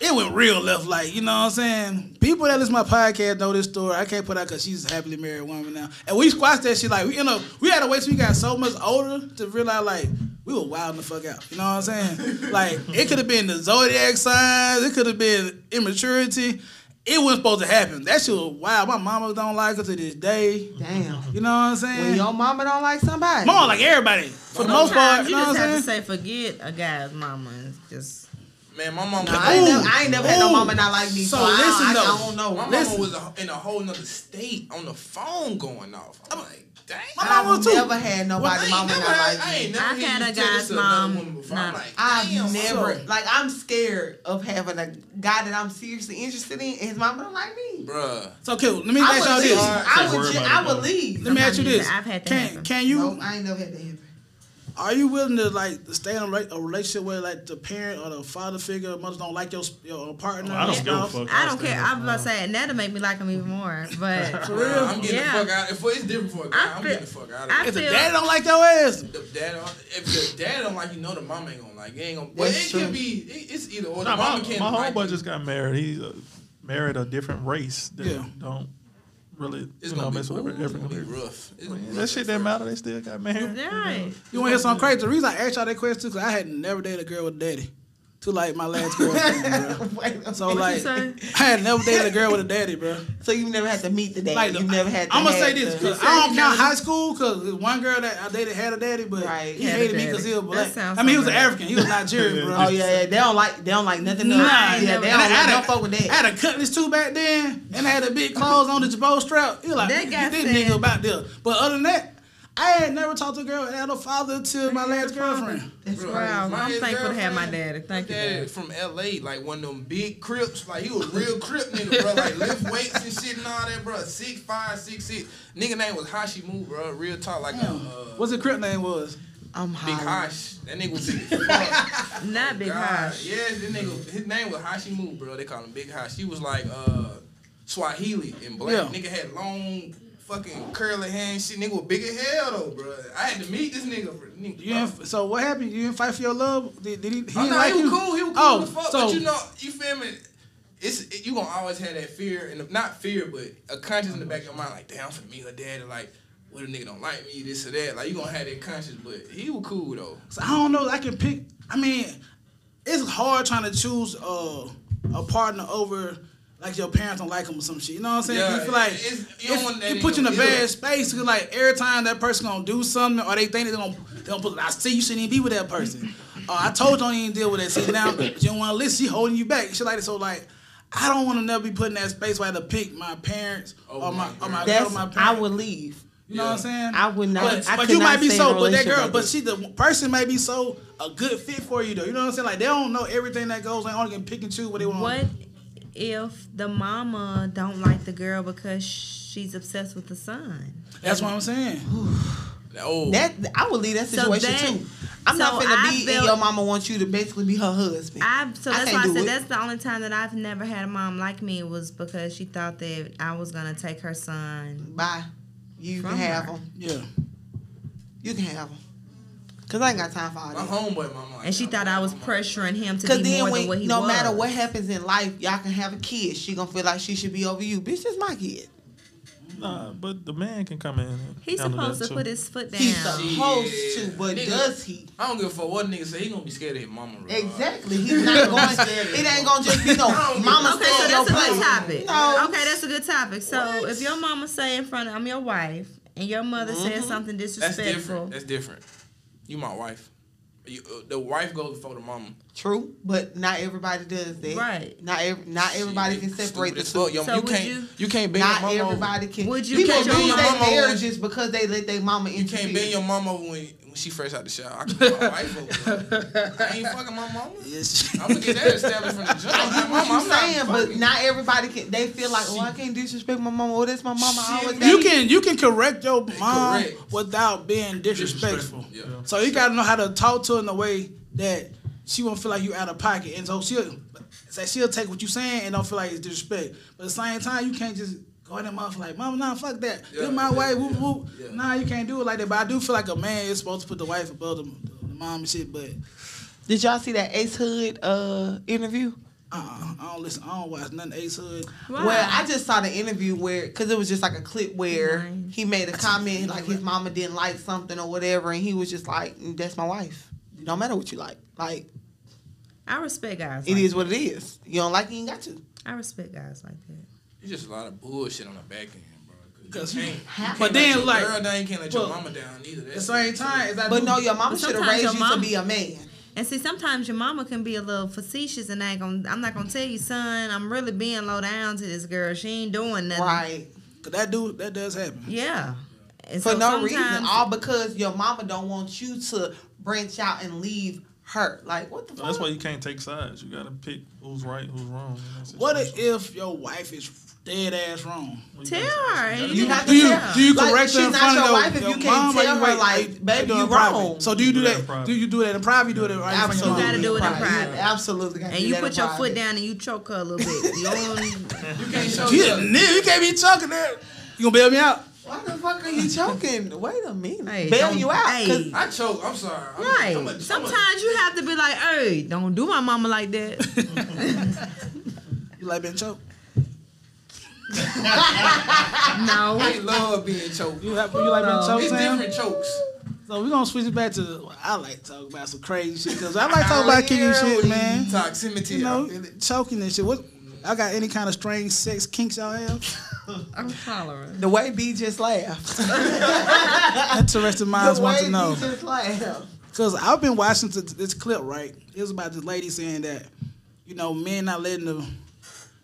S3: it went real left. Like, you know what I'm saying? People that listen to my podcast know this story. I can't put out because she's a happily married woman now. And we squashed that shit. Like, we, you know, we had to wait till we got so much older to realize, like, we were wilding the fuck out. You know what I'm saying? Like, it could have been the zodiac signs. It could have been immaturity. It wasn't supposed to happen. That shit was wild. My mama don't like her to this day.
S4: Damn.
S3: You know what I'm saying?
S4: When your mama don't like somebody,
S3: More like everybody. For the most part,
S1: Sometimes
S3: you
S1: you
S3: know
S1: just
S3: what
S1: have
S3: I'm
S1: to
S3: saying?
S1: say forget a guy's mama and just.
S5: Man, my mama.
S4: I ain't,
S3: Ooh.
S4: never, I ain't never had no
S3: Ooh.
S4: mama not like me.
S3: So
S4: So, I,
S3: listen,
S4: I,
S3: though.
S4: don't know.
S5: My
S3: Listen.
S5: mama was a, in a whole nother state on the phone going off. I'm like, dang.
S3: My
S5: I,
S3: mama
S4: I've
S3: too.
S4: never had nobody
S5: ain't
S4: mama
S5: never,
S4: not
S5: had-
S4: like
S5: I
S4: me.
S5: ain't never
S1: I
S5: hear
S1: had a
S5: you tell this
S1: guy's
S5: to another
S1: mom,
S5: woman before. I'm
S1: nah.
S5: like,
S4: I've
S5: damn,
S4: never
S5: so-
S4: like I'm scared of having a guy that I'm seriously interested in and his mama don't like me.
S5: Bruh.
S3: So, okay, let me
S4: I
S3: ask y'all
S4: would leave.
S3: this.
S4: I
S2: Don't
S4: would,
S2: worry
S4: ju-
S2: about
S4: I
S2: it,
S4: would
S2: though.
S4: leave.
S3: Let me ask you this.
S1: I've had that
S3: Can
S1: happen.
S3: can you
S4: Nope, I ain't never had that happen.
S3: are you willing to like to stay in a rela- a relationship where like the parent or the father figure, mothers don't like your sp- your uh, partner?
S2: Oh, I don't
S3: and
S2: give a
S3: stuff?
S2: fuck.
S1: I don't care. I'm about to say, and that'll make me like him even more. But
S3: For real?
S5: I'm getting
S1: Yeah.
S5: the fuck out. If it's different for a guy,
S1: I
S5: I'm
S1: feel-
S5: getting the fuck out of
S1: I
S5: it.
S3: If the
S1: feel-
S3: dad don't like your ass,
S5: If the dad, don't- if the dad don't like you, know the mom ain't gonna like it. Ain't gonna, well,
S4: That's
S5: it
S4: true.
S5: can be. It, it's either or. The
S2: Nah, my
S5: mama can't
S2: my
S5: like
S2: homeboy
S5: you.
S2: just got married. He uh, married a different race that
S3: Yeah.
S2: don't really
S5: It's
S2: you know,
S5: gonna,
S2: mess
S5: be,
S2: with
S5: ooh,
S2: every
S5: it's
S2: different
S5: gonna be
S2: community.
S5: rough. It's gonna be
S2: That
S5: rough
S2: shit
S5: at
S2: didn't
S5: first.
S2: matter. They still got married.
S1: right.
S3: you wanna hear something crazy? The reason I asked y'all that question too, because I had never dated a girl with a daddy. To like my last girlfriend, bro.
S4: Wait,
S3: So
S4: wait.
S3: like
S1: say?
S3: I had never dated a girl with a daddy, bro.
S4: so you never had to meet the dad.
S3: Like
S4: you never had. to
S3: I'm gonna say
S4: have
S3: this
S4: the-
S3: because I don't count high school because one girl that I dated had a daddy, but
S4: Right.
S3: he
S4: Had
S1: a
S3: hated me
S1: daddy.
S3: because he was
S1: That
S3: black.
S1: sounds
S3: I mean, he
S1: so
S3: was an
S1: bad.
S3: African. He was Nigerian, bro.
S4: Oh yeah, yeah. They don't like. They don't like nothing.
S3: Nah, I
S4: else. yeah,
S3: never-
S4: they
S3: and
S4: don't,
S3: I
S4: like-
S3: had
S4: don't
S3: a-
S4: fuck with
S3: I
S4: that.
S3: had a cutlass too back then, and I had a big clothes on the Jabot strap. He like,
S1: That
S3: "Get
S1: guy
S3: this
S1: said-
S3: nigga about there. But other than that, I had never talked to a girl and had a father till my last girlfriend.
S4: That's
S5: Bro,
S1: Wow,
S5: my
S1: I'm
S5: ex-
S1: thankful to have my
S5: girlfriend,
S1: daddy. Thank
S5: my
S1: you,
S5: daddy
S1: Dad.
S5: From LA, like one of them big crips. Like he was a real crip nigga, bro. Like lift weights and shit and all that, bro. Six five, six six. Nigga name was Hashimu, bro. Real talk, like a, uh,
S3: What's the crip name was?
S4: I'm
S5: Big
S4: high.
S5: Hosh. That nigga was big. as fuck.
S1: Not Big
S5: God.
S1: Hosh.
S5: Yeah, this nigga. His name was Hashimu, bro. They call him Big Hosh. He was like uh Swahili and black.
S3: Yeah.
S5: Nigga had long fucking curly hands. Shit, nigga was big as hell though, bro. I had to meet this nigga. For, nigga
S3: You didn't, so what happened? You didn't fight for your love? Did, did he? He,
S5: Uh, oh,
S3: didn't
S5: no,
S3: like
S5: he was
S3: you?
S5: cool. He was cool
S3: Oh,
S5: as fuck.
S3: so
S5: but you know, you feel me? It's it, you gonna always have that fear and not fear, but a conscience in the back of your mind, like damn, I'm finna meet her dad, and like what a nigga don't like me, this or that. Like you gonna have that conscience, but he was cool though.
S3: So I don't know. I can pick. I mean, it's hard trying to choose uh, a partner over like your parents don't like them or some shit. You know what I'm saying?
S5: Yeah,
S3: you feel like
S5: it's-
S3: if
S5: you don't want that
S3: it puts you in a
S5: nigga
S3: bad
S5: feel.
S3: space. Cause like every time that person gonna do something or they think they gonna they gonna put, I see you shouldn't even be with that person. Uh, I told you don't even deal with that. See now you don't want to listen. She holding you back. Shit like that. So like. I don't want to never be put in that space where I had to pick my parents or
S5: Over
S3: my
S5: Oh my
S3: or my, girl,
S4: That's
S3: my parents.
S4: I would leave.
S3: You know what I'm saying?
S4: I would not-
S3: But,
S4: I
S3: but
S4: could
S3: you
S4: not
S3: might be
S4: stay in
S3: so. But
S4: a
S3: that
S4: relationship
S3: girl,
S4: like
S3: but
S4: that.
S3: she, the person may be so a good fit for you though. You know what I'm saying? Like they don't know everything that goes. They only can pick and choose what they want.
S1: What if the mama don't like the girl because she's obsessed with the son?
S3: That's what I'm saying.
S5: Oh,
S4: That I would leave that
S1: So
S4: situation
S1: that-
S4: too. I'm not
S1: so
S4: finna
S1: I
S4: be and
S1: felt-
S4: your mama wants you to basically be her husband.
S1: I so
S4: I
S1: that's why
S4: can't
S1: I
S4: do
S1: said
S4: it.
S1: that's the only time that I've never had a mom like me was because she thought that I was gonna take her son.
S4: Bye. You
S1: From
S4: can have
S1: her.
S4: them.
S3: Yeah.
S4: You can have them. Cause I ain't got time for all
S5: my
S4: that.
S5: homeboy, my mom.
S1: And she thought I was pressuring him to
S4: Cause
S1: be
S4: then
S1: more than what
S4: when
S1: he
S4: no
S1: was.
S4: matter what happens in life, y'all can have a kid. She gonna feel like she should be over you. Bitch, that's my kid.
S6: Nah, but the man can come in. and
S1: He's
S6: handle
S1: supposed
S6: that,
S1: to
S6: too.
S1: put his foot down.
S4: He's supposed
S5: Yeah.
S4: to, but
S5: Nigga.
S4: does he?
S5: I don't give a fuck what nigga say. He gonna be scared of his mama. bro.
S4: Exactly. He's not going. it ain't gonna just be no mama
S1: Okay,
S4: stay
S1: so
S4: in your
S1: that's a good
S4: place.
S1: topic.
S4: No.
S1: Okay, that's a good topic. So if your mama say in front of I'm your wife and your mother says something
S5: That's
S1: disrespectful,
S5: different. That's different. You my wife. You, uh, the wife goes before the mama.
S4: True, but not everybody does that.
S1: Right.
S4: Not ev- not everybody
S5: Shit,
S4: can
S5: they
S4: separate the
S5: stupid
S4: two.
S5: as fuck. Your-
S1: So
S5: you
S1: would
S5: can't.
S1: you-
S5: you can't bend
S4: Not
S5: your mama. over.
S4: everybody can.
S1: Would you
S4: People
S5: can't
S4: lose
S5: bend your
S4: their
S5: mama
S4: marriages because they let their mama
S5: You can't bend your mama when when she fresh out the shower. I can put my wife over. I ain't fucking my mama.
S3: Yes.
S5: I'm gonna get that established from the jump.
S4: I get what
S5: Like, mama,
S4: you're
S5: I'm not
S4: saying, but
S5: fucking.
S4: not everybody can. They feel like, oh, I can't disrespect my mama. Oh, that's my mama. I always
S3: You
S4: got-
S3: can you can correct your mom
S5: Correct.
S3: without being disrespectful.
S5: Disrespectful, yeah.
S3: So you gotta know how to talk to her in a way that she won't feel like you out of pocket, and so she'll say she'll take what you saying and don't feel like it's disrespect. But at the same time, you can't just go in that mouth like, "Mama, nah, fuck that.
S5: Yeah,
S3: This my
S5: yeah,
S3: wife. Whoop
S5: yeah,
S3: whoop.
S5: yeah.
S3: Nah, you can't do it like that." But I do feel like a man is supposed to put the wife above the, the mom and shit. But
S4: Did y'all see that Ace Hood uh, interview?
S3: uh, I don't listen. I don't watch nothing Ace Hood.
S1: Why?
S4: Well, I just saw the interview where, because it was just like a clip where
S1: Nice.
S4: he made a comment like his mama didn't like something or whatever, and he was just like, "Mm, "That's my wife. It don't matter what you like. Like
S1: I respect guys.
S4: it
S1: like
S4: is what it is. You don't like it, you ain't got to."
S1: I respect guys like that.
S5: It's just a lot of bullshit on the back end, bro.
S3: 'Cause-
S5: you can't-
S4: But
S5: can't let
S3: then,
S5: your
S3: like-
S5: girl down, you can't let your
S3: well,
S5: mama down either.
S3: At the same time, as I
S4: But
S3: do-
S4: no, your mama
S1: But
S4: should have
S1: sometimes
S4: raised
S1: your
S4: you
S1: mama-
S4: to be a man.
S1: And see, sometimes your mama can be a little facetious, and I ain't gonna, I'm not gonna tell you, son, I'm really being low down to this girl. She ain't doing nothing.
S4: Right.
S3: 'cause that do that does happen.
S1: Yeah. And
S4: For
S1: so
S4: no reason.
S1: sometimes-
S4: All because your mama don't want you to branch out and leave her. Like, what the fuck?
S6: That's why you can't take sides. You gotta pick who's right, who's wrong. in that
S3: What
S6: situation.
S3: if your wife is dead ass wrong?
S6: What you
S1: Tell
S6: gotta-
S1: her.
S6: gotta
S1: You
S6: do that.
S1: have
S3: Do you
S4: Yeah.
S3: do you
S4: Like,
S3: correct
S4: she's
S3: her in
S4: not
S3: front
S4: your
S3: of
S4: wife if
S3: your
S4: you can't
S3: mom, or
S4: tell
S3: you
S4: her,
S3: wait-
S4: like,
S3: you
S4: baby,
S3: do it
S4: you
S3: in private?
S4: wrong.
S3: So do you do
S6: You do that in
S3: that?
S6: private.
S3: Do you do that in private? You do it right in front of your
S4: Absolutely.
S1: You gotta
S3: mom.
S1: do it in
S4: Right.
S1: private.
S4: Absolutely. gotta
S1: And
S4: do
S1: you
S4: that in
S1: put your
S4: private.
S1: foot down and you choke her a little bit. You don't,
S5: you can't show
S3: You a
S5: your-
S3: nigga. You can't be talking there. You gonna bail me out?
S4: Why the fuck are you joking? Wait a minute.
S1: Hey,
S4: Bail
S1: don't-
S4: you out. 'cause
S1: hey.
S5: I choke. I'm sorry. I'm,
S1: right.
S5: I'm a- I'm a-
S1: Sometimes you have to be like, hey, don't do my mama like that.
S3: You like being choked?
S1: no.
S5: I love being choked.
S3: You like you like being choked,
S5: It's
S3: Sam?
S5: different chokes.
S3: So we gonna switch it back to what I like to talk about some crazy shit because I like talking about kinky shit,
S5: Clearly
S3: man.
S5: Toxicity.
S3: You
S5: I
S3: know,
S5: feel it.
S3: choking and shit. What? I got any kind of strange sex kinks y'all have?
S1: I'm tolerant.
S4: The way B just laughed.
S3: Interested minds
S4: the
S3: want
S4: way
S3: to know.
S4: B just laughed.
S3: Cause I've been watching t- this clip, right? It was about this lady saying that, you know, men not letting the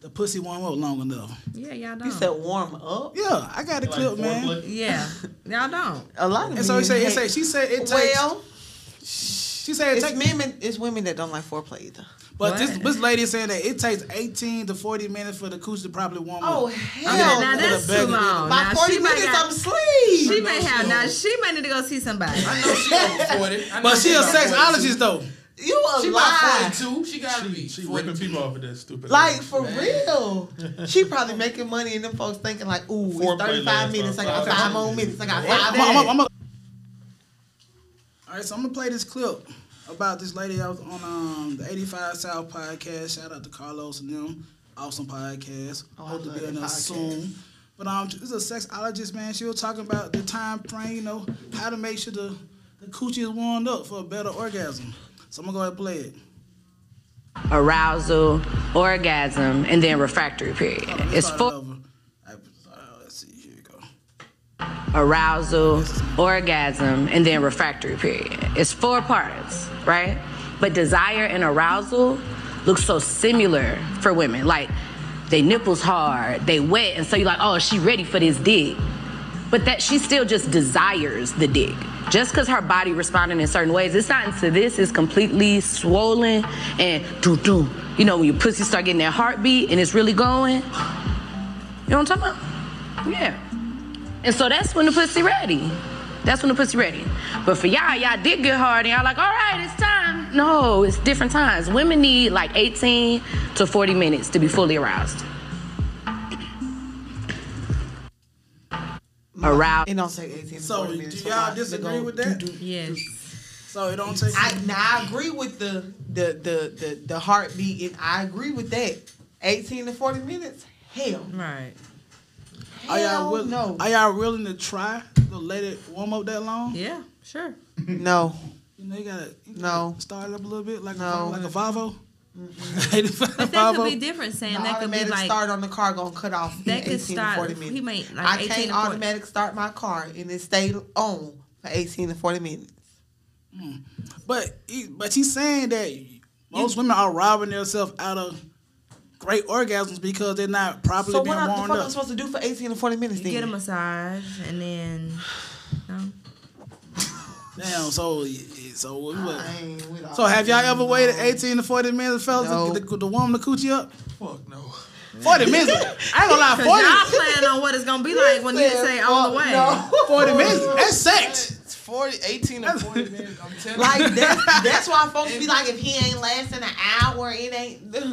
S3: the pussy warm up long enough.
S1: Yeah, y'all
S4: You said
S1: don't.
S4: warm up.
S3: Yeah, I got the clip, man.
S1: Yeah, y'all don't.
S4: A lot of
S3: And so
S4: men
S3: he said, it
S4: hate-
S3: say, she said it takes.
S4: well,
S3: she said it
S4: it's
S3: takes.
S4: women. It's women that don't like foreplay either.
S3: But this
S1: What?
S3: this lady is saying that it takes 18 to 40 minutes for the coochie to probably warm up.
S4: Oh
S1: now,
S4: hell!
S1: now
S4: no.
S1: that's
S3: better
S1: too
S3: than-
S1: long.
S4: By
S1: Now,
S4: forty
S1: she might
S4: minutes,
S1: got-
S4: I'm asleep.
S1: She may have now. She may need to go see somebody.
S5: I know she over 40. I know
S3: but she a
S5: about 42.
S3: sexologist though.
S4: you a
S5: She
S4: lie.
S5: about 42. She gotta be.
S6: She ripping people off of that stupid.
S4: Like
S6: ass.
S4: for real, she probably making money, and them folks thinking like, "Ooh,
S6: Foreplay
S4: it's thirty-five
S6: lasts
S4: minutes. I
S6: about
S4: got
S6: five
S4: five more
S6: minutes.
S4: minutes. I got
S3: I'm,
S4: five
S3: I'm- I'm-
S4: minutes."
S3: I'm a- All right, so I'm gonna play this clip about this lady I was on um, the 85 South podcast. Shout out to Carlos and them, awesome podcast.
S4: Oh, I
S3: Hope to
S4: love
S3: be on
S4: that
S3: us soon. But um, this is a sexologist man. She was talking about the time frame, you know, how to make sure the the coochie is warmed up for a better orgasm. So I'm gonna go ahead and play it.
S7: arousal, orgasm, and then refractory period.
S3: Let me
S7: It's
S3: start
S7: full
S3: over. I- uh, Let's see. Here we go.
S7: arousal, orgasm, and then refractory period. It's four parts, right? But desire and arousal look so similar for women. Like they nipples hard, they wet, and so you're like, oh, she ready for this dick. But that she still just desires the dick. Just because her body responding in certain ways, it's not into this, it's completely swollen and doo doo. You know, when your pussy start getting that heartbeat and it's really going. You know what I'm talking about? Yeah. And so that's when the pussy ready. That's when the pussy ready. But for y'all, y'all did get hard and y'all like, all right, it's time. No, it's different times. Women need like 18 to 40 minutes to be fully aroused. Aroused.
S4: It don't take eighteen. to
S3: So
S4: 40
S3: do
S4: minutes for
S3: y'all
S4: life to
S3: disagree
S4: go
S3: with that?
S4: doo-doo.
S1: Yes.
S3: So it don't take.
S4: I now I agree with the the the the, the heartbeat, and I agree with that. Eighteen to forty minutes. Hell,
S1: Right.
S3: Are y'all
S4: hell
S3: willing?
S4: no,
S3: Are y'all willing to try to let it warm up that long?
S1: Yeah. Sure.
S4: Mm-hmm. no.
S3: You know, you gotta you
S4: No.
S3: gotta start it up a little bit, like
S4: No.
S3: a, like a Volvo. 85
S1: But that could be
S3: Volvo.
S1: different, Sam.
S4: The
S1: That could be
S4: automatic
S1: like
S4: start on the car gonna cut off.
S1: That
S4: in
S1: could
S4: 18
S1: start-
S4: To 40 minutes.
S1: he might, like,
S4: I
S1: 18
S4: can't
S1: to 40.
S4: automatic start my car and it stayed on for eighteen to forty minutes.
S3: But he, but she's saying that most women are robbing themselves out of great orgasms because they're not properly
S4: So what
S3: being
S4: I, the
S3: warmed
S4: fuck I'm
S3: up.
S4: supposed to do for eighteen to forty minutes?
S1: you get a
S4: then?
S1: massage and then. No.
S3: Damn. So y- so we- we-
S4: I ain't with all
S3: so have y'all ever
S4: that.
S3: waited eighteen to forty minutes, fellas,
S4: No.
S3: to, to, to warm the coochie up?
S6: Fuck no.
S3: Forty minutes. I ain't gonna lie.
S1: Cause
S3: Forty.
S1: y'all planning on what it's gonna be like when you
S4: Said,
S1: say all the
S4: fuck
S1: way.
S4: no.
S3: 40 minutes. That's sex.
S5: It's 40, 18 or 40 minutes. I'm telling you.
S4: Like that's that's why folks be like, if he ain't lasting an hour, it ain't. Y'all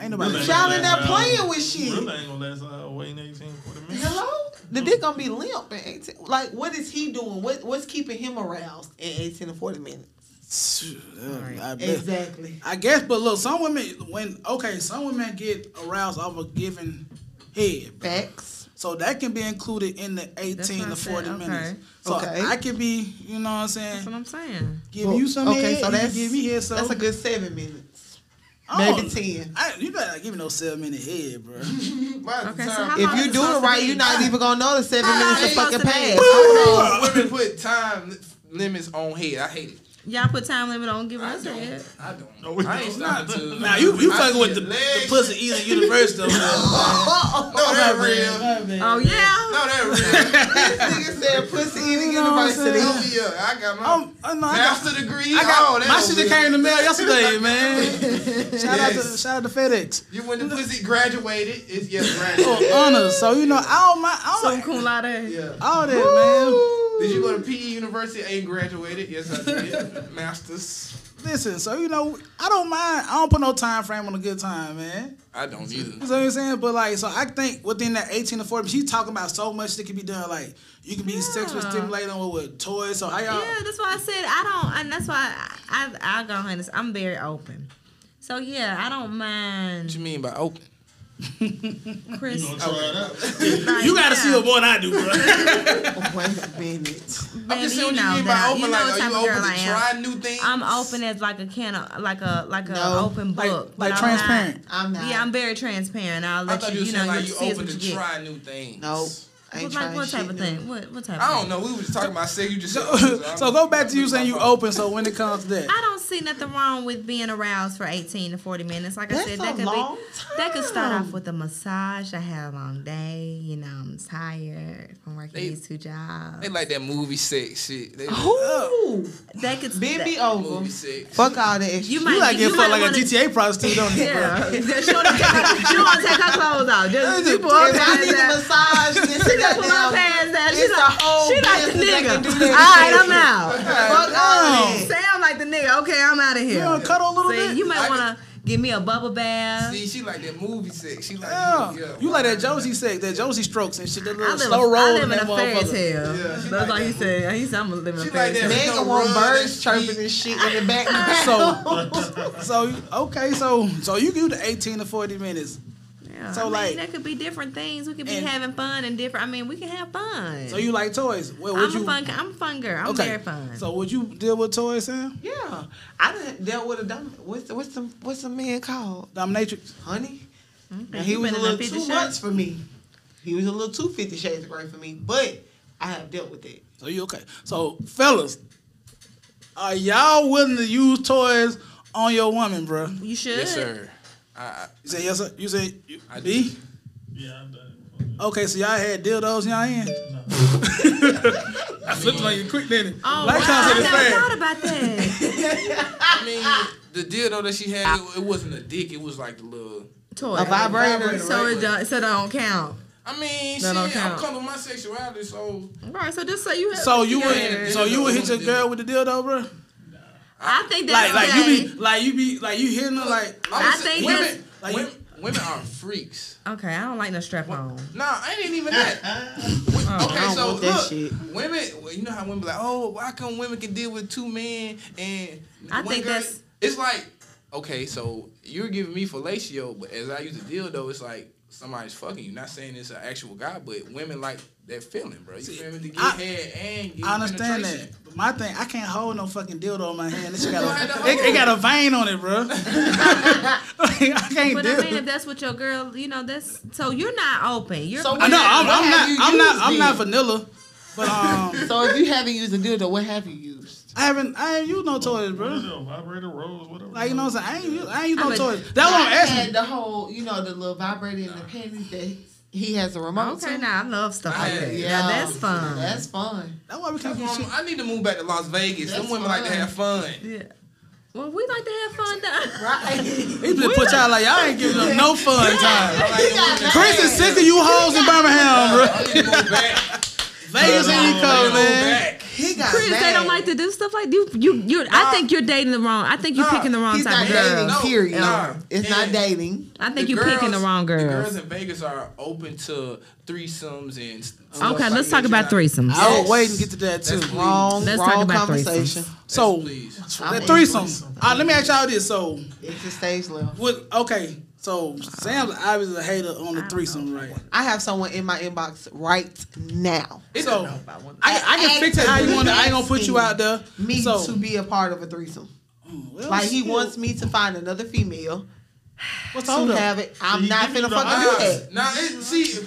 S3: Ain't nobody.
S6: Really?
S4: in there playing with shit.
S6: Really ain't gonna last an
S2: uh,
S6: hour waiting 18, 40 minutes.
S4: Hello, the dick gonna be limp in eighteen. Like, what is he doing? What what's keeping him aroused in eighteen to forty minutes?
S3: I bet.
S4: Exactly.
S3: I guess, but look, some women when okay, some women get aroused off a given head,
S4: Facts.
S3: so that can be included in the eighteen to
S1: That's what I
S3: forty
S1: said,
S3: minutes.
S1: okay.
S3: So
S4: Okay.
S3: I could be, you know, what I'm saying,
S1: That's what I'm saying.
S3: give you some
S4: Okay,
S3: head,
S4: so Oh.
S3: you
S4: that's
S3: give me head, so
S4: that's a good seven minutes.
S3: I don't-
S4: maybe 10.
S3: I, you better not give me no seven minute head, bro.
S1: Okay, so how
S4: If
S1: long
S4: you
S1: is
S4: do
S1: supposed
S4: it
S1: to
S4: right,
S1: be?
S4: you're not even gonna know the seven
S1: How long
S4: minutes
S1: is
S4: of fucking Oh,
S1: supposed to be?
S4: pass.
S5: I know women put time limits on head. I hate it.
S1: Y'all put time limit on giving us a head.
S5: I don't.
S6: No, we
S5: I ain't
S6: don't.
S5: stopped to.
S3: Now you you
S5: I
S3: fucking
S5: see
S3: with
S5: a
S3: the, the
S5: leg.
S3: pussy eating universe though.
S4: oh,
S5: No, that real.
S1: Oh yeah.
S5: No, that
S4: Nigga said pussy eating
S3: know what I'm
S4: university.
S5: real. Help me up. I got my
S3: I'm, I know Oh, I got,
S5: master degree.
S3: I
S5: oh,
S3: got
S5: that
S3: my
S5: was
S3: shit just
S5: real.
S3: came in the mail yesterday, man. Shout out to
S5: Yes.
S3: shout out to FedEx.
S5: You when the pussy graduated, it's yes, graduated.
S3: Oh, honors. So you know, all my all,
S1: Some cum laude.
S5: yeah.
S3: all that, man.
S5: Did you go to PE University and graduated? Yes, I did. Masters.
S3: Listen, so you know, I don't mind. I don't put no time frame on a good time, man.
S5: I don't either.
S3: You know what I'm saying? But like, so I think within that 18 to 40, she's talking about so much that can be done. Like, you can be sexually
S1: Yeah.
S3: stimulated with, with toys. So how y'all?
S1: Yeah, that's why I said I don't, and that's why I I, I go ahead. and say I'm very open. So yeah, I don't
S5: What
S1: mind
S5: you mean by open?
S1: Chris.
S6: You gonna try it out?
S1: like,
S3: You
S1: yeah,
S3: gotta see her more than I do, bro.
S4: Wait a minute.
S1: baby,
S5: I'm just saying what
S1: you
S5: you
S1: know
S5: mean by
S1: that.
S5: open.
S1: You know
S5: like,
S1: what
S5: are
S1: type
S5: you
S1: of girl
S5: open
S1: I
S5: to
S1: am.
S5: try new things?
S1: I'm open as like a can of like a like a
S4: No.
S1: open
S3: Like-
S1: book,
S3: like
S1: but I'm
S3: transparent.
S1: Not,
S4: I'm not.
S1: Yeah, I'm very transparent. I'll
S5: I
S1: let
S5: thought
S1: you
S5: you were
S1: you know
S5: saying like
S1: you
S5: you
S1: see is
S5: open
S1: what you
S5: to
S1: get.
S5: try new things.
S4: Nope. I ain't
S1: What, like
S4: trying
S1: what
S4: shit,
S1: type of
S4: no.
S1: thing? What what type?
S5: I
S1: of thing?
S5: don't know. We were just talking about sex. You just
S3: so go back to you saying you open. So when it comes to that,
S1: I don't see nothing wrong with being aroused for 18 to 40 minutes. Like
S4: That's
S1: I said,
S4: a
S1: that could
S4: long
S1: be that could start
S4: time.
S1: off with a massage. I had a long day, you know, I'm tired from working
S5: They-
S1: these two jobs.
S5: They like that movie sex shit. They like
S4: Ooh,
S1: They could
S4: been be
S1: that-
S4: over.
S5: movie sex.
S4: Fuck all that extra.
S1: You
S4: shit.
S1: might
S3: You
S1: you
S3: like get fucked
S1: might
S3: like
S1: wanna,
S3: a GTA prostitute, don't you, bro?
S1: Yeah, Just show them- she want to take her clothes off. Just she pull her
S4: If I
S1: pants
S4: need a
S1: down.
S4: massage, then she
S1: She just
S4: got
S1: pull her
S4: down.
S1: pants down. She
S4: It's a
S1: like,
S4: whole
S1: she like the
S4: business that can do
S1: nigga. All
S4: that
S1: right,
S4: shit.
S1: I'm out.
S4: Fuck all that.
S1: Sound like the nigga. Okay, I'm out of here.
S3: You wanna cut a little
S1: See,
S3: bit?
S1: you
S5: I
S1: might
S5: can-
S1: want to give me a bubble bath.
S5: See, she like that movie sex. She like
S3: Yeah.
S5: yeah,
S3: You like that Josie sex, that Josie strokes and shit, that
S1: I
S3: little
S1: live,
S3: slow
S1: a,
S3: roll
S1: I
S3: and
S1: live in
S3: that
S1: a fairy
S3: motherfucker.
S1: tale.
S5: Yeah, she
S1: That's
S5: like
S1: all he
S5: that.
S1: said. He said I'm a living
S5: She
S1: fairy
S5: like that.
S1: tale.
S4: Mega
S5: Don't
S4: want
S5: run
S4: birds
S5: and
S4: chirping
S5: speak.
S4: and shit in the background.
S3: So, so okay, so so you can do the eighteen to forty minutes.
S1: Yeah,
S3: So,
S1: I mean,
S3: like-
S1: that could be different things. We could be
S3: And-
S1: having fun and different. I mean, we can have fun.
S3: So you like toys? Well, would
S1: I'm
S3: you?
S1: a fun. I'm a fun girl. I'm very fun.
S3: So would you deal with toys, Sam?
S4: yeah, I done dealt with a dom- what's the, what's the what's the man called?
S3: Dominatrix.
S4: honey. Now,
S1: Okay,
S4: he
S1: you
S4: was
S1: Mm-hmm. been in
S4: a
S1: a
S4: little
S1: 50
S4: too
S1: shades?
S4: much for me. He was a little too Fifty Shades of Grey for me, but I have dealt with it.
S3: So you okay? So fellas, are y'all willing to use toys on your woman, bro? You
S1: you should.
S5: Yes, sir. I, I,
S3: say yes, sir. You say you,
S5: I
S3: B.
S6: Yeah, I done.
S3: Okay, so y'all had dildos, y'all in. I flipped like you quick, didn't it?
S1: Oh,
S3: Black
S1: wow, I
S3: Thompson is
S1: never
S3: fast.
S1: thought about that.
S5: I mean, the dildo that she had, it, it wasn't a dick. It was like the little.
S1: Toy.
S4: A vibrator.
S1: So it don't, so that don't count.
S5: I mean,
S1: That don't
S5: shit. I'm
S1: count.
S5: comfortable with my sexuality, so
S1: All right. So just so you. Have,
S3: So you
S1: Yeah.
S3: would, so you would hit your girl with the dildo, bro?
S1: I think that's
S3: Like, like
S1: okay.
S3: you be, like you be, like you hitting her, like
S5: I,
S1: I
S5: would say
S1: think
S5: women,
S3: that's-
S5: women, women are freaks.
S1: okay. I don't like no strap on.
S5: Nah, I ain't even that.
S3: Uh-huh.
S5: Wo- okay,
S4: Uh, don't
S5: so
S4: want that
S5: look,
S4: shit.
S5: women. Well, you know how women be like, oh, why come women can deal with two men and
S1: I
S5: one
S1: think
S5: girl?
S1: that's-
S5: It's like, okay, so you're giving me fellatio, but as I use a dildo, it's like somebody's fucking you. Not saying it's an actual guy, but women like that feeling, bro. You feel me? To get
S3: I-
S5: head and get
S3: I understand that.
S5: penetration.
S3: But my thing, I can't hold no fucking dildo in my hand. It's got
S5: don't have
S3: a,
S5: to
S3: it, it got a vein on it, bro. I can't
S1: But
S3: do
S1: I mean, if
S3: it.
S1: that's what your girl, you know, that's so you're not open. You're
S4: So
S3: No, I'm,
S4: what
S3: I'm
S4: have you
S3: not, I'm not,
S4: used
S3: I'm not
S4: then?
S3: vanilla. But um,
S4: So if you haven't used a dildo, what have you used?
S3: I haven't, I ain't use no toys, bro.
S6: Vibrator rolls, whatever.
S3: Like you know what I'm saying? I ain't, use, I ain't use
S1: I
S3: no
S1: would-
S3: toys. That's what I'm asking.
S4: had the whole, you know, the little vibrator in the panties that he has a remote.
S1: okay.
S4: to.
S1: Now I love stuff like that.
S4: Yeah.
S1: Yeah, that's fun.
S4: That's fun.
S3: That's why we can't
S5: That's
S3: get
S5: why
S3: shit.
S5: I'm- Um, I need to move back to Las Vegas. Some
S4: That's
S5: women like to
S4: fine.
S5: have fun.
S1: yeah. Well, we like to have fun. Though.
S4: Right.
S3: He just put y'all like y'all ain't giving up no fun time.
S4: He got
S3: Chris is sick of you hoes in Birmingham, bro.
S5: I need to move back.
S3: Vegas ain't
S5: Go
S3: come, man.
S5: back.
S4: He got
S1: Chris, they
S4: mad.
S1: don't like to do stuff like you. You, you. I think you're dating the wrong. I think you're
S5: Nah,
S1: picking the wrong
S4: He's not
S1: type of girl.
S4: dating.
S5: No,
S4: period.
S5: nah.
S4: It's
S5: And-
S4: not dating.
S1: I think
S5: The
S1: you're picking the wrong
S5: The
S1: girls.
S5: girls in Vegas are open to threesomes and. stuff
S1: Okay,
S5: like
S1: let's
S5: that.
S1: talk
S5: You're
S1: about
S5: not-
S1: threesomes.
S3: I was waiting to get to that too.
S5: That's
S4: Wrong.
S1: Let's
S4: wrong
S1: talk about
S4: conversation.
S3: So
S5: Please.
S3: that threesome. All right, let me ask y'all this. So
S4: It's a stage level.
S3: what? Okay. So Sam's obviously a hater on the threesome, right?
S4: I have someone in my inbox right now.
S3: So I, I can fix it how you want. to. I ain't gonna put you out there.
S4: Me
S3: so,
S4: to be a part of a threesome.
S3: well,
S4: Like he
S3: shit.
S4: wants me to find another female
S3: What's
S4: to
S3: the hold
S4: have
S3: up?
S4: it. I'm
S6: You
S4: not
S6: give me
S4: finna
S6: the
S4: fucking
S5: Nah,
S4: do that.
S5: nah, it, see,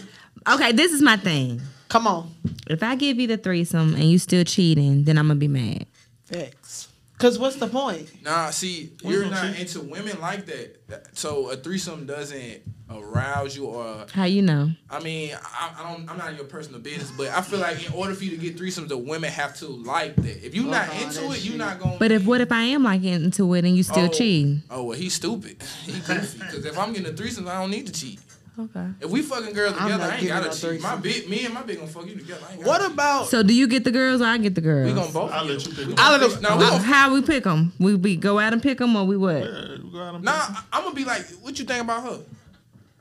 S1: Okay, this is my thing.
S4: Come on.
S1: If I give you the threesome and you still cheating, then I'm gonna be mad.
S4: Facts. Cause what's the point?
S5: nah, see, you're not into women like that. That- So a threesome doesn't arouse you, or
S1: How you know?
S5: I mean, I, I don't, I'm not in your personal business, but I feel like in order for you to get threesomes, the women have to like that. If you're not
S4: Fuck all
S5: into
S4: Uh-huh, that
S5: it, you're
S4: shit.
S5: not gonna.
S1: But if
S5: be-
S1: what if I am like into it and you still
S5: oh,
S1: cheating?
S5: Oh well, he's stupid. He goofy. Because if I'm getting a threesome, I don't need to cheat.
S1: Okay.
S5: If we fucking girls
S4: I'm
S5: together,
S4: not
S5: I ain't gotta
S4: giving no
S5: cheat. My
S4: threesome.
S5: big, me and my big gonna fuck you together. I ain't gotta
S3: What about?
S1: So do you get the girls or I get the girls?
S5: We gonna both.
S6: I'll let you pick them.
S3: I don't know.
S5: Nah, we gonna.
S1: How we pick them? We we go out and pick them or we what?
S6: Yeah, go out and
S5: Nah, I'm gonna be like, what you think about her?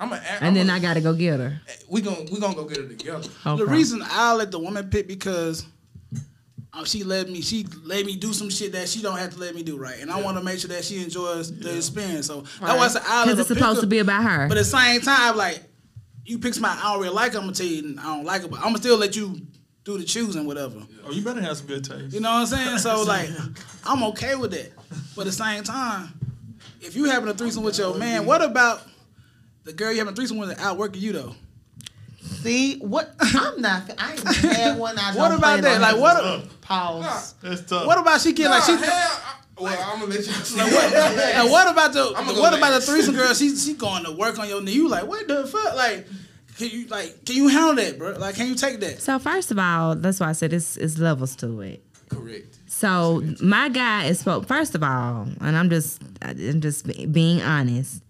S5: I'm gonna.
S1: And then I gotta go get her.
S5: We gonna we gonna go get her together.
S1: Okay.
S3: The reason I let the woman pick because um, she let me she let me do some shit that she don't have to let me do right, and I want to make sure that she enjoys the experience. So that was the I let
S1: because it's
S3: her pick
S1: supposed to
S3: her.
S1: be about her.
S3: But at the same time, like you pick my I don't really like. I'm gonna tell you I don't like it, but I'm gonna still let you do the choosing, whatever.
S6: pick- Oh, you better have some good taste.
S3: You know what I'm saying? So like, I'm okay with that. But at the same time, if you having a threesome with your man, what about the girl you having a threesome with outworking you though?
S4: See what? I'm not. fin- I ain't had one. I
S3: What
S4: don't
S3: about
S4: plan
S3: that?
S4: on
S3: Like
S4: having.
S3: what?
S4: Pause.
S6: That's tough.
S3: What about she get like
S5: Nah,
S3: she?
S5: hell, I- Well, I'm gonna let y'all see.
S3: And what about the
S5: I'ma go
S3: what about the
S5: next.
S3: threesome girl? She she going to work on your knee. You like what the fuck? Like can you like can you handle that, bro? Like can you take that?
S1: So first of all, that's why I said it's it's levels to it.
S5: Correct.
S1: So my guy is spoke first of all, and I'm just I'm just be- being honest.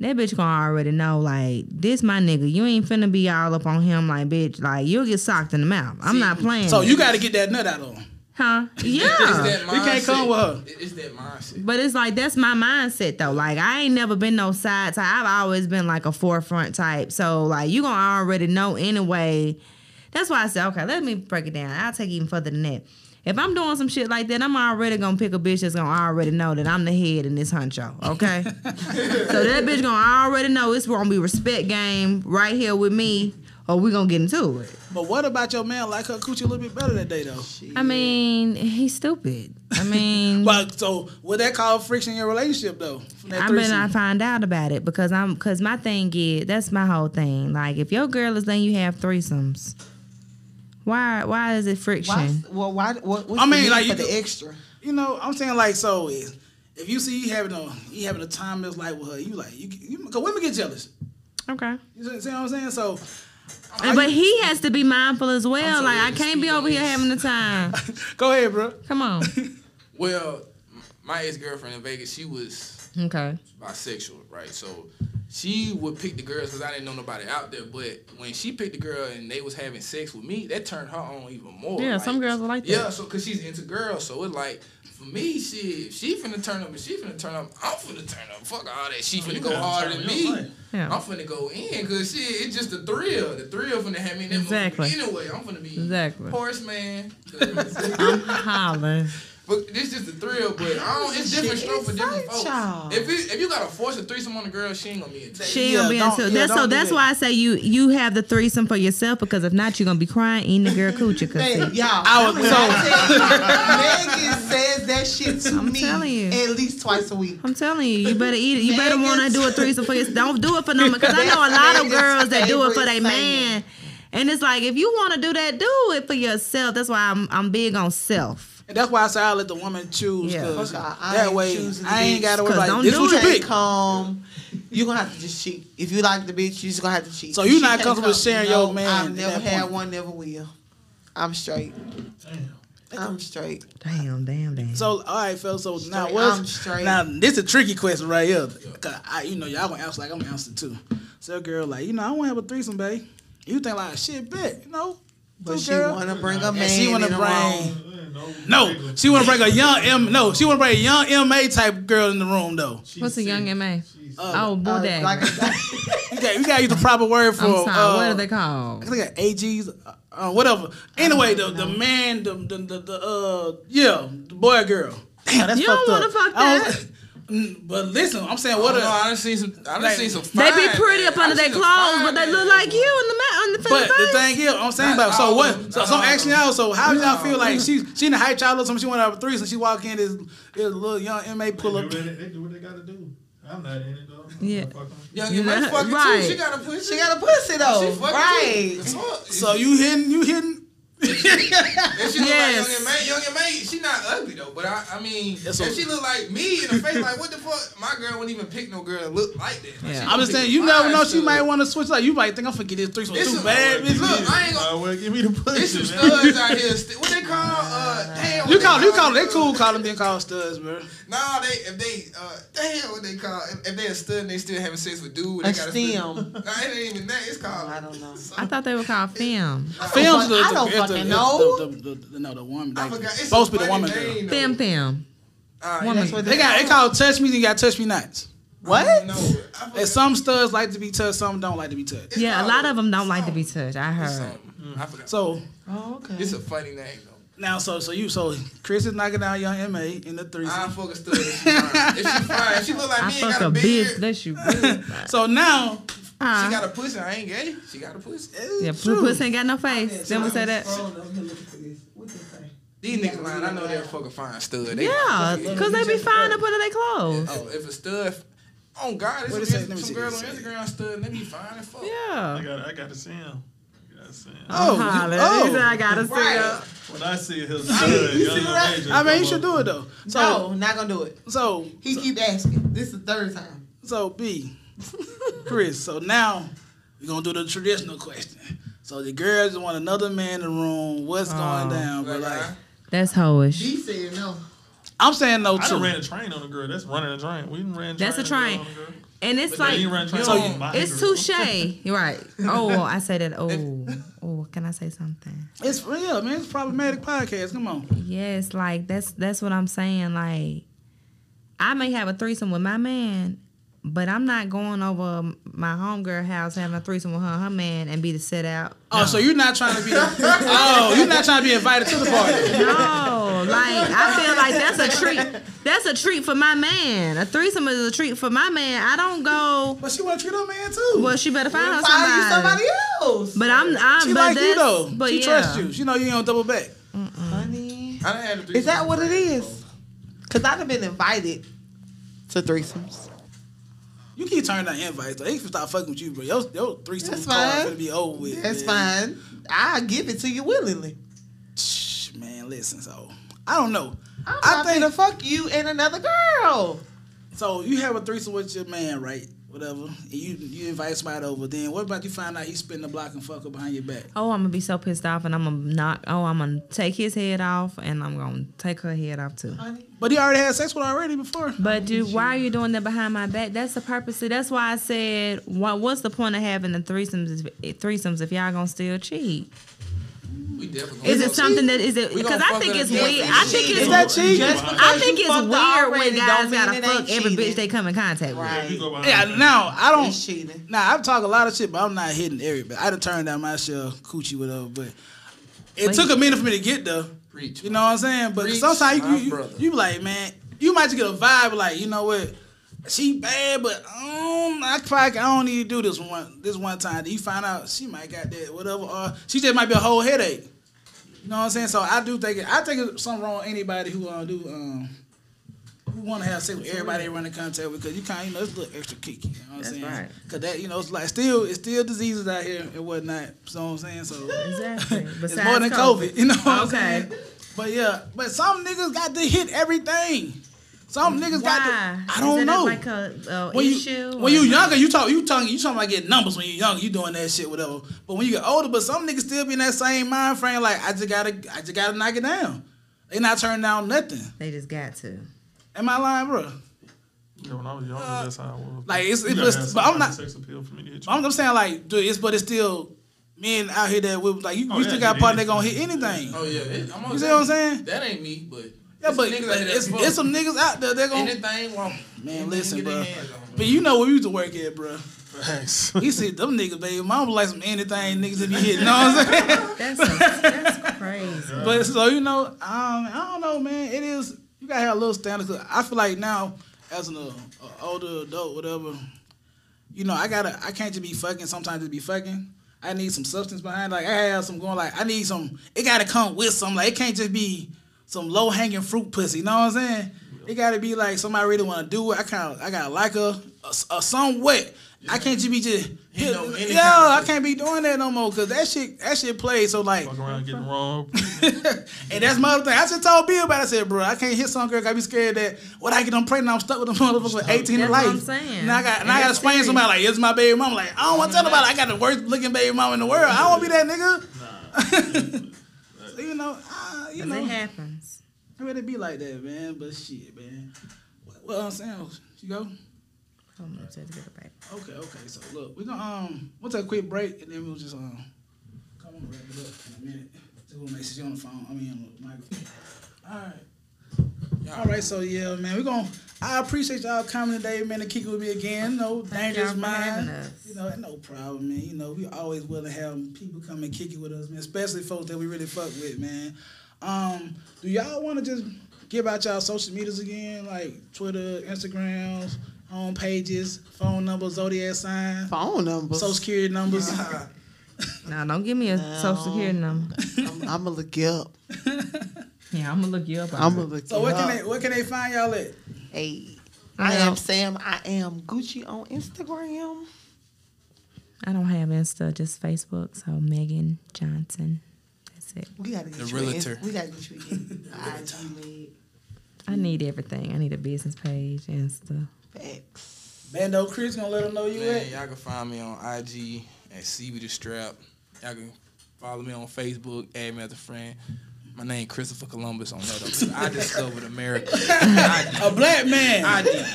S1: That bitch gonna already know like this my nigga. You ain't finna be all up on him like bitch. Like you'll get socked in the mouth. I'm not playing.
S3: So you got to get that nut out on.
S1: huh?
S5: It's
S1: Yeah.
S5: that
S3: You can't come with her.
S5: mindset. It- It's that mindset.
S1: But it's like that's my mindset though. Like I ain't never been no side type. I've always been like a forefront type. So like you gonna already know anyway. That's why I said okay. Let me break it down. I'll take it even further than that. If I'm doing some shit like that, I'm already gonna pick a bitch that's gonna already know that I'm the head in this honcho. Okay. so that bitch gonna already know it's gonna be respect game right here with me, or we gonna get into it.
S3: But what about your man like her coochie a little bit better that day though?
S1: I mean, he's stupid. I mean,
S3: But so would that cause friction in your relationship though? From that
S1: I better
S3: threesome?
S1: not find out about it because I'm because my thing is that's my whole thing. Like if your girl is letting you have threesomes, why why is it friction?
S4: Why, well, why? What, what's
S3: I mean,
S4: the need
S3: like, you
S4: for the
S3: could-
S4: extra.
S3: You know, I'm saying like so. If if you see you having a you having a time in his life with her, you like you, you cause women get jealous.
S1: Okay,
S3: You see what I'm saying? So
S1: And- but he has to be mindful as well. Like I can't be over here having the time.
S3: go ahead, bro.
S1: Come on.
S5: Well, m- my ex girlfriend in Vegas, she was
S1: Okay.
S5: bisexual, right? So she would pick the girls because I didn't know nobody out there. But when she picked the girl and they was having sex with me, that turned her on even more.
S1: Yeah, some girls are like that.
S5: Yeah, so because she's into girls, so it's like. For me, shit, if she finna turn up and she finna turn up, I'm finna turn up. Fuck all that. She finna go
S6: Oh, gotta
S5: harder
S6: turn
S5: than
S6: up,
S5: me.
S6: right.
S1: Yeah.
S5: I'm finna go in, cause shit, it's just the thrill. The thrill finna have me in that
S1: Exactly.
S5: motherfucker anyway. I'm finna be
S1: Exactly.
S5: horse man.
S1: I'm hollering.
S5: But this is the thrill, but I don't. It's different stroke for different folks.
S4: y'all.
S5: If it, if you gotta force a threesome on a girl, she ain't gonna be into it.
S1: She ain't
S3: Yeah,
S1: gonna be
S3: don't-
S1: into
S3: yeah,
S1: that's so
S3: don't do
S1: that's
S3: that.
S1: why I say you you have the threesome for yourself because if not you're gonna be crying eating the girl coochie.
S4: Hey,
S1: Cause
S4: y'all.
S3: I was-
S4: when I tell you, Megan says that shit to
S1: I'm
S4: me
S1: telling you.
S4: at least twice a week.
S1: I'm telling you, you better eat it. You better
S4: Megan's-
S1: want to do a threesome for yourself. Don't do it for no because I know a lot of
S4: Megan's
S1: girls that do it for
S4: favorite
S1: their
S4: saying.
S1: man, and it's like if you want to do that, do it for yourself. That's why I'm I'm big on self.
S3: And that's why I say I let the woman choose.
S1: Yeah.
S3: 'cause
S4: Fuck, I
S3: that
S4: ain't
S3: way
S4: choosing
S3: I ain't
S4: bitch.
S3: gotta worry
S1: 'Cause
S3: about
S1: don't
S3: it. this.
S1: do
S3: What you
S1: it.
S4: Take
S3: pick?
S4: home. You're gonna have to just cheat. If you like the bitch, you're just gonna have to cheat.
S3: So you
S4: She
S3: not
S4: can't
S3: comfortable
S4: come.
S3: sharing
S4: no,
S3: your man
S4: I've
S3: at
S4: never
S3: that
S4: had
S3: point.
S4: one, never will. I'm straight. I'm straight.
S1: Damn, damn, damn.
S3: So all right, fellas. So now
S4: Straight, I'm
S3: what's
S4: straight.
S3: now this a tricky question right here. 'Cause I, you know, y'all gonna answer like I'm gonna answer too. So girl, like you know, I want to have a threesome, babe. You think like shit, bet you know.
S4: But
S3: two
S4: she
S3: girl.
S4: wanna bring a man.
S3: and she
S4: want
S3: wanna
S4: to
S3: bring no, she wanna bring a young M. No, she wanna bring a young MA type girl in the room though.
S1: What's a young MA?
S6: Uh,
S3: uh,
S1: oh, bull daddy.
S4: uh, Like,
S3: You got you gotta use the proper word for.
S1: I'm sorry. what
S3: uh,
S1: are they called?
S3: I think like AGs, uh, uh, whatever. Anyway, the, the man, the the, the, the uh, yeah, the boy or girl. Damn, that's
S1: You don't
S3: fucked
S1: wanna
S3: up.
S1: fuck
S3: I don't-
S1: that.
S3: Mm, but listen, I'm saying what
S5: What I don't know,
S3: a.
S5: Oh, I done seen some. I done
S3: Like-
S5: seen some. Fine,
S1: They be pretty
S5: man.
S1: up under
S5: I
S1: their
S5: seen some
S1: clothes, but
S5: fine
S1: they look
S5: man.
S1: like you in the ma- on the
S3: But the
S1: face.
S3: thing is, I'm saying
S5: Not
S3: about so
S5: all
S3: what?
S5: of them,
S3: So,
S5: not
S3: so
S5: all
S3: I'm
S5: of
S3: asking
S5: them.
S3: y'all. So how do
S5: Not
S3: y'all
S5: all
S3: feel
S5: of
S3: like she she in the hype y'all up? Some she went out of threes and she walk in this, this little young MA pull up.
S2: They do what they- they do what they gotta do. I'm not in it though. I'm
S1: Yeah.
S2: not fucking-
S5: Young
S1: You
S5: and
S1: got-
S5: motherfucker
S1: right.
S5: too. She got a pussy.
S4: Oh, she got a pussy
S5: She
S4: though,
S5: fucking
S4: right?
S5: Too. Fuck.
S3: So you hitting you hitting.
S5: If she look
S1: Yes.
S5: like young and May, young and May, she not ugly though. But I, I mean,
S3: That's
S5: if
S3: what-
S5: she look like me in the face, like what the fuck? My girl wouldn't even pick no girl that look like that. Like,
S1: Yeah.
S5: she
S3: I'm just
S5: pick
S3: saying you
S5: fine
S3: never know. She
S5: stuff.
S3: might want to switch. Like you might think I'm gonna get this threesome
S5: This
S3: too
S5: is
S3: bad.
S5: my way.
S3: bitch.
S5: Look, I ain't gonna.
S2: Might as well, give me the
S5: There's some
S2: pussy, man.
S5: studs out here. St- what they call? Uh, damn.
S3: You
S5: what
S3: call
S5: they
S3: you call they
S5: it?
S3: cool call them being called studs, bro.
S5: Nah, they if they uh, damn what they call if, if they a stud and they still having sex with dude. They
S4: A
S5: got
S4: stem.
S5: Nah, it ain't even that. It's called.
S4: I don't know.
S1: I thought they were called film.
S3: Films, the,
S4: I
S3: the-
S4: don't
S3: it's the-
S4: fucking
S3: it's
S4: know.
S3: The, the, the, the, no, the woman.
S5: I
S3: Like,
S5: forgot. It's
S3: supposed
S5: a
S3: to be the
S5: funny
S3: woman.
S5: name,
S3: Girl.
S5: though.
S1: Film, film.
S5: All right,
S1: Woman.
S5: that's what
S3: They got they call touch me. They got touch me nuts.
S5: I
S4: What?
S5: know. I forgot.
S3: And some studs like to be touched. Some don't like to be touched.
S1: Yeah, a lot of them don't like to be touched. I heard.
S5: Something. I forgot.
S3: So
S4: Oh, okay.
S5: It's a funny name though.
S3: now, so so you so Chris is knocking down young ma in the threes.
S5: I fuck a stud. If she fine. If she fine, if she look like
S1: I
S5: me and
S1: fuck
S5: got a
S1: a bitch.
S5: beard.
S1: Bless you. good.
S5: Uh-huh.
S3: so now,
S5: She
S1: Uh,
S5: got a pussy. I ain't gay. She got a pussy.
S1: yeah, pussy ain't got no face. Then we say that.
S5: These niggas lying. I know they're fucking fine stud. They
S1: Yeah, because they be fine up under their clothes.
S5: If, if a stud, oh God,
S3: What it
S5: it's
S3: say? Let
S5: some,
S3: me see.
S5: girl on Instagram stud, and they be fine and fuck.
S1: Yeah.
S6: I got I got to see him. I gotta I'm saying.
S3: Oh, you-
S1: Holla.
S3: oh.
S1: He said, I gotta sit up.
S6: When I see his son, young
S4: that?
S6: Major
S3: I mean,
S6: come
S3: you should
S6: up-
S3: do it though. So,
S4: No, not gonna do it.
S3: so,
S4: He keep asking. This is the third time.
S3: so B, Chris. So now we're gonna do the traditional question. So the girls want another man in the room.
S6: Oh,
S3: What's going down? But like,
S1: That's hoish.
S4: He said no.
S3: I'm saying no
S6: I done ran
S3: too.
S6: a train on a girl. That's running a train. We done ran.
S1: That's a
S6: trains on
S1: train.
S6: girl.
S1: And it's
S6: But
S1: like
S6: you run trains
S1: so
S6: on my
S1: it's
S6: girl.
S1: touche. You're right. Oh, well, I say that. Oh, oh, can I say something?
S3: It's real, man. It's problematic podcast. Come on.
S1: Yes, like that's that's what I'm saying. Like, I may have a threesome with my man, but I'm not going over my homegirl house having a threesome with her and her man and be the set out.
S3: Oh, so you're not trying to be? oh, you're not trying to be invited to the party?
S1: No, like I feel like that's a treat. That's a treat for my man. A threesome is a treat for my man. I don't go.
S3: But she want to treat her man too.
S1: Well, she better find her
S4: Why
S1: somebody.
S4: are you somebody else?
S1: But I'm. I'm
S3: she
S1: but
S3: like you
S1: that's-
S3: though.
S1: But
S3: she
S1: yeah.
S3: trusts you. She know you ain't gonna double back.
S4: Honey.
S5: I done had a
S4: Is that
S5: threesome
S4: what it
S5: with friends
S4: is? Cause I'd have been invited to threesomes.
S3: You keep turning down invites. Though. They can stop fucking with you, bro. Your, your threesome
S4: That's
S3: card
S4: fine.
S3: gonna be over with.
S4: That's
S3: man.
S4: fine. I give it to you willingly.
S3: Shh, man, listen. So I don't know.
S4: I'm
S3: I
S4: not
S3: think
S4: gonna fuck you and another girl.
S3: so. You have a threesome with your man, right? Whatever. And you you invite somebody over. Then what about you find out he's spinning the block and fuck her behind your back?
S1: Oh, I'm gonna be so pissed off, and I'm gonna knock. Oh, I'm gonna take his head off, and I'm gonna take her head off too.
S3: But he already had sex with her already before.
S1: But dude, why are you doing that behind my back? That's the purpose. That's why I said, why, what's the point of having the threesomes? If, eh, threesomes if y'all gonna still cheat?
S5: though. We definitely
S1: Is
S5: gonna
S1: it something that is it?
S5: We gonna
S1: Because I
S5: fuck
S1: think
S5: her
S1: it's
S5: again.
S1: weird. I think
S4: Cheating.
S1: it's
S3: Is that cheating?
S4: Just because
S1: I think
S4: you
S1: it's
S4: fucked
S1: weird
S4: her
S1: when
S4: already
S1: guys
S4: don't
S1: gotta
S4: mean it
S1: fuck
S4: ain't
S1: every bitch
S4: cheating.
S1: they come in contact with.
S6: You
S4: Right.
S6: go behind
S3: Yeah,
S2: Uh,
S6: her.
S3: now I don't.
S4: It's cheating.
S3: Nah, I've talked a lot of shit, but I'm not hitting everybody. I done turned down my shell, coochie, whatever. But it
S1: But
S3: took
S1: he-
S3: a minute for me to get there.
S5: Preach,
S3: you know what I'm saying? But
S5: Preach,
S3: sometimes
S5: my
S3: you, you,
S5: brother.
S3: you be like, man, you might just get a vibe like, you know what? She bad, but um, I probably I don't need to do this one this one time. Then you find out she might got that whatever, or she just might be a whole headache. You know what I'm saying? So I do think it, I think it's something wrong with anybody who uh, do um who want to have sex with everybody they run in contact with because you kind of you know it's a little extra kicky. You know what I'm
S1: That's
S3: saying?
S1: right.
S3: Cause that you know it's like still it's still diseases out here and whatnot. So I'm saying so
S1: Exactly.
S3: it's more than COVID. You know what
S1: Okay.
S3: I'm saying? But yeah, but some niggas got to hit everything. Some niggas got
S1: Why?
S3: to. I
S1: Is
S3: don't
S1: it
S3: know.
S1: Like a, a
S3: when you
S1: issue.
S3: when
S1: or-
S3: you younger, you talk you talking you talking about getting numbers. When you younger, you doing that shit whatever. But when you get older, but some niggas still be in that same mind frame. Like I just gotta I just gotta knock it down. They not turning down nothing.
S1: They just got to.
S3: Am I lying, bro?
S6: Yeah, when I was younger, that's how I was.
S3: Uh, like, it's-
S6: You
S3: it
S6: gotta
S3: was-
S6: have
S3: but
S6: some
S3: I'm
S6: type of
S3: not-
S6: Sex appeal for me to hit you.
S3: I'm, I'm saying like, dude, it's but it's still men out here that we like you,
S6: Oh,
S3: you
S6: yeah,
S3: still
S6: yeah,
S3: got a partner
S6: yeah.
S3: that gonna hit anything.
S5: Oh yeah, it, I'm
S3: You see what I'm saying?
S5: That ain't me, but
S3: Yeah, but
S5: it's niggas out here that
S3: it's,
S5: fuck
S3: it's some niggas out there that gonna
S5: anything wrong.
S3: Man, listen,
S5: get their
S3: bro.
S5: hands on me.
S3: But you know where we used to work at, bro.
S6: Thanks.
S3: We see them niggas, baby. Mama like some anything niggas if you hit. You know what I'm saying?
S1: That's a, that's crazy.
S3: But so you know, um, I don't know, man. It is you gotta have a little standard. 'cause I feel like now, as an uh, uh, older adult, whatever, you know, I gotta, I can't just be fucking. Sometimes just be fucking. I need some substance behind. it. Like I have some going. Like I need some. It gotta come with some. Like it can't just be some low hanging fruit pussy. You know what I'm saying? It gotta be like somebody really want to do it. I kind of, I gotta like her, uh, uh, somewhat. I can't just be just.
S5: You know, any
S3: yeah,
S5: kind
S3: I
S5: of-
S3: can't be doing that no more. Cause that shit, that shit plays. So like,
S6: Walk around getting wrong.
S3: and that's my other thing. I just told Bill about it. I said, bro, I can't hit some girl. I be scared that what I get on pregnant, I'm stuck with them motherfuckers for 18
S1: Oh, That's
S3: to life.
S1: what I'm saying.
S3: Now I got, now I got to explain to somebody, like, it's my baby mama. Like, I don't want to tell nobody I got the worst looking baby mama in the world. I don't want to be that nigga. So, you know, I, you
S1: But it
S3: know,
S1: happens.
S3: I really be like that, man. But shit, man. What, what I'm saying, you go?
S1: Hold on, just get it back.
S3: Okay, okay. So look, we're gonna um we'll take a quick break and then we'll just um come on wrap it up in a minute. Just gonna make sure you on the phone. I mean on the microphone. Alright. Alright, so yeah, man, we're gonna I appreciate y'all coming today, man, to kick it with me again. No dangerous
S1: y'all for having
S3: mind.
S1: us.
S3: You know, no problem, man. You know, we always willing to have people come and kick it with us, man, especially folks that we really fuck with, man. Um, do y'all wanna just give out y'all social medias again, like Twitter, Instagrams, home pages, phone numbers, zodiac signs?
S4: Phone number.
S3: Social security numbers.
S1: Now don't give me a social security number.
S4: I'm, I'm gonna look you up.
S1: Yeah, I'm gonna look you up.
S4: I'm gonna look
S3: so
S4: you
S3: where
S4: up.
S3: can they where can they find y'all at?
S4: Hey, I
S1: Yeah.
S4: am Sam. I am Gucci on Instagram.
S1: I don't have Insta, just Facebook. So Megan Johnson. That's it.
S4: We gotta get
S5: The
S4: you an
S5: realtor.
S4: Inst- We gotta get you an IG lead.
S1: I need everything. I need a business page, Insta.
S4: Facts.
S3: Bando Chris gonna let them know you
S5: Man,
S3: at.
S5: y'all can find me on IG at C with the strap. Y'all can follow me on Facebook, add me as a friend. My name Christopher Columbus on that. I discovered America. I
S3: A black man.
S5: did.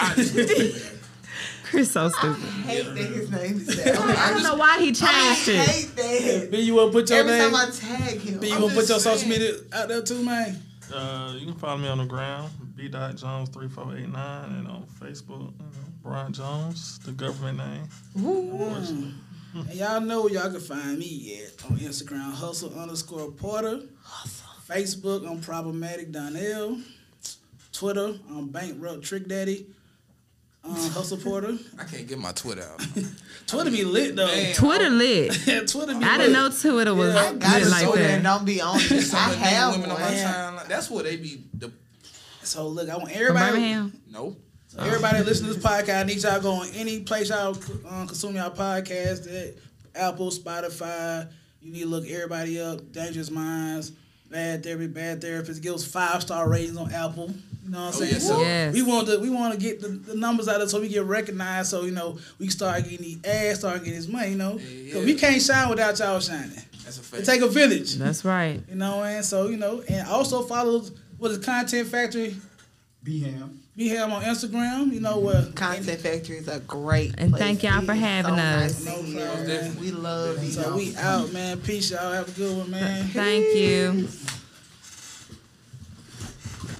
S5: I did.
S1: Chris so stupid.
S4: Hate that his name is that. Okay,
S1: I
S4: I
S1: don't
S4: just
S1: know why he
S4: I
S1: changed it.
S4: hate that.
S3: Then you will put your
S4: Every
S3: name.
S4: time I tag him,
S3: Then you
S4: I'm
S3: gonna put
S4: just
S3: your social
S4: saying.
S3: media out there too, man.
S6: Uh, you can follow me on the ground, B. Dot Jones three four eight nine, and on Facebook, you know, Brian Jones, the government name.
S3: And y'all know where y'all can find me at on Instagram, hustle underscore Porter. Facebook, I'm problematic Donnell. Twitter, I'm bankrupt Trick Daddy. Um, hustle Porter.
S5: I can't get my Twitter out.
S3: Twitter be lit though.
S5: Man,
S1: Twitter lit.
S3: Twitter be
S1: I
S3: lit.
S1: didn't know Twitter was
S3: Yeah, I
S4: I
S1: lit
S4: gotta
S1: like
S4: show that.
S1: that.
S4: Don't be on this. I
S5: Some of the
S4: have
S5: women on my
S4: one.
S5: timeline. That's where they be. The,
S3: So look, I want
S1: From
S3: everybody,
S1: Birmingham.
S5: no.
S3: everybody that listen to this podcast. I need y'all go on any place y'all um, consume y'all podcast at Apple, Spotify. You need to look everybody up. Dangerous Minds, Bad Therapy, Bad Therapist. Give us five star ratings on Apple. You know what I'm
S5: Oh,
S3: saying?
S5: yes, sir.
S1: Yes.
S3: We want to we want to get the, the numbers out of it so we get recognized. So you know we can start getting the ads, start getting this money. You know, 'Cause we
S5: Yeah.
S3: can't shine without y'all shining.
S5: That's a
S3: It
S5: fact.
S3: take a village.
S1: That's right.
S3: You know, and so you know, and also follow what is Content Factory.
S2: Be him.
S3: We have on Instagram. You know where
S4: Content Factory is a great.
S1: And
S4: place.
S1: thank y'all
S4: It
S1: for
S4: is
S1: having
S4: so nice
S1: us.
S4: to
S3: No
S4: be
S3: problem.
S4: here. We love you.
S3: So we out, man. Peace, y'all. Have a good one, man.
S1: Thank you.